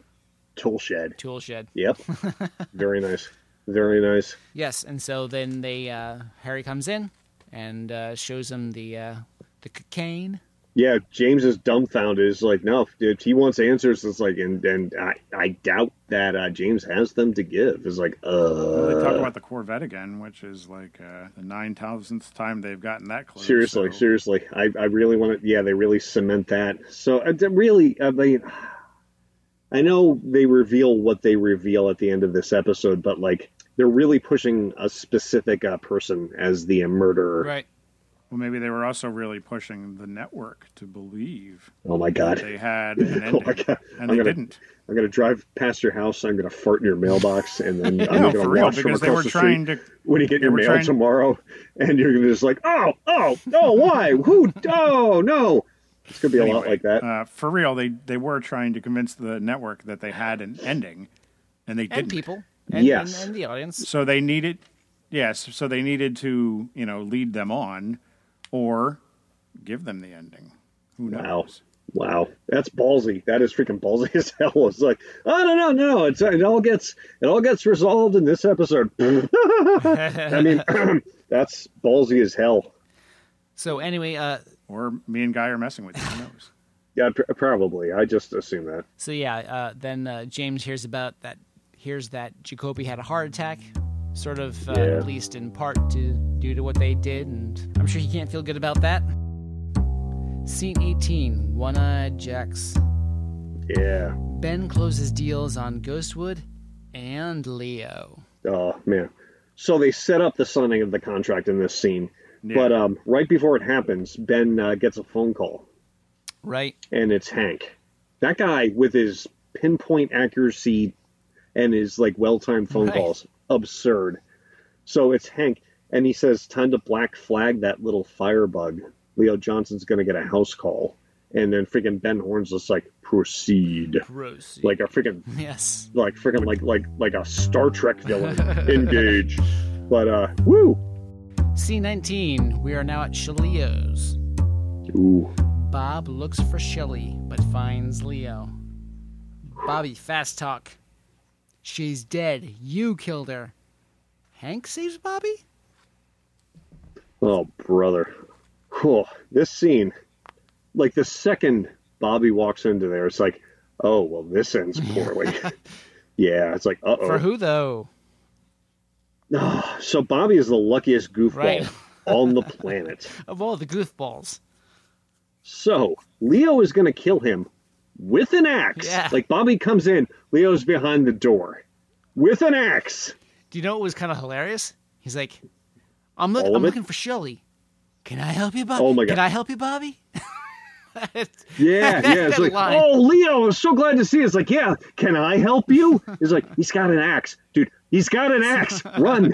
[SPEAKER 2] tool shed.
[SPEAKER 3] tool shed.
[SPEAKER 2] Yep. Very nice. Very nice.
[SPEAKER 3] Yes, and so then they uh, Harry comes in and uh, shows him the uh, the cocaine.
[SPEAKER 2] Yeah, James is dumbfounded. It's like, no, if he wants answers, it's like, and and I, I doubt that uh, James has them to give. It's like,
[SPEAKER 1] Well, they talk
[SPEAKER 2] uh,
[SPEAKER 1] about the Corvette again, which is like uh, the nine thousandth time they've gotten that close.
[SPEAKER 2] Seriously,
[SPEAKER 1] so-
[SPEAKER 2] seriously, I, I really want to. Yeah, they really cement that. So I d- really, I mean, I know they reveal what they reveal at the end of this episode, but like they're really pushing a specific uh, person as the murderer,
[SPEAKER 3] Right.
[SPEAKER 1] Well, maybe they were also really pushing the network to believe
[SPEAKER 2] Oh my god.
[SPEAKER 1] they had an
[SPEAKER 2] Oh
[SPEAKER 1] ending,
[SPEAKER 2] my god.
[SPEAKER 1] and
[SPEAKER 2] I'm
[SPEAKER 1] they
[SPEAKER 2] gonna-
[SPEAKER 1] didn't.
[SPEAKER 2] I'm gonna drive past your house. I'm gonna fart in your mailbox, and then I'm
[SPEAKER 1] No,
[SPEAKER 2] gonna
[SPEAKER 1] for real,
[SPEAKER 2] watch from
[SPEAKER 1] because they were
[SPEAKER 2] across the
[SPEAKER 1] trying
[SPEAKER 2] street
[SPEAKER 1] to.
[SPEAKER 2] when you get
[SPEAKER 1] they
[SPEAKER 2] your
[SPEAKER 1] were
[SPEAKER 2] mail
[SPEAKER 1] trying-
[SPEAKER 2] tomorrow, and you're gonna just like, oh, oh, oh, why? Who? Oh no! It's gonna be a lot
[SPEAKER 1] Anyway,
[SPEAKER 2] like that.
[SPEAKER 1] Uh, for real, they they were trying to convince the network that they had an ending, and they
[SPEAKER 3] and
[SPEAKER 1] didn't.
[SPEAKER 3] people and,
[SPEAKER 2] Yes.
[SPEAKER 3] and, and the audience.
[SPEAKER 1] So they needed, yes. So they needed to, you know, lead them on, or give them the ending. Who knows?
[SPEAKER 2] Wow. Wow, that's ballsy. That is freaking ballsy as hell. It's like, oh no, no, no. It's it all gets it all gets resolved in this episode. I mean, that's ballsy as hell.
[SPEAKER 3] So anyway, uh,
[SPEAKER 1] Or me and Guy are messing with you. Who knows?
[SPEAKER 2] Yeah, pr- probably. I just assume that.
[SPEAKER 3] so yeah, uh, then uh, James hears about that. Hears that Jacoby had a heart attack, sort of uh,
[SPEAKER 2] Yeah.
[SPEAKER 3] at least in part to due to what they did, and I'm sure he can't feel good about that. Scene 18, One-Eyed Jacks.
[SPEAKER 2] Yeah.
[SPEAKER 3] Ben closes deals on Ghostwood and Leo.
[SPEAKER 2] Oh man. So they set up the signing of the contract in this scene,
[SPEAKER 1] Yeah.
[SPEAKER 2] but um, right before it happens, Ben uh, gets a phone call,
[SPEAKER 3] Right.
[SPEAKER 2] and it's Hank. That guy with his pinpoint accuracy and his like well-timed phone
[SPEAKER 3] Right.
[SPEAKER 2] calls, absurd. So it's Hank, and he says, "Time to black flag that little firebug." Leo Johnson's gonna get a house call, and then freaking Ben Horn's just like, "Proceed,"
[SPEAKER 3] Gross.
[SPEAKER 2] like a freaking
[SPEAKER 3] yes.
[SPEAKER 2] like freaking like like like a Star Trek villain. Engage. But uh woo.
[SPEAKER 3] Scene 19, we are now at Shaleo's.
[SPEAKER 2] Ooh.
[SPEAKER 3] Bob looks for Shelly, but finds Leo. Bobby, fast talk. She's dead. You killed her. Hank saves Bobby?
[SPEAKER 2] Oh brother. Whew. This scene, like the second Bobby walks into there, it's like, oh well this ends poorly. yeah, it's like uh
[SPEAKER 3] For
[SPEAKER 2] oh.
[SPEAKER 3] who, though?
[SPEAKER 2] So Bobby is the luckiest goofball
[SPEAKER 3] Right.
[SPEAKER 2] on the planet.
[SPEAKER 3] Of all the goofballs.
[SPEAKER 2] So Leo is gonna kill him with an axe.
[SPEAKER 3] Yeah.
[SPEAKER 2] Like Bobby comes in, Leo's behind the door. With an axe.
[SPEAKER 3] Do you know what was kind of hilarious? He's like, I'm, look-
[SPEAKER 2] All of
[SPEAKER 3] I'm
[SPEAKER 2] it?
[SPEAKER 3] looking for Shelly. Can I help you, Bobby?
[SPEAKER 2] Oh my God.
[SPEAKER 3] Can I help you, Bobby?
[SPEAKER 2] Yeah, yeah. It's
[SPEAKER 3] That
[SPEAKER 2] like,
[SPEAKER 3] line.
[SPEAKER 2] oh, Leo, I'm so glad to see. You. It's like, yeah, can I help you? It's like, he's got an axe, dude. He's got an axe. Run!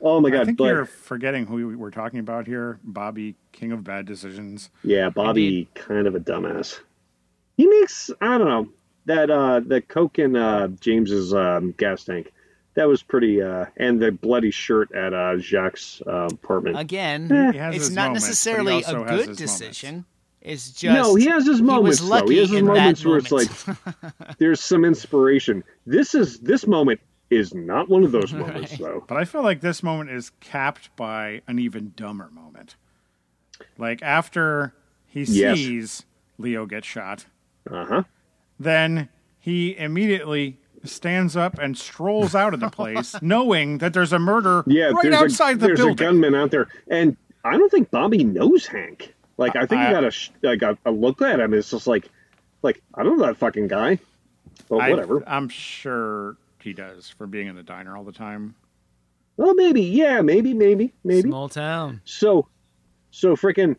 [SPEAKER 2] Oh my
[SPEAKER 1] I
[SPEAKER 2] god,
[SPEAKER 1] think
[SPEAKER 2] but
[SPEAKER 1] you're forgetting who we we're talking about here. Bobby, king of bad decisions.
[SPEAKER 2] yeah, Bobby,
[SPEAKER 3] Indeed.
[SPEAKER 2] kind of a dumbass. He makes, I don't know, that uh, the Coke in uh, James's um, gas tank. That was pretty, uh, and the bloody shirt at uh, Jacques' uh, apartment.
[SPEAKER 3] Again,
[SPEAKER 1] He has
[SPEAKER 3] it's
[SPEAKER 1] his
[SPEAKER 3] not
[SPEAKER 1] moments, but he
[SPEAKER 3] necessarily a
[SPEAKER 1] also has
[SPEAKER 3] good
[SPEAKER 1] his
[SPEAKER 3] decision.
[SPEAKER 1] moments.
[SPEAKER 3] It's just
[SPEAKER 2] no, he has his moments.
[SPEAKER 3] was lucky
[SPEAKER 2] though. He has his
[SPEAKER 3] in that
[SPEAKER 2] moments where
[SPEAKER 3] moment.
[SPEAKER 2] it's like there's some inspiration. This is this moment is not one of those moments though.
[SPEAKER 1] But I feel like this moment is capped by an even dumber moment. Like after he
[SPEAKER 2] Yes.
[SPEAKER 1] sees Leo get shot,
[SPEAKER 2] Uh huh.
[SPEAKER 1] then he immediately stands up and strolls out of the place, knowing that there's a murder
[SPEAKER 2] Yeah,
[SPEAKER 1] right
[SPEAKER 2] there's
[SPEAKER 1] outside
[SPEAKER 2] a,
[SPEAKER 1] the
[SPEAKER 2] there's
[SPEAKER 1] building.
[SPEAKER 2] a gunman out there, and I don't think Bobby knows Hank. Like I think
[SPEAKER 1] I-
[SPEAKER 2] he got a sh- like a, a look at him. It's just like, like I don't know that fucking guy. But
[SPEAKER 1] I,
[SPEAKER 2] whatever.
[SPEAKER 1] I'm sure he does for being in the diner all the time.
[SPEAKER 2] well, maybe. Yeah, maybe, maybe, maybe.
[SPEAKER 3] small town.
[SPEAKER 2] So, so freaking.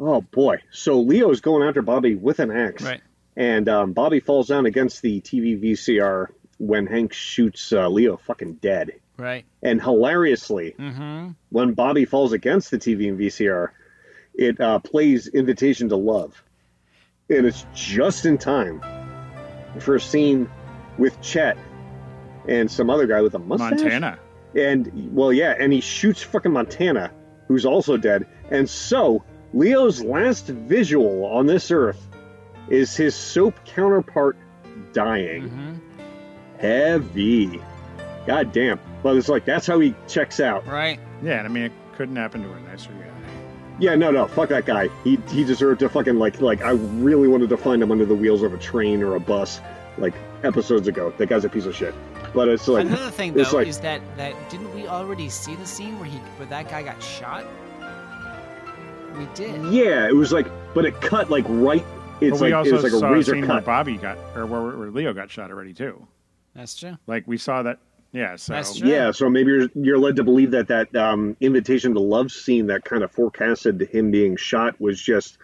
[SPEAKER 2] Oh boy! So Leo's going after Bobby with an axe.
[SPEAKER 3] Right.
[SPEAKER 2] and um, Bobby falls down against the TV VCR when Hank shoots uh, Leo fucking dead.
[SPEAKER 3] Right.
[SPEAKER 2] And hilariously,
[SPEAKER 3] Mm-hmm.
[SPEAKER 2] when Bobby falls against the TV and VCR, it uh, plays Invitation to Love. And it's just in time for a scene with Chet and some other guy with a mustache.
[SPEAKER 1] Montana.
[SPEAKER 2] And, well, yeah, and he shoots fucking Montana, who's also dead. And so, Leo's last visual on this earth is his soap counterpart dying.
[SPEAKER 3] Mm-hmm.
[SPEAKER 2] Heavy. God damn. But it's like, that's how he checks out.
[SPEAKER 3] Right.
[SPEAKER 1] Yeah, and I mean, it couldn't happen to a nicer guy.
[SPEAKER 2] Yeah, no, no, fuck that guy. He, he deserved to fucking, like, like, I really wanted to find him under the wheels of a train or a bus, like, episodes ago. That guy's a piece of shit. But it's like,
[SPEAKER 3] Another thing though
[SPEAKER 2] it's like-
[SPEAKER 3] is that that didn't we already see the scene where he where that guy got shot? We did.
[SPEAKER 2] yeah, it was like, but it cut, like, right. It's
[SPEAKER 1] but we
[SPEAKER 2] like,
[SPEAKER 1] also
[SPEAKER 2] it was like
[SPEAKER 1] saw
[SPEAKER 2] a razor
[SPEAKER 1] a scene
[SPEAKER 2] cut.
[SPEAKER 1] where Bobby got, or where, where Leo got shot already, too.
[SPEAKER 3] That's true.
[SPEAKER 1] Like we saw that Yeah, so
[SPEAKER 3] That's true.
[SPEAKER 2] Yeah, so maybe you're you're led to believe that that um, invitation to love scene that kind of forecasted him being shot was just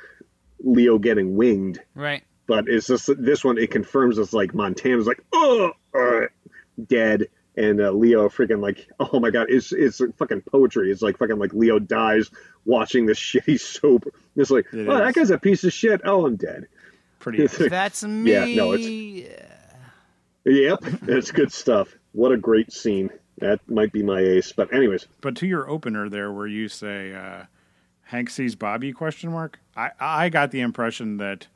[SPEAKER 2] Leo getting winged,
[SPEAKER 3] Right.
[SPEAKER 2] but it's just this one it confirms it's like Montana's like oh uh, dead and uh, Leo freaking like oh my god it's it's fucking poetry it's like fucking like Leo dies watching this shitty soap it's like
[SPEAKER 1] It
[SPEAKER 2] oh that
[SPEAKER 1] is.
[SPEAKER 2] guy's a piece of shit oh I'm dead
[SPEAKER 1] pretty.
[SPEAKER 3] That's me.
[SPEAKER 2] no, yep it's good stuff what a great scene that might be my ace but anyways
[SPEAKER 1] but to your opener there, where you say uh, Hank sees Bobby question mark, I I got the impression that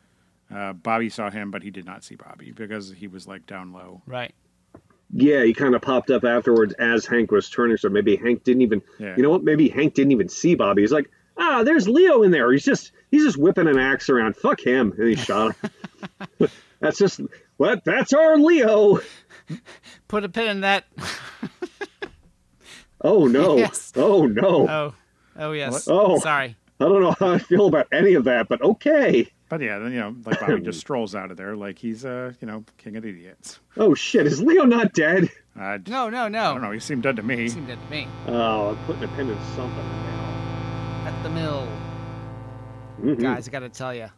[SPEAKER 1] uh, Bobby saw him, but he did not see Bobby because he was like down low.
[SPEAKER 3] Right.
[SPEAKER 2] Yeah, he kind of popped up afterwards as Hank was turning. So maybe Hank didn't even,
[SPEAKER 1] Yeah.
[SPEAKER 2] you know what? Maybe Hank didn't even see Bobby. He's like, ah, there's Leo in there. He's just, he's just whipping an axe around. Fuck him, and he shot him. that's just what. That's our Leo.
[SPEAKER 3] Put a pin in that.
[SPEAKER 2] Oh no.
[SPEAKER 3] Yes.
[SPEAKER 2] Oh no.
[SPEAKER 3] Oh. Oh yes.
[SPEAKER 2] What? Oh.
[SPEAKER 3] Sorry.
[SPEAKER 2] I don't know how I feel about any of that, but okay.
[SPEAKER 1] But yeah, then you know, like Bobby just strolls out of there like he's uh, you know king of the idiots.
[SPEAKER 2] Oh shit, is Leo not dead?
[SPEAKER 1] I, d-
[SPEAKER 3] No, no,
[SPEAKER 1] I don't
[SPEAKER 3] no.
[SPEAKER 1] know. He seemed dead to me.
[SPEAKER 3] It seemed dead to me.
[SPEAKER 2] Oh, I'm putting a pin in something now.
[SPEAKER 3] At the mill.
[SPEAKER 2] Mhm.
[SPEAKER 3] Guys, I gotta tell you,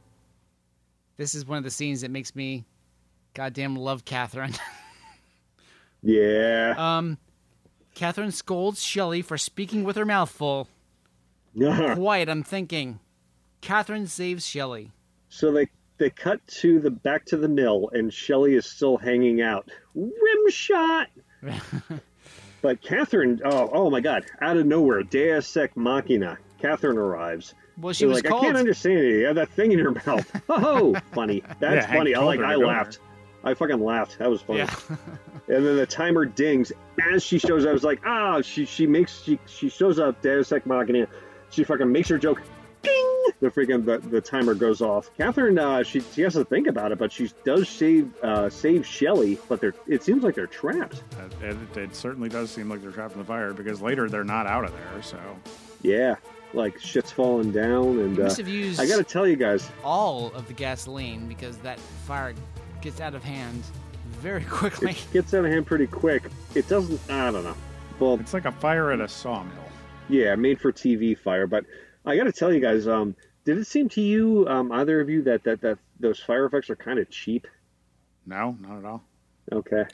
[SPEAKER 3] this is one of the scenes that makes me goddamn love Catherine.
[SPEAKER 2] Yeah.
[SPEAKER 3] um, Catherine scolds Shelley for speaking with her mouth full. Quiet, I'm thinking. Catherine saves Shelley.
[SPEAKER 2] So they they cut to the back to the mill, and Shelley is still hanging out. Rim shot. but Catherine, oh oh my God, out of nowhere, Deus Ex Machina. Catherine arrives.
[SPEAKER 3] Well, she
[SPEAKER 2] They're
[SPEAKER 3] was
[SPEAKER 2] like,
[SPEAKER 3] called.
[SPEAKER 2] I can't understand it. You have that thing in your mouth. Oh, funny.
[SPEAKER 1] Yeah,
[SPEAKER 2] That's
[SPEAKER 1] Hank
[SPEAKER 2] funny. I
[SPEAKER 1] told
[SPEAKER 2] like.
[SPEAKER 1] her to
[SPEAKER 2] I
[SPEAKER 1] go there.
[SPEAKER 2] laughed. I fucking laughed. That was funny.
[SPEAKER 3] yeah.
[SPEAKER 2] And then the timer dings as she shows. up. I was like, ah, she she makes she she shows up. Deus Ex Machina. She fucking makes her joke. Ding! The freaking the, the timer goes off. Catherine, uh, she she has to think about it, but she does save uh, save Shelly. But they're it seems like they're trapped.
[SPEAKER 1] Uh, it, it certainly does seem like they're trapped in the fire because later they're not out of there. So
[SPEAKER 2] Yeah, like shit's falling down, and
[SPEAKER 3] You
[SPEAKER 2] uh,
[SPEAKER 3] must have used
[SPEAKER 2] I gotta tell you guys,
[SPEAKER 3] all of the gasoline because that fire gets out of hand very quickly.
[SPEAKER 2] it gets out of hand pretty quick. It doesn't. I don't know. Well,
[SPEAKER 1] it's like a fire at a sawmill.
[SPEAKER 2] Yeah, made for TV fire. But I got to tell you guys, um, did it seem to you, um, either of you, that that, that those fire effects are kind of cheap?
[SPEAKER 1] No, not at all.
[SPEAKER 2] Okay,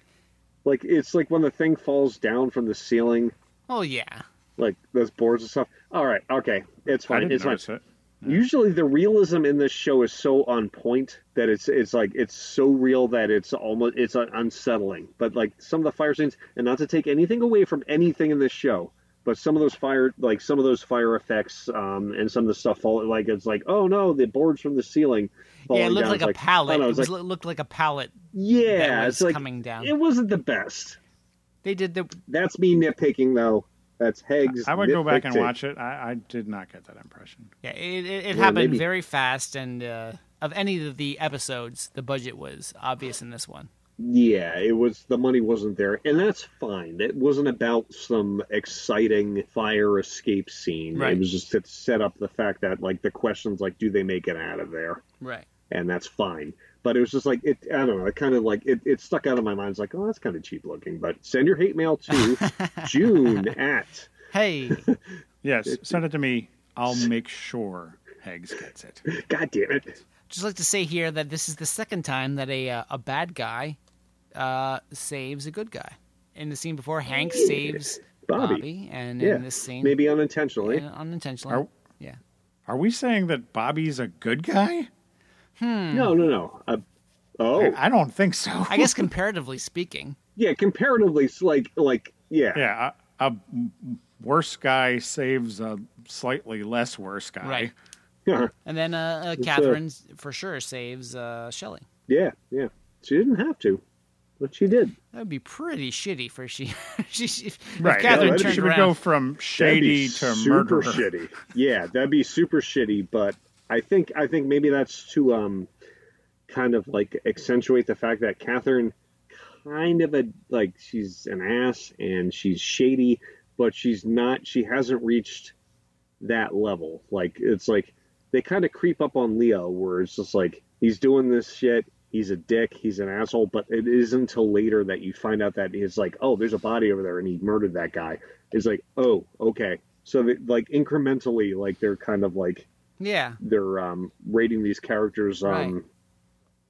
[SPEAKER 2] like it's like when the thing falls down from the ceiling,
[SPEAKER 3] Oh yeah.
[SPEAKER 2] like those boards and stuff. All right, okay, it's
[SPEAKER 1] I
[SPEAKER 2] fine.
[SPEAKER 1] didn't
[SPEAKER 2] It's fine.
[SPEAKER 1] notice it.
[SPEAKER 2] Usually, the realism in this show is so on point that it's it's like it's so real that it's almost it's un- unsettling. But like some of the fire scenes, and not to take anything away from anything in this show, but some of those fire like some of those fire effects um, and some of the stuff fall like it's like oh no, the boards from the ceiling falling
[SPEAKER 3] Yeah, it looked
[SPEAKER 2] down.
[SPEAKER 3] like
[SPEAKER 2] It's
[SPEAKER 3] a
[SPEAKER 2] like, I
[SPEAKER 3] pallet.
[SPEAKER 2] don't know,
[SPEAKER 3] it
[SPEAKER 2] it's
[SPEAKER 3] was,
[SPEAKER 2] like,
[SPEAKER 3] it looked like a pallet
[SPEAKER 2] yeah,
[SPEAKER 3] that was
[SPEAKER 2] it's like
[SPEAKER 3] coming down.
[SPEAKER 2] it wasn't the best.
[SPEAKER 3] They did the
[SPEAKER 2] That's me nitpicking though. That's Heggs.
[SPEAKER 1] I would go back and
[SPEAKER 2] nitpicking.
[SPEAKER 1] watch it. I, I did not get that impression.
[SPEAKER 3] yeah. It, it, it
[SPEAKER 2] Yeah,
[SPEAKER 3] happened
[SPEAKER 2] maybe.
[SPEAKER 3] very fast, and uh, of any of the episodes, the budget was obvious in this one.
[SPEAKER 2] Yeah, it was the money wasn't there, and that's fine. It wasn't about some exciting fire escape scene.
[SPEAKER 3] Right.
[SPEAKER 2] It was just to set up the fact that like the questions like do they make it out of there?
[SPEAKER 3] Right.
[SPEAKER 2] And that's fine. But it was just like it I don't know, it kinda like it, it stuck out of my mind. It's like, oh that's kinda cheap looking. But send your hate mail to June at
[SPEAKER 3] Hey,
[SPEAKER 1] Yes, send it to me. I'll make sure Heggs gets it.
[SPEAKER 2] God damn it.
[SPEAKER 3] just like to say here that this is the second time that a uh, a bad guy uh, saves a good guy. In the scene before, Hank saves
[SPEAKER 2] Bobby.
[SPEAKER 3] Bobby, and
[SPEAKER 2] Yeah.
[SPEAKER 3] in this scene,
[SPEAKER 2] Maybe unintentionally.
[SPEAKER 3] uh, unintentionally.
[SPEAKER 1] Are,
[SPEAKER 3] yeah.
[SPEAKER 1] are we saying that Bobby's a good guy?
[SPEAKER 2] No, no, no. Uh, oh.
[SPEAKER 1] I don't think so.
[SPEAKER 3] I guess comparatively speaking,
[SPEAKER 2] Yeah, comparatively it's like like yeah.
[SPEAKER 1] Yeah, a, a worse guy saves a slightly less worse guy.
[SPEAKER 3] right?
[SPEAKER 2] Yeah.
[SPEAKER 3] And then uh, uh,
[SPEAKER 2] uh,
[SPEAKER 3] Catherine for sure saves uh, Shelley.
[SPEAKER 2] Yeah, yeah. She didn't have to, but she did.
[SPEAKER 3] That would be pretty shitty for she. she, she if
[SPEAKER 1] Right.
[SPEAKER 3] Catherine
[SPEAKER 2] Yeah,
[SPEAKER 3] turned
[SPEAKER 1] she would
[SPEAKER 3] around.
[SPEAKER 1] go from
[SPEAKER 2] That'd
[SPEAKER 1] shady
[SPEAKER 2] be
[SPEAKER 1] to
[SPEAKER 2] super
[SPEAKER 1] murderer.
[SPEAKER 2] shitty. Yeah, that'd be super shitty. But I think I think maybe that's to um, kind of like accentuate the fact that Catherine kind of a like she's an ass and she's shady, but she's not. She hasn't reached that level. Like it's like they kind of creep up on Leo, where it's just like he's doing this shit. he's a dick, he's an asshole. But it isn't until later that you find out that he's like, oh, there's a body over there, and he murdered that guy. It's like, oh, okay. So they, like incrementally, like they're kind of like
[SPEAKER 3] Yeah.
[SPEAKER 2] they're um, rating these characters. Um,
[SPEAKER 3] Right.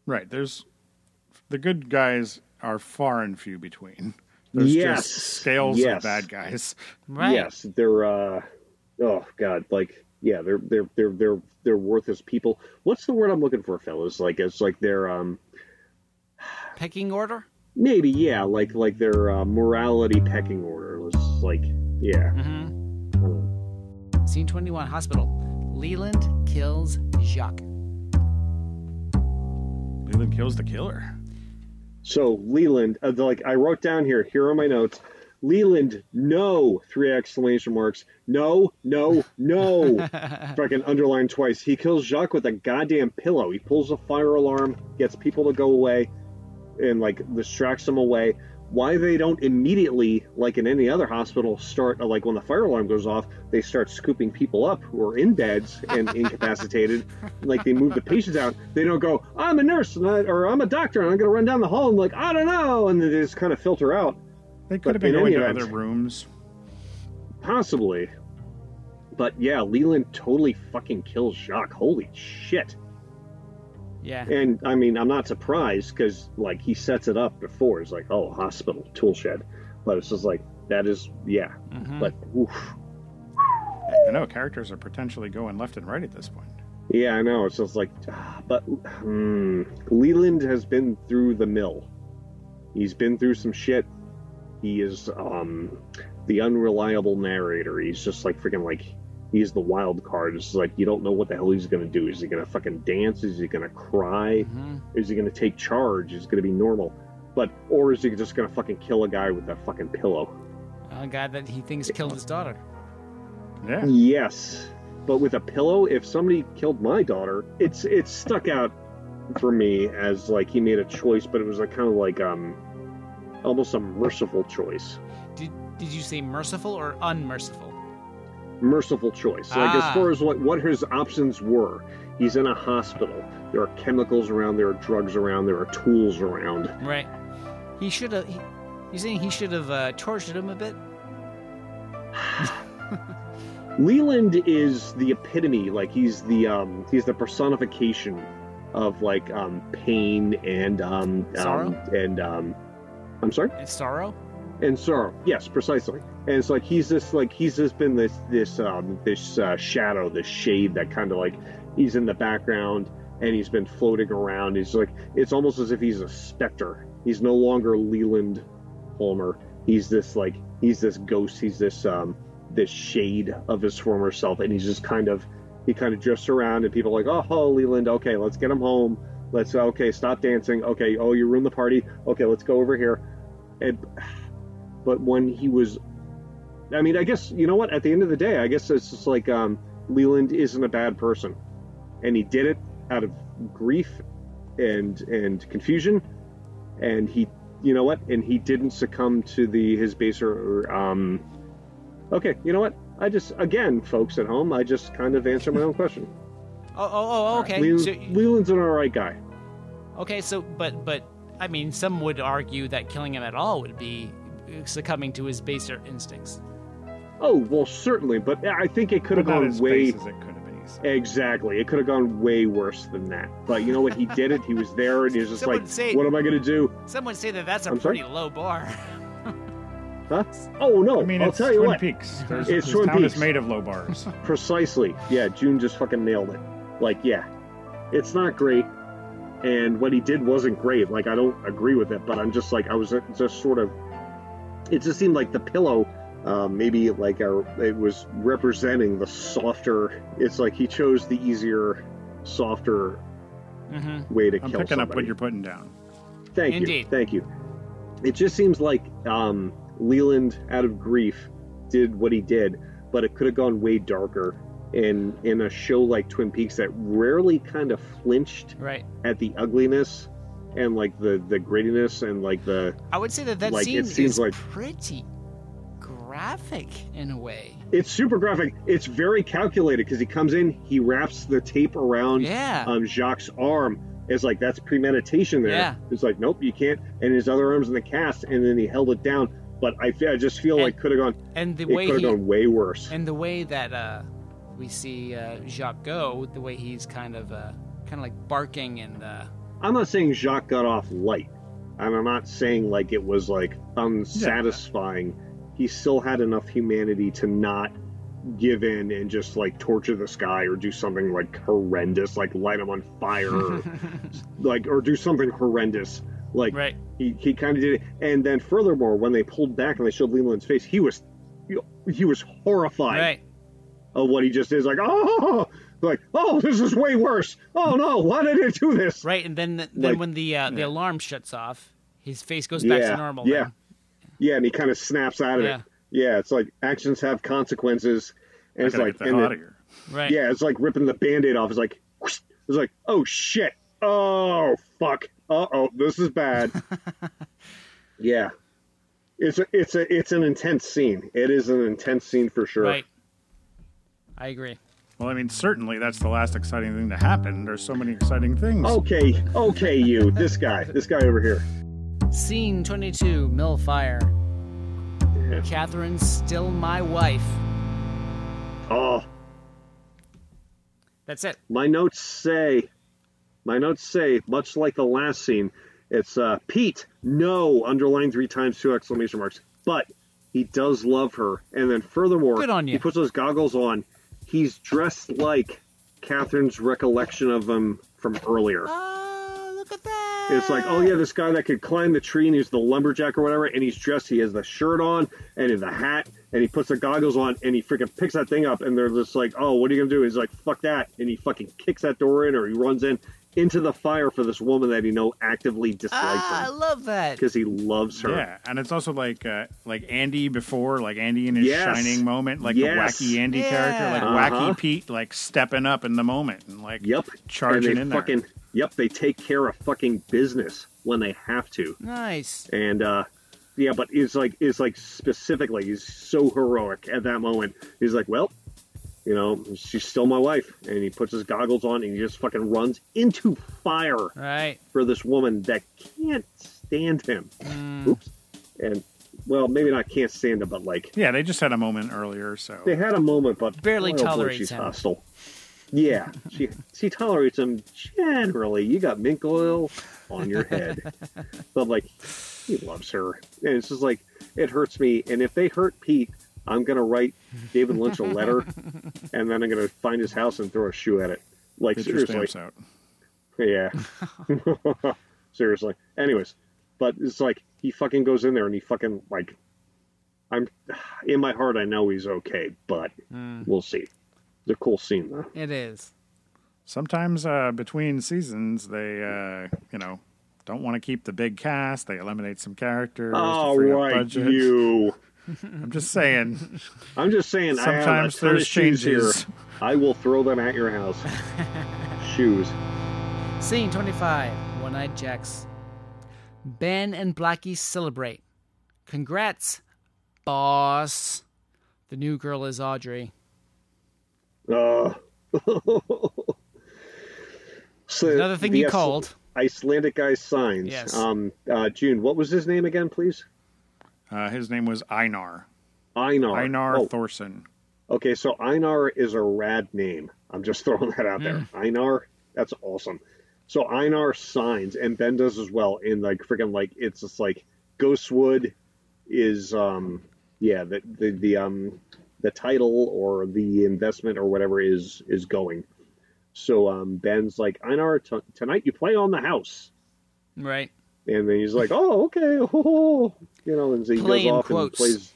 [SPEAKER 1] Right. There's the good guys are far and few between. There's
[SPEAKER 2] Yes.
[SPEAKER 1] just scales
[SPEAKER 2] Yes.
[SPEAKER 1] of bad guys.
[SPEAKER 3] Right.
[SPEAKER 2] Yes, they're. uh Oh God, like yeah, they're they're they're they're they're worthless people. What's the word I'm looking for, fellas? Like it's like they're um
[SPEAKER 3] Pecking order?
[SPEAKER 2] maybe yeah, like like their uh, morality pecking order. Let's like yeah.
[SPEAKER 3] Mm-hmm. Scene 21, hospital. Leland kills Jacques.
[SPEAKER 1] Leland kills the killer.
[SPEAKER 2] So Leland, uh, like I wrote down here. Here are my notes. Leland, no three exclamation marks. No, no, no. if I can underline twice, he kills Jacques with a goddamn pillow. He pulls a fire alarm, gets people to go away, and like distracts them away. Why they don't immediately, like in any other hospital, start uh, like when the fire alarm goes off, they start scooping people up who are in beds and incapacitated. Like they move the patients out. They don't go, I'm a nurse and I, or I'm a doctor and I'm going to run down the hall and like I don't know, and then they just kind of filter out.
[SPEAKER 1] They could
[SPEAKER 2] But
[SPEAKER 1] have been
[SPEAKER 2] in
[SPEAKER 1] going
[SPEAKER 2] any
[SPEAKER 1] to
[SPEAKER 2] event-
[SPEAKER 1] other rooms.
[SPEAKER 2] Possibly. But yeah, Leland totally fucking kills Jacques. Holy shit.
[SPEAKER 3] Yeah.
[SPEAKER 2] And I mean, I'm not surprised because, like, he sets it up before. It's like, oh, hospital, tool shed. But it's just like, that is, yeah.
[SPEAKER 3] Mm-hmm. Hmm.
[SPEAKER 2] But, oof.
[SPEAKER 1] I know characters are potentially going left and right at this point.
[SPEAKER 2] Yeah, I know. It's just like, ah, but hmm, Leland has been through the mill. He's been through some shit. He is um, the unreliable narrator. He's just like freaking like he's the wild card. It's like you don't know what the hell he's gonna do. Is he gonna fucking dance? Is he gonna cry?
[SPEAKER 3] Mhm.
[SPEAKER 2] Is he gonna take charge? Is he gonna be normal? But or is he just gonna fucking kill a guy with a fucking pillow?
[SPEAKER 3] A guy that he thinks killed his daughter.
[SPEAKER 1] Yeah.
[SPEAKER 2] Yes, but with a pillow. If somebody killed my daughter, it's it's stuck out for me as like he made a choice, but it was like kind of like um, almost a merciful choice,
[SPEAKER 3] Did, did you say merciful or unmerciful?
[SPEAKER 2] merciful choice. Like
[SPEAKER 3] Ah.
[SPEAKER 2] as far as what what his options were, he's in a hospital. There are chemicals around. There are drugs around. There are tools around.
[SPEAKER 3] Right. He should have. You're saying he should have uh, tortured him a bit?
[SPEAKER 2] Leland is the epitome. Like he's the um, he's the personification of like um, pain and um,
[SPEAKER 3] Sorrow?
[SPEAKER 2] um and um, I'm sorry.
[SPEAKER 3] And sorrow?
[SPEAKER 2] and sorrow. Yes, precisely. And it's like he's just like he's just been this this um this uh, shadow, this shade that kind of like he's in the background and he's been floating around. He's like it's almost as if he's a specter. He's no longer Leland Palmer. He's this like he's this ghost. He's this um this shade of his former self, and he's just kind of he kind of drifts around, and people are like, oh, Leland, okay, let's get him home. Let's okay, stop dancing. Okay, oh, you ruined the party. Okay, let's go over here. And but when he was i mean i guess you know what at the end of the day i guess it's just like um, leland isn't a bad person and he did it out of grief and and confusion and he you know what and he didn't succumb to the his baser um okay you know what i just again folks at home i just kind of answered my own question
[SPEAKER 3] Oh, oh, oh okay.
[SPEAKER 2] Leland,
[SPEAKER 3] So,
[SPEAKER 2] leland's an all right guy
[SPEAKER 3] okay, so, but, but, I mean, some would argue that killing him at all would be uh, succumbing to his baser instincts.
[SPEAKER 2] oh well certainly but i think it could have
[SPEAKER 1] But not
[SPEAKER 2] gone
[SPEAKER 1] as
[SPEAKER 2] way
[SPEAKER 1] base as it could have been. so.
[SPEAKER 2] Exactly. It could have gone way worse than that. But you know what? He did it. He was there, and he was just
[SPEAKER 3] Someone
[SPEAKER 2] like,
[SPEAKER 3] say-
[SPEAKER 2] "What am I going to do?"
[SPEAKER 3] Some would say that that's a
[SPEAKER 2] I'm sorry?
[SPEAKER 3] pretty low bar.
[SPEAKER 2] Huh? Oh no!
[SPEAKER 1] I mean,
[SPEAKER 2] will
[SPEAKER 1] it's
[SPEAKER 2] tell you
[SPEAKER 1] Twin
[SPEAKER 2] what.
[SPEAKER 1] Peaks. There's,
[SPEAKER 2] It's
[SPEAKER 1] this
[SPEAKER 2] Twin
[SPEAKER 1] town is
[SPEAKER 2] Peaks.
[SPEAKER 1] made of low bars.
[SPEAKER 2] Precisely. Yeah, June just fucking nailed it. Like, yeah, it's not great. And what he did wasn't great. Like, I don't agree with it, but I'm just like, I was uh, just sort of. It just seemed like the pillow, uh, maybe like our, it was representing the softer. It's like he chose the easier, softer
[SPEAKER 3] Mm-hmm.
[SPEAKER 2] way to
[SPEAKER 1] I'm
[SPEAKER 2] kill
[SPEAKER 1] picking
[SPEAKER 2] somebody.
[SPEAKER 1] up what you're putting down.
[SPEAKER 2] Thank
[SPEAKER 3] Indeed.
[SPEAKER 2] you. Thank you. It just seems like um, Leland, out of grief, did what he did, but it could have gone way darker. And in a show like Twin Peaks that rarely kind of flinched
[SPEAKER 3] Right.
[SPEAKER 2] at the ugliness and like the the grittiness and like the
[SPEAKER 3] I would say that that
[SPEAKER 2] Like, it
[SPEAKER 3] scene
[SPEAKER 2] seems
[SPEAKER 3] is
[SPEAKER 2] like-
[SPEAKER 3] pretty graphic in a way.
[SPEAKER 2] it's super graphic. It's very calculated because he comes in, he wraps the tape around
[SPEAKER 3] Yeah.
[SPEAKER 2] um, Jacques' arm. It's like that's premeditation there.
[SPEAKER 3] Yeah.
[SPEAKER 2] It's like nope, you can't. And his other arm's in the cast, and then he held it down. But I, I just feel
[SPEAKER 3] And-
[SPEAKER 2] like could have gone.
[SPEAKER 3] And the
[SPEAKER 2] It
[SPEAKER 3] way
[SPEAKER 2] could have
[SPEAKER 3] he
[SPEAKER 2] gone way worse.
[SPEAKER 3] and the way that uh, we see uh, Jacques go, the way he's kind of uh, kind of like barking and uh,
[SPEAKER 2] I'm not saying Jacques got off light. And I'm not saying like it was like unsatisfying. He still had enough humanity to not give in and just like torture this guy or do something like horrendous, like light him on fire, or, like or do something horrendous. Like
[SPEAKER 3] right.
[SPEAKER 2] he, he kind of did it. And then furthermore, when they pulled back and they showed Leland's face, he was he was horrified
[SPEAKER 3] Right.
[SPEAKER 2] of what he just did. He's like, oh, like oh, this is way worse. Oh no, why did it do this?
[SPEAKER 3] Right. And then then
[SPEAKER 2] Like-
[SPEAKER 3] when the uh, the alarm shuts off, his face goes back to normal.
[SPEAKER 2] Yeah.
[SPEAKER 3] then.
[SPEAKER 2] Yeah, and he kind of snaps out of
[SPEAKER 3] Yeah.
[SPEAKER 2] it. Yeah, it's like actions have consequences. And
[SPEAKER 1] I
[SPEAKER 2] it's
[SPEAKER 1] gotta
[SPEAKER 2] like,
[SPEAKER 1] get the
[SPEAKER 2] and
[SPEAKER 1] hell
[SPEAKER 2] then-
[SPEAKER 1] out of here.
[SPEAKER 3] Right.
[SPEAKER 2] yeah, it's like ripping the band aid off. It's like, whoosh. it's like, oh shit. Oh, fuck. Uh oh, this is bad. yeah. It's a, it's a, it's an intense scene. It is an intense scene for sure.
[SPEAKER 3] Right. I agree.
[SPEAKER 1] Well, I mean, certainly that's the last exciting thing that happened. There's so many exciting things.
[SPEAKER 2] Okay, okay, you. This guy, this guy over here.
[SPEAKER 3] Scene 22, Mill Fire.
[SPEAKER 2] Yeah.
[SPEAKER 3] Catherine's still my wife.
[SPEAKER 2] Oh,
[SPEAKER 3] That's it.
[SPEAKER 2] My notes say, my notes say, much like the last scene, it's uh, Pete, no, underlined three times, two exclamation marks. But he does love her. And then furthermore,
[SPEAKER 3] Good on you.
[SPEAKER 2] he puts those goggles on. He's dressed like Catherine's recollection of him from earlier.
[SPEAKER 3] Oh, look at that.
[SPEAKER 2] It's like, oh yeah, this guy that could climb the tree and he's the lumberjack or whatever, and he's dressed. He has the shirt on and the hat, and he puts the goggles on, and he freaking picks that thing up, and they're just like, oh, what are you gonna do? He's like, fuck that, and he fucking kicks that door in, or he runs in into the fire for this woman that he know actively
[SPEAKER 3] Ah, I
[SPEAKER 2] dislikes him
[SPEAKER 3] love that.
[SPEAKER 2] because he loves her.
[SPEAKER 1] Yeah, and it's also like uh, like Andy before, like Andy in his
[SPEAKER 2] Yes.
[SPEAKER 1] shining moment, like
[SPEAKER 2] Yes.
[SPEAKER 1] the wacky Andy
[SPEAKER 3] Yeah.
[SPEAKER 1] character, like
[SPEAKER 2] Uh-huh.
[SPEAKER 1] wacky Pete, like stepping up in the moment and like
[SPEAKER 2] Yep.
[SPEAKER 1] charging
[SPEAKER 2] and they
[SPEAKER 1] in
[SPEAKER 2] fucking,
[SPEAKER 1] there.
[SPEAKER 2] Yep. They take care of fucking business when they have to.
[SPEAKER 3] Nice.
[SPEAKER 2] and uh yeah but it's like it's like specifically he's so heroic at that moment he's like well you know she's still my wife and he puts his goggles on and he just fucking runs into fire
[SPEAKER 3] Right.
[SPEAKER 2] for this woman that can't stand him oops and well maybe not can't stand him but like
[SPEAKER 1] Yeah, they just had a moment earlier, so
[SPEAKER 2] they had a moment but
[SPEAKER 3] Barely
[SPEAKER 2] boy, oh boy,
[SPEAKER 3] tolerates
[SPEAKER 2] she's
[SPEAKER 3] him.
[SPEAKER 2] hostile yeah she she tolerates him generally you got mink oil on your head but like he loves her and it's just like it hurts me and if they hurt pete i'm gonna write david lynch a letter and then i'm gonna find his house and throw a shoe at it like
[SPEAKER 1] get your
[SPEAKER 2] seriously
[SPEAKER 1] stamps out.
[SPEAKER 2] yeah seriously anyways but it's like he fucking goes in there and he fucking like i'm in my heart i know he's okay but
[SPEAKER 3] Hmm.
[SPEAKER 2] we'll see the cool scene though
[SPEAKER 3] It is.
[SPEAKER 1] Sometimes uh, between seasons, they uh, you know don't want to keep the big cast. They eliminate some characters. to
[SPEAKER 2] all
[SPEAKER 1] free up
[SPEAKER 2] right
[SPEAKER 1] budget.
[SPEAKER 2] you
[SPEAKER 1] I'm just saying.
[SPEAKER 2] i'm just saying I have a
[SPEAKER 1] Sometimes
[SPEAKER 2] ton
[SPEAKER 1] there's
[SPEAKER 2] of shoes here.
[SPEAKER 1] changes.
[SPEAKER 2] I will throw them at your house. Shoes.
[SPEAKER 3] Scene 25, One Eyed Jacks. Ben and Blackie celebrate. Congrats, boss. The new girl is Audrey.
[SPEAKER 2] Uh, so
[SPEAKER 3] Another thing
[SPEAKER 2] the
[SPEAKER 3] you
[SPEAKER 2] Ice-
[SPEAKER 3] called.
[SPEAKER 2] Icelandic guy signs.
[SPEAKER 3] Yes.
[SPEAKER 2] Um, uh, June, what was his name again, please?
[SPEAKER 1] Uh, his name was Einar.
[SPEAKER 2] Einar.
[SPEAKER 1] Einar
[SPEAKER 2] Oh,
[SPEAKER 1] Thorson.
[SPEAKER 2] okay, so Einar is a rad name. I'm just throwing that out there. Einar, that's awesome. So Einar signs, and Ben does as well. In like freaking like it's just like Ghostwood is um yeah the the, the um the title or the investment or whatever is is going. So um Ben's like Einar t- tonight you play on the house,
[SPEAKER 3] Right.
[SPEAKER 2] and then he's like oh okay oh, you know and so he
[SPEAKER 3] Play
[SPEAKER 2] goes
[SPEAKER 3] in
[SPEAKER 2] off and
[SPEAKER 3] quotes.
[SPEAKER 2] plays.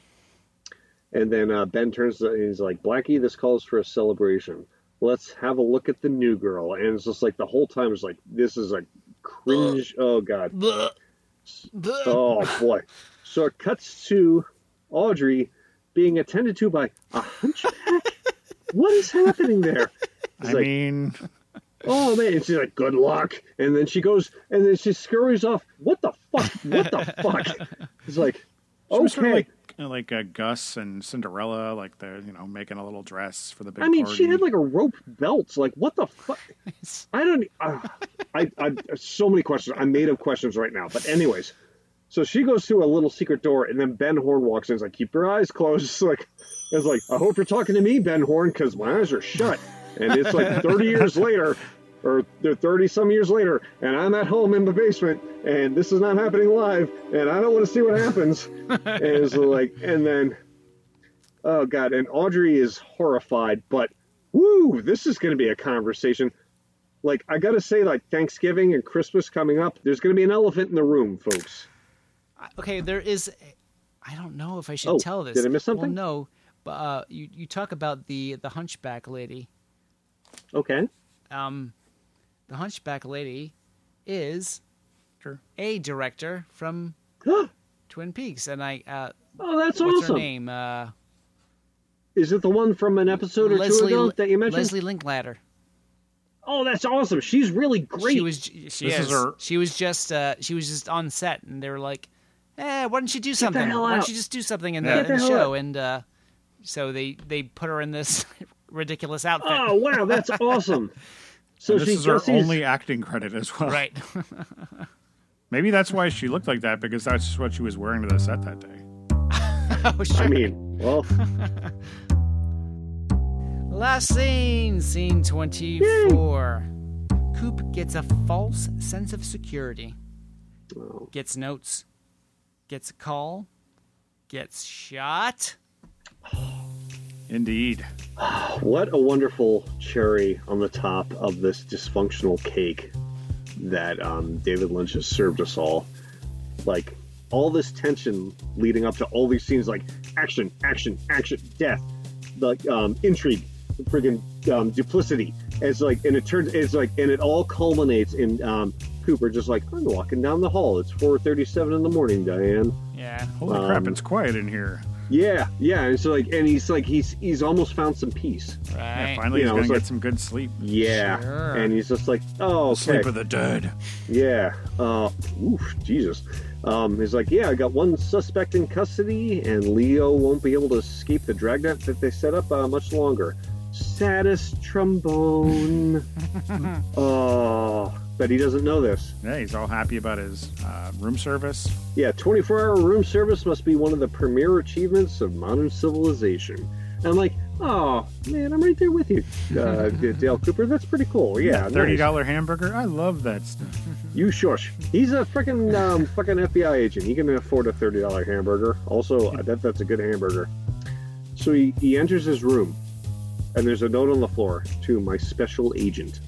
[SPEAKER 2] And then uh, Ben turns to, and he's like Blackie this calls for a celebration. Let's have a look at the new girl, and it's just like the whole time it's like this is a cringe. Oh god.
[SPEAKER 3] Blech. Blech.
[SPEAKER 2] Oh boy. So it cuts to Audrey being attended to by a hunchback. what is happening there? It's
[SPEAKER 1] I
[SPEAKER 2] like,
[SPEAKER 1] mean,
[SPEAKER 2] oh man, and she's like, good luck. And then she goes and then she scurries off. What the fuck? What the fuck? It's like,
[SPEAKER 1] she was sort
[SPEAKER 2] okay.
[SPEAKER 1] of like like uh, Gus and Cinderella, like they're you know making a little dress for the big.
[SPEAKER 2] I mean,
[SPEAKER 1] party.
[SPEAKER 2] she had like a rope belt. Like, what the fuck? I don't. Uh, I, I so many questions. I'm made of questions right now. But anyways, so she goes through a little secret door, and then Ben Horn walks in. He's like, "Keep your eyes closed." It's like, it's like, I hope you're talking to me, Ben Horn, because my eyes are shut. And it's like 30 years later, or 30 some years later, and I'm at home in the basement, and this is not happening live, and I don't want to see what happens. and it's like, and then, oh god, and Audrey is horrified, but woo, this is going to be a conversation. Like I gotta say, like Thanksgiving and Christmas coming up, there's gonna be an elephant in the room, folks.
[SPEAKER 3] okay, there is. I don't know if I should
[SPEAKER 2] Oh,
[SPEAKER 3] tell this.
[SPEAKER 2] did I miss
[SPEAKER 3] Well,
[SPEAKER 2] something?
[SPEAKER 3] no, but uh, you you talk about the the hunchback lady.
[SPEAKER 2] Okay.
[SPEAKER 3] Um, the hunchback lady is
[SPEAKER 1] Sure.
[SPEAKER 3] a director from Twin Peaks, and I uh,
[SPEAKER 2] Oh, that's
[SPEAKER 3] what's her
[SPEAKER 2] awesome.
[SPEAKER 3] name? Uh,
[SPEAKER 2] Is it the one from an episode or
[SPEAKER 3] Leslie
[SPEAKER 2] two ago that you mentioned?
[SPEAKER 3] Leslie Linklater.
[SPEAKER 2] Oh, that's awesome. She's really great.
[SPEAKER 3] She was she is,
[SPEAKER 1] is her-
[SPEAKER 3] she was just uh, she was just on set, and they were like, "Eh, why don't you do something?
[SPEAKER 2] hell
[SPEAKER 3] Why don't
[SPEAKER 2] out.
[SPEAKER 3] you just do something in
[SPEAKER 1] Yeah.
[SPEAKER 3] the,
[SPEAKER 1] Get
[SPEAKER 3] in
[SPEAKER 2] the
[SPEAKER 3] the
[SPEAKER 2] hell
[SPEAKER 3] show?" And uh, so they they put her in this ridiculous outfit.
[SPEAKER 2] oh, wow, that's awesome. So
[SPEAKER 1] And this
[SPEAKER 2] she
[SPEAKER 1] is her
[SPEAKER 2] Gussie's-
[SPEAKER 1] only acting credit as well.
[SPEAKER 3] Right.
[SPEAKER 1] Maybe that's why she looked like that because that's just what she was wearing to the set that day.
[SPEAKER 3] oh, sure.
[SPEAKER 2] I mean, well,
[SPEAKER 3] Last scene, scene 24. Coop gets a false sense of security. Gets notes. Gets a call. Gets shot.
[SPEAKER 1] Indeed.
[SPEAKER 2] what a wonderful cherry on the top of this dysfunctional cake that um, David Lynch has served us all. Like all this tension leading up to all these scenes, like action, action, action, death, like um, intrigue, friggin' um, duplicity. It's like, and it turns, it's like, and it all culminates in um, Cooper just like, I'm walking down the hall. It's 4:37 in the morning, Diane.
[SPEAKER 3] Yeah.
[SPEAKER 1] Holy
[SPEAKER 2] Um,
[SPEAKER 1] crap, it's quiet in here.
[SPEAKER 2] Yeah, yeah. And so like, and he's like, he's he's almost found some peace.
[SPEAKER 1] Yeah,
[SPEAKER 3] Right.
[SPEAKER 1] finally,
[SPEAKER 2] You
[SPEAKER 1] he's
[SPEAKER 2] know,
[SPEAKER 1] going
[SPEAKER 2] it's
[SPEAKER 1] to
[SPEAKER 2] like-
[SPEAKER 1] get some good sleep.
[SPEAKER 2] Yeah.
[SPEAKER 3] Sure.
[SPEAKER 2] And he's just like, oh, okay.
[SPEAKER 1] Sleep of the dead.
[SPEAKER 2] Yeah. Uh, oof, Jesus. Um, he's like, yeah, I got one suspect in custody, and Leo won't be able to escape the dragnet that they set up uh, much longer. Saddest trombone. oh, but he doesn't know this.
[SPEAKER 1] Yeah, he's all happy about his uh, room service.
[SPEAKER 2] Yeah, 24 hour room service must be one of the premier achievements of modern civilization. And I'm like, oh, man, I'm right there with you, uh, D- Dale Cooper. That's pretty cool. Yeah,
[SPEAKER 1] $30
[SPEAKER 2] nice.
[SPEAKER 1] hamburger. I love that stuff.
[SPEAKER 2] You shush. He's a freaking um, fucking FBI agent. He can afford a thirty dollar hamburger. Also, I bet that's a good hamburger. So he, he enters his room, and there's a note on the floor to my special agent,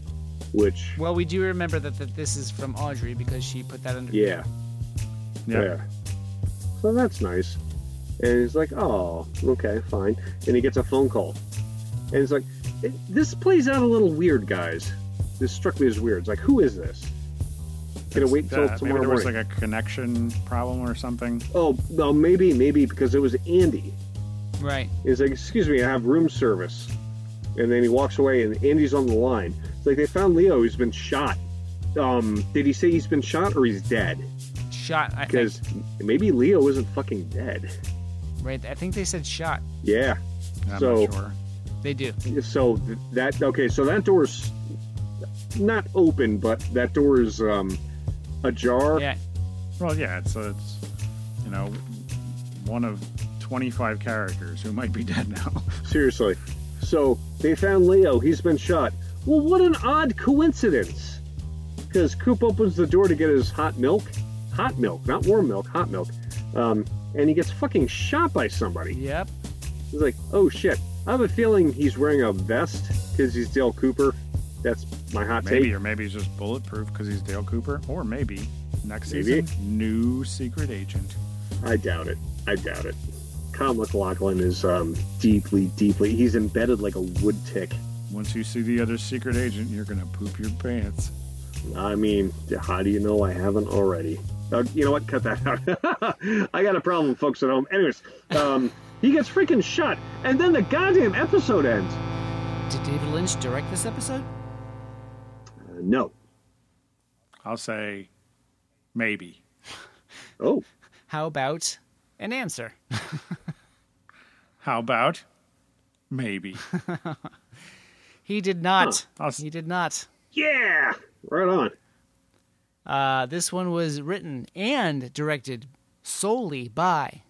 [SPEAKER 2] which
[SPEAKER 3] Well, we do remember that, that this is from Audrey because she put that under.
[SPEAKER 2] yeah,
[SPEAKER 1] Yeah.
[SPEAKER 2] yeah. So that's nice. And he's like, oh, okay, fine. And he gets a phone call, and he's like, "It- this plays out a little weird, guys. This struck me as weird. It's like, who is this? Gonna
[SPEAKER 1] It's
[SPEAKER 2] wait till
[SPEAKER 1] that. Maybe
[SPEAKER 2] tomorrow
[SPEAKER 1] there was
[SPEAKER 2] morning.
[SPEAKER 1] like a connection problem or something.
[SPEAKER 2] Oh, well, maybe, maybe because it was Andy.
[SPEAKER 3] Right.
[SPEAKER 2] He's like, "Excuse me, I have room service," and then he walks away, and Andy's on the line. It's like they found Leo; he's been shot. Um, did he say he's been shot or he's dead?
[SPEAKER 3] Shot. I think.
[SPEAKER 2] Because maybe Leo isn't fucking dead.
[SPEAKER 3] Right. I think they said shot.
[SPEAKER 2] Yeah.
[SPEAKER 1] I'm
[SPEAKER 2] So-
[SPEAKER 1] not sure.
[SPEAKER 3] They do.
[SPEAKER 2] So th- that okay. So that door's not open, but that door is um ajar.
[SPEAKER 3] Yeah.
[SPEAKER 1] Well, yeah, it's, a, it's you know, one of 25 characters who might be dead now.
[SPEAKER 2] Seriously. So they found Leo. He's been shot. Well, what an odd coincidence. Because Coop opens the door to get his hot milk. Hot milk, not warm milk, hot milk. Um, and he gets fucking shot by somebody.
[SPEAKER 3] Yep.
[SPEAKER 2] He's like, oh shit. I have a feeling he's wearing a vest because he's Dale Cooper. That's my hot
[SPEAKER 1] Maybe,
[SPEAKER 2] take.
[SPEAKER 1] or maybe he's just bulletproof because he's Dale Cooper. Or maybe next
[SPEAKER 2] Maybe.
[SPEAKER 1] season, new secret agent.
[SPEAKER 2] I doubt it. I doubt it. Kyle McLaughlin is um, deeply, deeply. He's embedded like a wood tick.
[SPEAKER 1] Once you see the other secret agent, you're going to poop your pants.
[SPEAKER 2] I mean, how do you know I haven't already? Uh, you know what? Cut that out. I got a problem, folks at home. Anyways, um, he gets freaking shot, and then the goddamn episode ends. Uh,
[SPEAKER 3] Did David Lynch direct this episode?
[SPEAKER 2] no.
[SPEAKER 1] I'll say maybe.
[SPEAKER 2] Oh,
[SPEAKER 3] How about An answer.
[SPEAKER 1] How about maybe?
[SPEAKER 3] He did not.
[SPEAKER 1] Huh. I'll s-
[SPEAKER 3] He did not.
[SPEAKER 2] Yeah, right on.
[SPEAKER 3] Uh, this one was written and directed solely by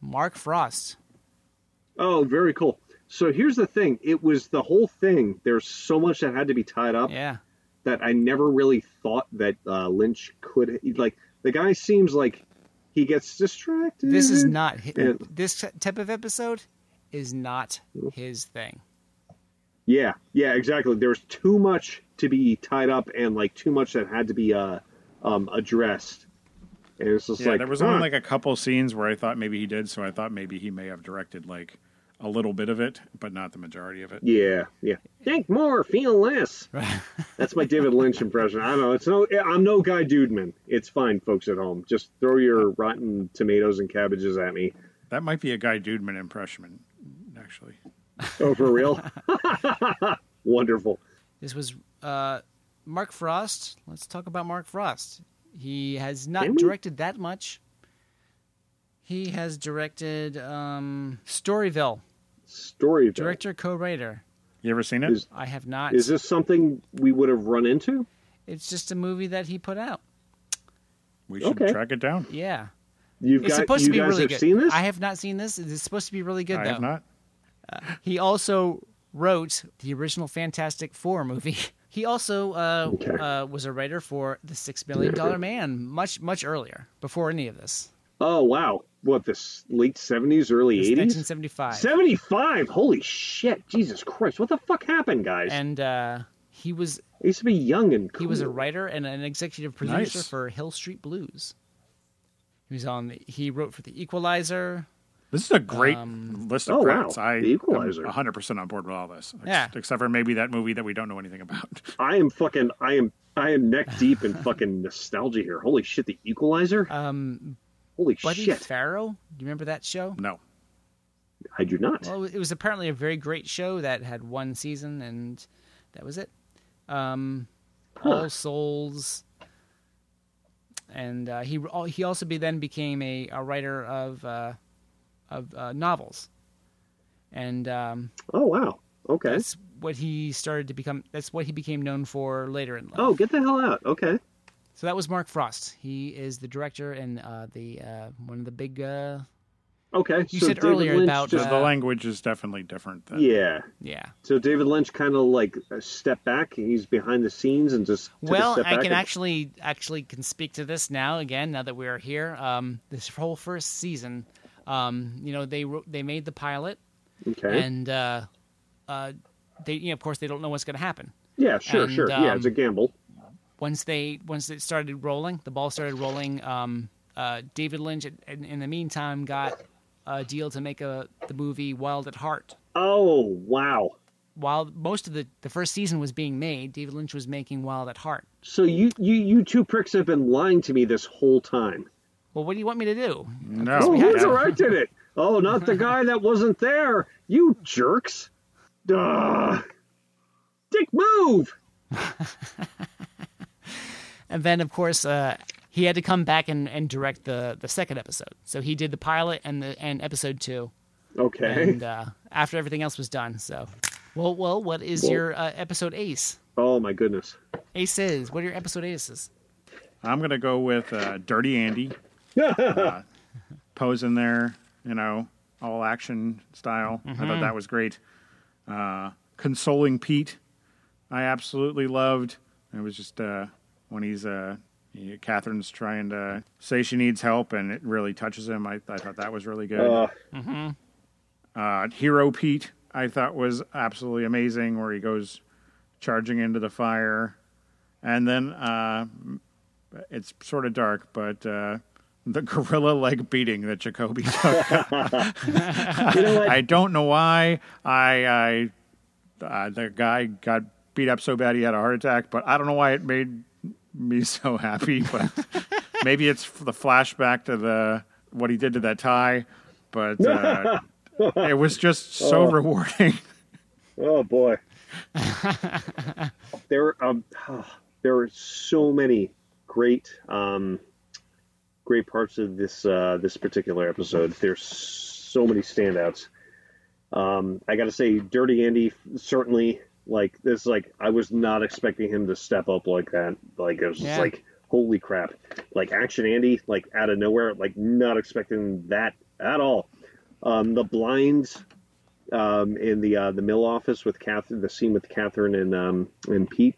[SPEAKER 3] Mark Frost.
[SPEAKER 2] Oh, very cool. So here's the thing. It was the whole thing. There's so much that had to be tied up
[SPEAKER 3] Yeah.
[SPEAKER 2] that I never really thought that uh, Lynch could like. The guy seems like he gets distracted.
[SPEAKER 3] This is not hi-
[SPEAKER 2] Mm-hmm. Yeah.
[SPEAKER 3] this type of episode is not his thing.
[SPEAKER 2] Yeah, yeah, exactly. There was too much to be tied up and like too much that had to be uh um addressed. And it's just
[SPEAKER 1] Yeah,
[SPEAKER 2] like
[SPEAKER 1] there was
[SPEAKER 2] huh.
[SPEAKER 1] only like a couple scenes where I thought maybe he did, so I thought maybe he may have directed like a little bit of it, but not the majority of it.
[SPEAKER 2] Yeah, yeah. Think more, feel less. That's my David Lynch impression. I don't know. It's no. I'm no Guy Dudeman. It's fine, folks at home. Just throw your rotten tomatoes and cabbages at me.
[SPEAKER 1] That might be a Guy Dudeman impression, actually.
[SPEAKER 2] Oh, for real? Wonderful.
[SPEAKER 3] This was uh, Mark Frost. Let's talk about Mark Frost. He has not
[SPEAKER 2] Can we?
[SPEAKER 3] directed that much. He has directed um, Storyville.
[SPEAKER 2] Story. though.
[SPEAKER 3] Director, co-writer.
[SPEAKER 1] You ever seen it?
[SPEAKER 2] Is-
[SPEAKER 3] I have not.
[SPEAKER 2] Is this something we would have run into?
[SPEAKER 3] It's just a movie that he put out.
[SPEAKER 1] we should
[SPEAKER 2] okay.
[SPEAKER 1] track it down.
[SPEAKER 3] Yeah.
[SPEAKER 2] You've
[SPEAKER 3] It's
[SPEAKER 2] got.
[SPEAKER 3] supposed
[SPEAKER 2] you
[SPEAKER 3] to be
[SPEAKER 2] guys
[SPEAKER 3] really
[SPEAKER 2] have
[SPEAKER 3] good.
[SPEAKER 2] seen this?
[SPEAKER 3] I have not seen this. It's supposed to be really good
[SPEAKER 1] I
[SPEAKER 3] though.
[SPEAKER 1] have not.
[SPEAKER 3] He also wrote the original Fantastic Four movie. He also uh,
[SPEAKER 2] Okay.
[SPEAKER 3] uh, was a writer for The Six Million Dollar Man much much earlier, before any of this.
[SPEAKER 2] Oh wow! What this late seventies, early
[SPEAKER 3] It's
[SPEAKER 2] eighties?
[SPEAKER 3] 1975.
[SPEAKER 2] Seventy-five. Holy shit! Jesus Christ! What the fuck happened, guys?
[SPEAKER 3] And uh, he was
[SPEAKER 2] I used to be young and cool.
[SPEAKER 3] he was a writer and an executive producer
[SPEAKER 1] Nice.
[SPEAKER 3] for Hill Street Blues. He was on. The, he wrote for The Equalizer.
[SPEAKER 1] This is a great
[SPEAKER 3] Um,
[SPEAKER 1] list of
[SPEAKER 2] Oh, wow.
[SPEAKER 1] credits. I
[SPEAKER 2] The Equalizer.
[SPEAKER 1] am 100% on board with all this. Ex-
[SPEAKER 3] Yeah.
[SPEAKER 1] Except for maybe that movie that we don't know anything about.
[SPEAKER 2] I am fucking. I am. I am neck deep in fucking nostalgia here. Holy shit! The Equalizer.
[SPEAKER 3] Um,
[SPEAKER 2] Holy
[SPEAKER 3] Buddy
[SPEAKER 2] shit!
[SPEAKER 3] Farrow. Do you remember that show?
[SPEAKER 1] No.
[SPEAKER 2] I do not.
[SPEAKER 3] Well, it was apparently a very great show that had one season, and that was it. Um, All Souls, and uh, he he also be, then became a, a writer of uh, of uh, novels, and um,
[SPEAKER 2] oh wow. Okay.
[SPEAKER 3] that's what he started to become. That's what he became known for later in life.
[SPEAKER 2] Oh, get the hell out. Okay.
[SPEAKER 3] So that was Mark Frost. He is the director and uh, the uh, one of the big. Uh,
[SPEAKER 2] Okay.
[SPEAKER 3] You
[SPEAKER 2] so
[SPEAKER 3] said
[SPEAKER 2] David
[SPEAKER 3] earlier
[SPEAKER 2] Lynch
[SPEAKER 3] about,
[SPEAKER 1] Just
[SPEAKER 2] Just,
[SPEAKER 3] uh,
[SPEAKER 1] the language is definitely different. Than,
[SPEAKER 2] yeah.
[SPEAKER 3] yeah.
[SPEAKER 2] So David Lynch kind of like uh, stepped back. He's behind the scenes and just took a
[SPEAKER 3] Well,
[SPEAKER 2] step
[SPEAKER 3] I
[SPEAKER 2] back
[SPEAKER 3] can
[SPEAKER 2] and-
[SPEAKER 3] actually actually can speak to this now again. Now that we are here, um, this whole first season, um, you know, they wrote, they made the pilot,
[SPEAKER 2] Okay.
[SPEAKER 3] and uh, uh, they, you know, of course, they don't know what's going to happen.
[SPEAKER 2] yeah. Sure.
[SPEAKER 3] and,
[SPEAKER 2] sure. yeah. It's a
[SPEAKER 3] um,
[SPEAKER 2] gamble.
[SPEAKER 3] Once they once it started rolling, the ball started rolling. Um, uh, David Lynch, in, in the meantime, got a deal to make a the movie Wild at Heart.
[SPEAKER 2] Oh wow.
[SPEAKER 3] While most of the the first season was being made, David Lynch was making Wild at Heart.
[SPEAKER 2] So you you you two pricks have been lying to me this whole time.
[SPEAKER 3] Well, what do you want me to do?
[SPEAKER 1] No.
[SPEAKER 2] Oh,
[SPEAKER 1] yeah.
[SPEAKER 2] who directed it? Oh, not the guy that wasn't there. You jerks. Duh. Dick, move.
[SPEAKER 3] And then, of course, uh, he had to come back and, and direct the, the second episode. So he did the pilot and the and episode two,
[SPEAKER 2] Okay.
[SPEAKER 3] and uh, after everything else was done. So, well, well, what is your uh, episode ace?
[SPEAKER 2] Oh my goodness.
[SPEAKER 3] Aces. What are your episode aces?
[SPEAKER 1] I'm going to go with uh, Dirty Andy. Uh, Pose in there, you know, all action style. I thought that was great. Uh, Consoling Pete, I absolutely loved. It was just uh, when he's, uh, he- Catherine's trying to say she needs help and it really touches him. I, I thought that was really good.
[SPEAKER 2] Uh,
[SPEAKER 1] Uh, Hero Pete, I thought was absolutely amazing, where he goes charging into the fire, and then uh, it's sort of dark, but uh, the gorilla leg beating that Jacoby took.
[SPEAKER 2] you know what?
[SPEAKER 1] I don't know why I, I uh, the guy got beat up so bad he had a heart attack, but I don't know why it made me so happy. But maybe it's the flashback to the what he did to that tie, but. Uh, it was just so rewarding.
[SPEAKER 2] Oh boy. there um ah, there are so many great um great parts of this uh, this particular episode. There's so many standouts. Um, I got to say, Dirty Andy certainly like this. Like I was not expecting him to step up like that. Like it was just
[SPEAKER 3] Yeah.
[SPEAKER 2] like holy crap! Like Action Andy, like out of nowhere, like not expecting that at all. Um, the blinds um, in the uh, the mill office with Kath, the scene with Catherine and um, and Pete.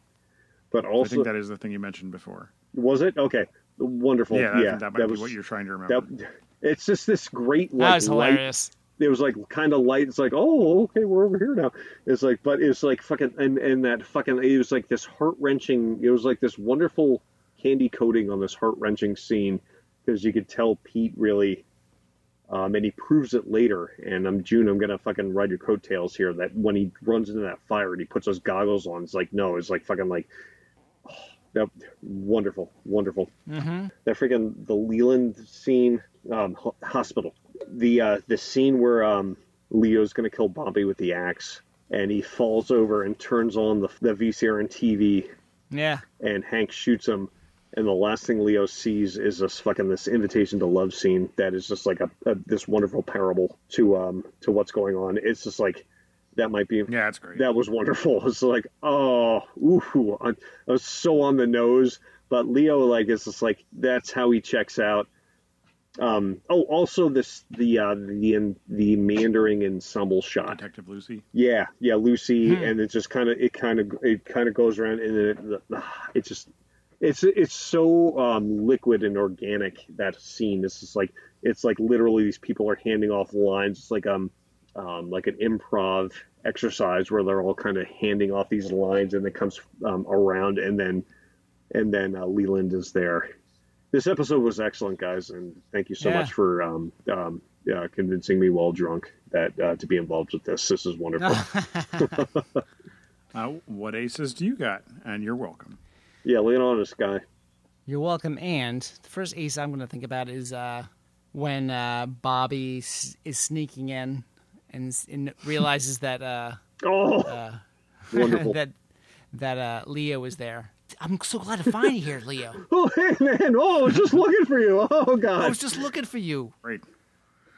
[SPEAKER 2] But
[SPEAKER 1] I think
[SPEAKER 2] also,
[SPEAKER 1] that is the thing you mentioned before.
[SPEAKER 2] was it okay? Wonderful.
[SPEAKER 1] yeah,
[SPEAKER 2] Yeah,
[SPEAKER 1] I think that might be
[SPEAKER 2] was
[SPEAKER 1] what you're trying to remember.
[SPEAKER 2] that, it's just this great
[SPEAKER 3] that
[SPEAKER 2] like
[SPEAKER 3] was
[SPEAKER 2] light.
[SPEAKER 3] hilarious.
[SPEAKER 2] It was like kind of light. It's like oh okay we're over here now. It's like but it's like fucking and and that fucking it was like this heart wrenching. It was like this wonderful candy coating on this heart wrenching scene because you could tell Pete really. Um, and he proves it later. And I'm June. I'm gonna fucking ride your coattails here. That when he runs into that fire and he puts those goggles on, it's like no, it's like fucking like, that, wonderful, wonderful
[SPEAKER 3] Mm-hmm.
[SPEAKER 2] that freaking the Leland scene, um, ho- hospital, the uh, the scene where um, Leo's gonna kill Bobby with the axe, and he falls over and turns on the the VCR and TV,
[SPEAKER 3] Yeah.
[SPEAKER 2] and Hank shoots him, and the last thing Leo sees is this fucking this invitation to love scene that is just like a, a this wonderful parable to um to what's going on. It's just like that might be
[SPEAKER 1] yeah, it's great.
[SPEAKER 2] that was wonderful. It's like, oh, ooh, I, I was so on the nose. But Leo, like, it's just like that's how he checks out. Um, oh, also this the uh, the the meandering ensemble shot.
[SPEAKER 1] Detective Lucy.
[SPEAKER 2] Yeah, yeah, Lucy, and it just kind of it kind of it kind of goes around, and then it, ah, it just it's it's so um, liquid and organic that scene. It's just like it's like literally these people are handing off lines. It's like um um like an improv exercise where they're all kind of handing off these lines, and it comes um, around, and then and then uh, Leland is there. This episode was excellent, guys, and thank you so
[SPEAKER 3] Yeah.
[SPEAKER 2] much for um, um, uh, convincing me while drunk that uh, to be involved with this. This is wonderful.
[SPEAKER 1] Uh, what aces do you got? And you're welcome.
[SPEAKER 2] yeah, lean on this guy.
[SPEAKER 3] You're welcome. And the first ace I'm going to think about is uh, when uh, Bobby s- is sneaking in and, s- and realizes that uh,
[SPEAKER 2] Oh, wonderful.
[SPEAKER 3] that that uh, Leo is there. I'm so glad to find you here, Leo.
[SPEAKER 2] oh, hey man. Oh, I was just looking for you. Oh
[SPEAKER 3] I
[SPEAKER 2] God.
[SPEAKER 3] was just looking for you.
[SPEAKER 1] Great.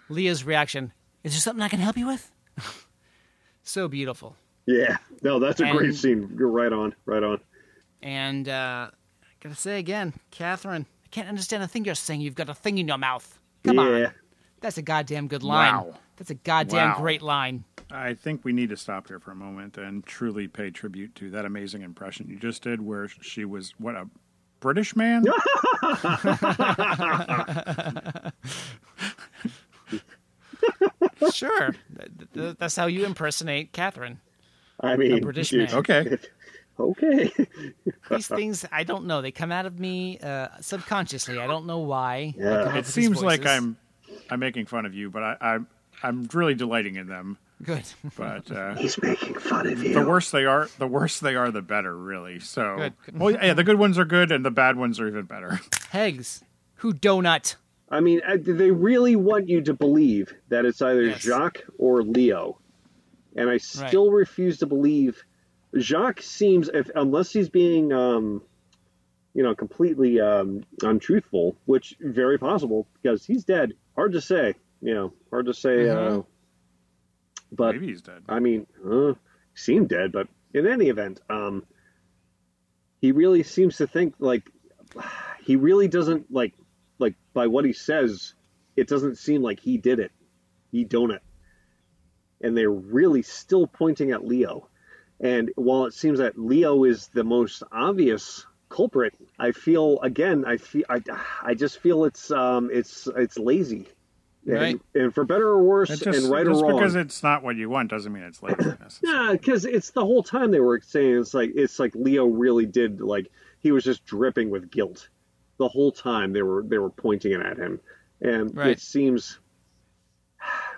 [SPEAKER 3] Leo's reaction: Is there something I can help you with? so beautiful.
[SPEAKER 2] Yeah. No, that's a great
[SPEAKER 3] And-
[SPEAKER 2] scene. You're right on. Right on.
[SPEAKER 3] And uh, I gotta say again, Catherine, I can't understand a thing you're saying. You've got a thing in your mouth. Come
[SPEAKER 2] Yeah.
[SPEAKER 3] on, that's a goddamn good line.
[SPEAKER 1] Wow.
[SPEAKER 3] That's a goddamn
[SPEAKER 1] Wow.
[SPEAKER 3] great line.
[SPEAKER 1] I think we need to stop there for a moment and truly pay tribute to that amazing impression you just did, where she was what a British man.
[SPEAKER 3] Sure, Th- th- that's how you impersonate Catherine.
[SPEAKER 2] I mean,
[SPEAKER 3] British
[SPEAKER 2] dude,
[SPEAKER 3] man.
[SPEAKER 1] okay,
[SPEAKER 2] Okay.
[SPEAKER 3] These things, I don't know. They come out of me uh, subconsciously. I don't know why. I
[SPEAKER 2] Yeah.
[SPEAKER 3] come up
[SPEAKER 1] it
[SPEAKER 3] with these
[SPEAKER 1] seems like
[SPEAKER 3] voices.
[SPEAKER 1] I'm I'm making fun of you, but I, I'm I'm really delighting in them.
[SPEAKER 3] good.
[SPEAKER 1] But uh,
[SPEAKER 2] He's making fun of
[SPEAKER 1] the
[SPEAKER 2] you.
[SPEAKER 1] worse they are, the worse they are, the better, really. So,
[SPEAKER 3] Good.
[SPEAKER 1] well, yeah, the good ones are good, and the bad ones are even better.
[SPEAKER 3] Heggs, who donut?
[SPEAKER 2] I mean, I- they really want you to believe that it's either
[SPEAKER 3] Yes.
[SPEAKER 2] Jacques or Leo, and I still refuse to believe. Jacques seems, if unless he's being, um, you know, completely um, untruthful, which very possible because he's dead. Hard to say, you know, hard to say. Uh, but
[SPEAKER 1] Maybe he's dead.
[SPEAKER 2] I mean, uh, seemed dead, but in any event, um, he really seems to think like he really doesn't like like by what he says, it doesn't seem like he did it. He done it, and they're really still pointing at Leo. And while it seems that Leo is the most obvious culprit, I feel again, I feel I, I just feel it's um it's it's lazy. And,
[SPEAKER 3] Right.
[SPEAKER 2] and for better or worse,
[SPEAKER 1] It's just,
[SPEAKER 2] and right
[SPEAKER 1] just
[SPEAKER 2] or wrong,
[SPEAKER 1] because it's not what you want doesn't mean it's laziness.
[SPEAKER 2] yeah, because it's the whole time they were saying it's like it's like Leo really did like he was just dripping with guilt the whole time they were they were pointing it at him, and
[SPEAKER 3] Right.
[SPEAKER 2] it seems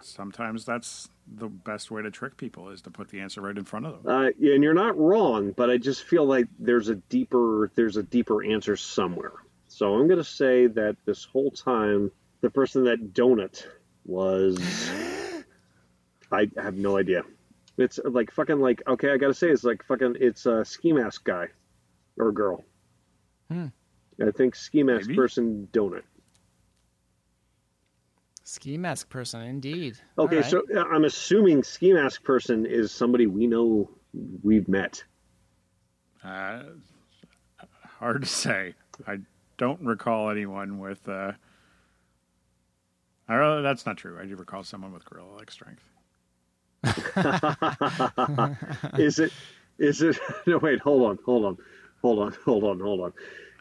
[SPEAKER 1] Sometimes that's the best way to trick people is to put the answer right in front of them.
[SPEAKER 2] uh, and you're not wrong, but I just feel like there's a deeper there's a deeper answer somewhere. So I'm gonna say that this whole time the person that donut was I have no idea. It's like fucking like okay, I gotta say it's like fucking it's a ski mask guy
[SPEAKER 3] Hmm.
[SPEAKER 2] or girl. I think ski mask
[SPEAKER 1] Maybe.
[SPEAKER 2] person donut.
[SPEAKER 3] Ski mask person, indeed.
[SPEAKER 2] Okay,
[SPEAKER 3] All right.
[SPEAKER 2] so uh, I'm assuming ski mask person is somebody we know we've met.
[SPEAKER 1] Uh, hard to say. I don't recall anyone with. Uh, I don't, that's not true. I do recall someone with gorilla like strength.
[SPEAKER 2] Is it? Is it? No, wait. Hold on. Hold on. Hold on. Hold on. Hold on.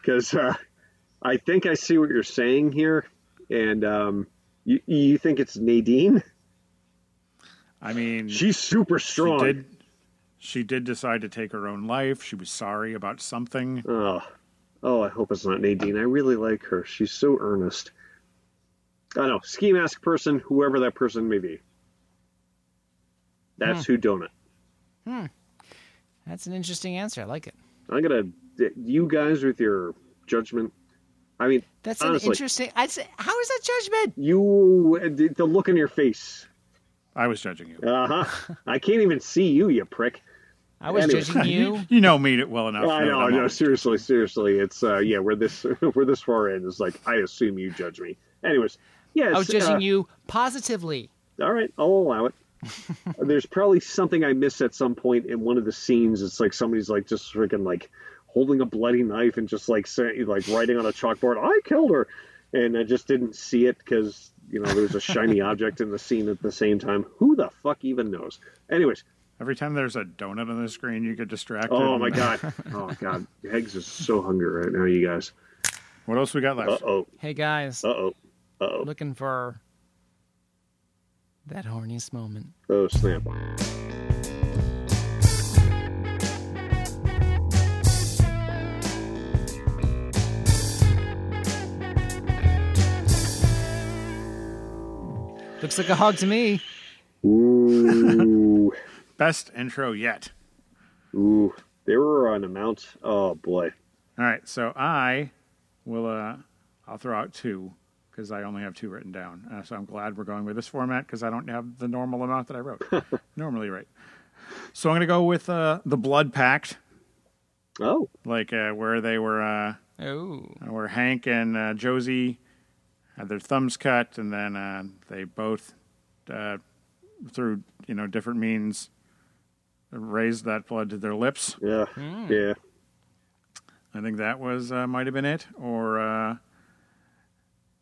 [SPEAKER 2] Because uh, I think I see what you're saying here, and um, you you think it's Nadine?
[SPEAKER 1] I mean,
[SPEAKER 2] She's super
[SPEAKER 1] she
[SPEAKER 2] strong.
[SPEAKER 1] did. She did decide to take her own life. She was sorry about something.
[SPEAKER 2] Oh, oh, I hope it's not Nadine. I really like her. She's so earnest. I know. Ski mask person, whoever that person may be. That's
[SPEAKER 1] Hmm.
[SPEAKER 2] who donut.
[SPEAKER 3] That's an interesting answer. I like it.
[SPEAKER 2] I'm gonna you guys with your judgment. I mean,
[SPEAKER 3] That's
[SPEAKER 2] Honestly.
[SPEAKER 3] an interesting. I'd say, how is that judgment?
[SPEAKER 2] you the, the look in your face.
[SPEAKER 1] I was judging you.
[SPEAKER 2] Uh huh. I can't even see you, you prick.
[SPEAKER 3] I was
[SPEAKER 2] Anyway.
[SPEAKER 3] judging you.
[SPEAKER 1] You know me well enough.
[SPEAKER 2] I
[SPEAKER 1] that
[SPEAKER 2] know.
[SPEAKER 1] I'm
[SPEAKER 2] No,
[SPEAKER 1] always-
[SPEAKER 2] seriously, seriously. It's uh, yeah. We're this we're this far in. It's like I assume you judge me. Anyways, yes.
[SPEAKER 3] I was judging
[SPEAKER 2] uh,
[SPEAKER 3] you positively.
[SPEAKER 2] All right, I'll allow it. There's probably something I missed at some point in one of the scenes. It's like somebody's like just freaking like holding a bloody knife and just like say, like writing on a chalkboard, "I killed her," and I just didn't see it because you know there was a shiny object in the scene at the same time. Who the fuck even knows? Anyways,
[SPEAKER 1] Every time there's a donut on the screen, you get distracted.
[SPEAKER 2] oh my god, oh god, Heggs is so hungry right now, you guys.
[SPEAKER 1] What else we got
[SPEAKER 2] Uh
[SPEAKER 1] left?
[SPEAKER 2] oh,
[SPEAKER 3] Hey guys,
[SPEAKER 2] uh oh, uh oh,
[SPEAKER 3] looking for that horniest moment.
[SPEAKER 2] oh snap.
[SPEAKER 3] Looks like a hog to me.
[SPEAKER 2] Ooh.
[SPEAKER 1] Best intro yet.
[SPEAKER 2] Ooh, there were an amount. Oh boy.
[SPEAKER 1] All right, so I will. Uh, I'll throw out two because I only have two written down. Uh, so I'm glad we're going with this format because I don't have the normal amount that I wrote. Normally, right. So I'm gonna go with uh, the Blood Pact,
[SPEAKER 2] Oh,
[SPEAKER 1] like uh, where they were, uh,
[SPEAKER 3] Oh,
[SPEAKER 1] where Hank and uh, Josie had their thumbs cut, and then uh, they both, uh, through you know different means, raised that blood to their lips.
[SPEAKER 2] yeah, yeah.
[SPEAKER 1] I think that was uh, might have been it, or uh,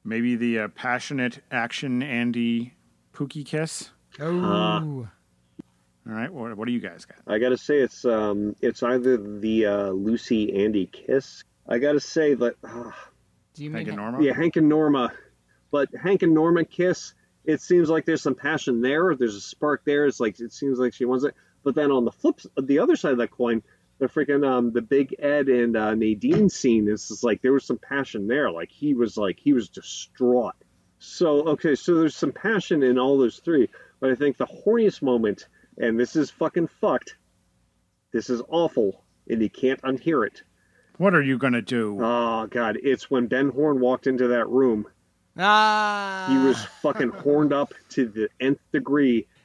[SPEAKER 1] maybe the uh, passionate action Andy Pookie kiss.
[SPEAKER 3] oh,
[SPEAKER 1] All right, what, what do you guys got?
[SPEAKER 2] I gotta say it's um it's either the uh, Lucy Andy kiss. I gotta say that ah,
[SPEAKER 3] do you
[SPEAKER 1] Hank
[SPEAKER 3] mean
[SPEAKER 1] and Norma.
[SPEAKER 2] yeah Hank and Norma, but Hank and Norma kiss. It seems like there's some passion there. There's a spark there. It's like it seems like she wants it. But then on the flip, the other side of that coin, the freaking um the Big Ed and uh, Nadine scene is just like there was some passion there. Like he was like he was distraught. So okay, so there's some passion in all those three, but I think the horniest moment, and this is fucking fucked. This is awful, and you can't unhear it.
[SPEAKER 1] What are you gonna do?
[SPEAKER 2] Oh god, it's when Ben Horn walked into that room.
[SPEAKER 3] ah?
[SPEAKER 2] He was fucking horned up to the nth degree.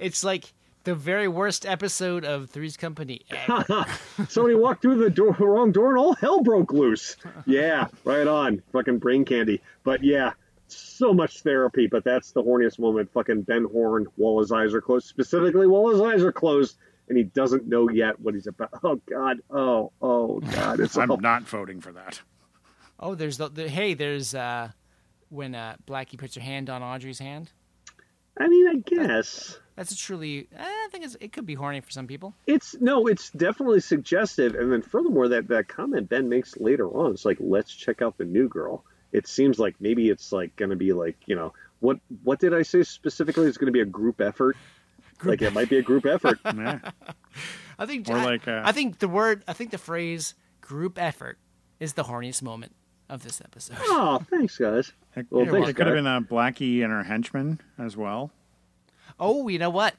[SPEAKER 3] It's like the very worst episode of Three's Company. ever.
[SPEAKER 2] Somebody walked through the door, wrong door, and all hell broke loose. Yeah, right on, fucking brain candy. But yeah, so much therapy. But that's the horniest moment. Fucking Ben Horn, while his eyes are closed, specifically while his eyes are closed, and he doesn't know yet what he's about. Oh god, oh oh god, it's
[SPEAKER 1] I'm
[SPEAKER 2] awful.
[SPEAKER 1] not voting for that.
[SPEAKER 3] oh, there's the, the hey, there's uh, when uh, Blackie puts her hand on Audrey's hand.
[SPEAKER 2] I mean, I guess.
[SPEAKER 3] That's a truly. eh, I think it's, it could be horny for some people.
[SPEAKER 2] It's no, it's definitely suggestive. And then furthermore, that that comment Ben makes later on, it's like, let's check out the new girl. It seems like maybe it's like going to be like, you know, what what did I say specifically? It's going to be a group effort. like it might be a group effort.
[SPEAKER 1] Yeah.
[SPEAKER 3] I think.
[SPEAKER 1] Or
[SPEAKER 3] I,
[SPEAKER 1] like, uh,
[SPEAKER 3] I think the word. I think the phrase "group effort" is the horniest moment of this episode.
[SPEAKER 2] oh, thanks guys.
[SPEAKER 1] It,
[SPEAKER 2] Well,
[SPEAKER 1] it-
[SPEAKER 2] thanks,
[SPEAKER 1] it could have
[SPEAKER 2] Derek.
[SPEAKER 1] been uh, Blackie and her henchman as well.
[SPEAKER 3] Oh, you know what?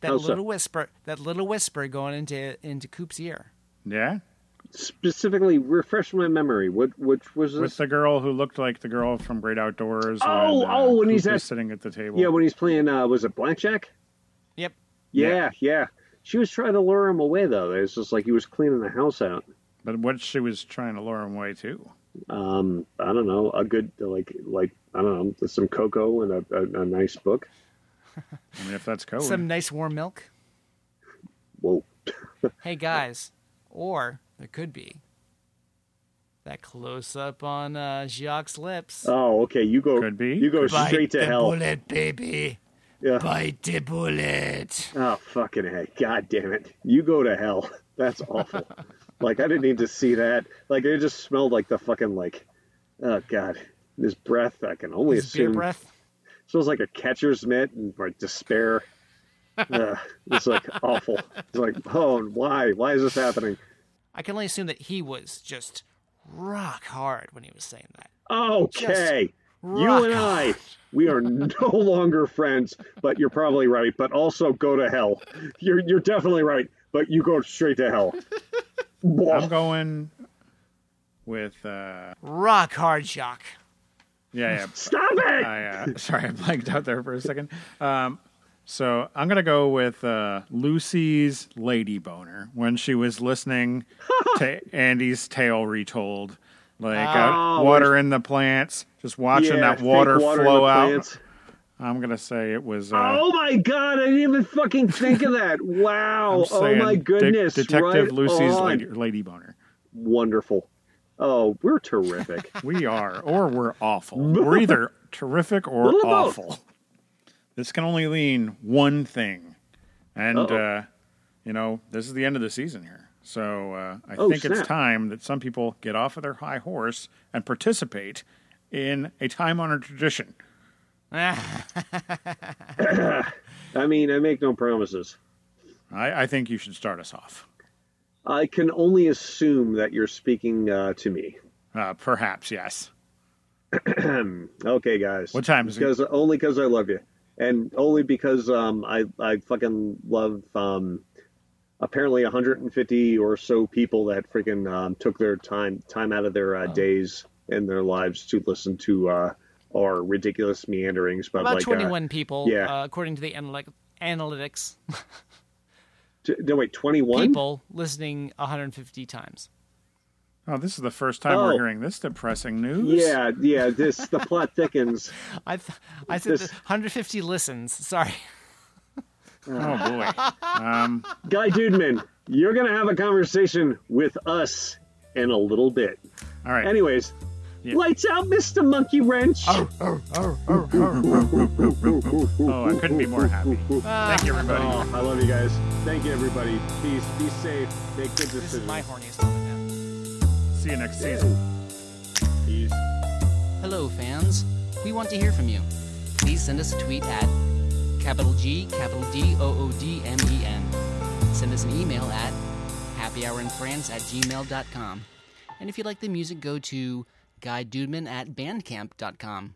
[SPEAKER 3] That
[SPEAKER 2] How so?
[SPEAKER 3] little whisper, that little whisper going into into Coop's ear.
[SPEAKER 1] Yeah,
[SPEAKER 2] Specifically, refresh my memory. What which was
[SPEAKER 1] with
[SPEAKER 2] this?
[SPEAKER 1] the girl who looked like the girl from Great Outdoors.
[SPEAKER 2] Oh,
[SPEAKER 1] when, uh,
[SPEAKER 2] oh, when he's
[SPEAKER 1] Coop was
[SPEAKER 2] at-
[SPEAKER 1] sitting at the table.
[SPEAKER 2] yeah, when he's playing, uh, was it blackjack?
[SPEAKER 3] Yep.
[SPEAKER 2] Yeah, yeah, She was trying to lure him away though. It's just like he was cleaning the house out.
[SPEAKER 1] but what she was trying to lure him away too.
[SPEAKER 2] um, I don't know, a good like like I don't know, some cocoa and a, a, a nice book.
[SPEAKER 1] I mean, if that's
[SPEAKER 2] Oh,
[SPEAKER 1] code,
[SPEAKER 3] Some nice warm milk.
[SPEAKER 2] Whoa,
[SPEAKER 3] Hey guys, or there could be that close up on uh, Jacques' lips.
[SPEAKER 2] oh okay, you go
[SPEAKER 1] Could be.
[SPEAKER 2] you go
[SPEAKER 3] Bite
[SPEAKER 2] straight to
[SPEAKER 3] the
[SPEAKER 2] hell.
[SPEAKER 3] bullet, baby.
[SPEAKER 2] Yeah.
[SPEAKER 3] Bite the bullet.
[SPEAKER 2] Oh fucking heck! God damn it! You go to hell. That's awful. like I didn't need to see that. Like it just smelled like the fucking like. Oh god, this breath. I can only
[SPEAKER 3] His beer
[SPEAKER 2] assume
[SPEAKER 3] breath.
[SPEAKER 2] smells like a catcher's mitt and like despair. Ugh, it's like awful. It's like oh why why is this happening?
[SPEAKER 3] I can only assume that he was just rock hard when he was saying that.
[SPEAKER 2] Okay.
[SPEAKER 3] rock
[SPEAKER 2] You and I, we are no longer friends, but you're probably right. But also go to hell. You're you're definitely right, but you go straight to hell.
[SPEAKER 1] I'm going with uh,
[SPEAKER 3] Rock hard, Jacques.
[SPEAKER 1] yeah, yeah.
[SPEAKER 2] Stop it!
[SPEAKER 1] I, uh, sorry, I blanked out there for a second. Um, so I'm gonna go with uh, Lucy's lady boner when she was listening to Andy's tale retold, like uh,
[SPEAKER 2] Oh,
[SPEAKER 1] water in the plants, just watching
[SPEAKER 2] Yeah,
[SPEAKER 1] that
[SPEAKER 2] fake
[SPEAKER 1] water,
[SPEAKER 2] in
[SPEAKER 1] flow
[SPEAKER 2] the
[SPEAKER 1] out.
[SPEAKER 2] plants.
[SPEAKER 1] I'm gonna say it was. Uh,
[SPEAKER 2] Oh my god! I didn't even fucking think of that. Wow!
[SPEAKER 1] I'm
[SPEAKER 2] Oh
[SPEAKER 1] saying
[SPEAKER 2] my
[SPEAKER 1] De-
[SPEAKER 2] goodness!
[SPEAKER 1] Detective
[SPEAKER 2] right
[SPEAKER 1] Lucy's
[SPEAKER 2] on.
[SPEAKER 1] lady, lady boner.
[SPEAKER 2] Wonderful. Oh, we're terrific.
[SPEAKER 1] We are, or we're awful. We're either terrific or
[SPEAKER 2] Little both.
[SPEAKER 1] awful. This can only lean one thing, and
[SPEAKER 2] Uh-oh.
[SPEAKER 1] uh, you know this is the end of the season here. So uh, I
[SPEAKER 2] Oh,
[SPEAKER 1] think it's
[SPEAKER 2] snap.
[SPEAKER 1] time that some people get off of their high horse and participate in a time-honored tradition.
[SPEAKER 2] I mean, I make no promises.
[SPEAKER 1] I, I think you should start us off.
[SPEAKER 2] I can only assume that you're speaking uh, to me.
[SPEAKER 1] Uh, perhaps yes.
[SPEAKER 2] Okay, guys.
[SPEAKER 1] What time is it?
[SPEAKER 2] because only because I love you, and only because um, I I fucking love um, apparently 150 or so people that freaking um, took their time time out of their uh, days and their lives to listen to uh, our ridiculous meanderings. But
[SPEAKER 3] About
[SPEAKER 2] like, uh,
[SPEAKER 3] 21 people,
[SPEAKER 2] yeah.
[SPEAKER 3] uh, according to the analy- analytics.
[SPEAKER 2] t- no wait, 21.
[SPEAKER 3] People listening 150 times.
[SPEAKER 1] Oh, this is the first time we're
[SPEAKER 2] Oh.
[SPEAKER 1] hearing this depressing news.
[SPEAKER 2] Yeah, yeah. This the plot thickens.
[SPEAKER 3] I th- I said
[SPEAKER 2] This-
[SPEAKER 3] 150 listens. Sorry.
[SPEAKER 1] Oh boy. um,
[SPEAKER 2] Guy Dudeman, you're gonna have a conversation with us in a little bit.
[SPEAKER 1] all right.
[SPEAKER 2] Anyways,
[SPEAKER 1] Yeah.
[SPEAKER 2] lights out, Mr. Monkey Wrench.
[SPEAKER 1] Oh, I couldn't be more happy. Thank you, everybody.
[SPEAKER 2] Oh, I love you guys. Thank you, everybody. Peace. Be safe. Make good
[SPEAKER 3] This is
[SPEAKER 2] decisions.
[SPEAKER 3] my horniest moment now.
[SPEAKER 1] See you next season.
[SPEAKER 2] Peace.
[SPEAKER 3] Hello, fans. We want to hear from you. Please send us a tweet at capital G, capital D, O O D M E N. Send us an email at happyhourinfrance at gmail.com. And if you like the music, go to guydudeman at bandcamp.com.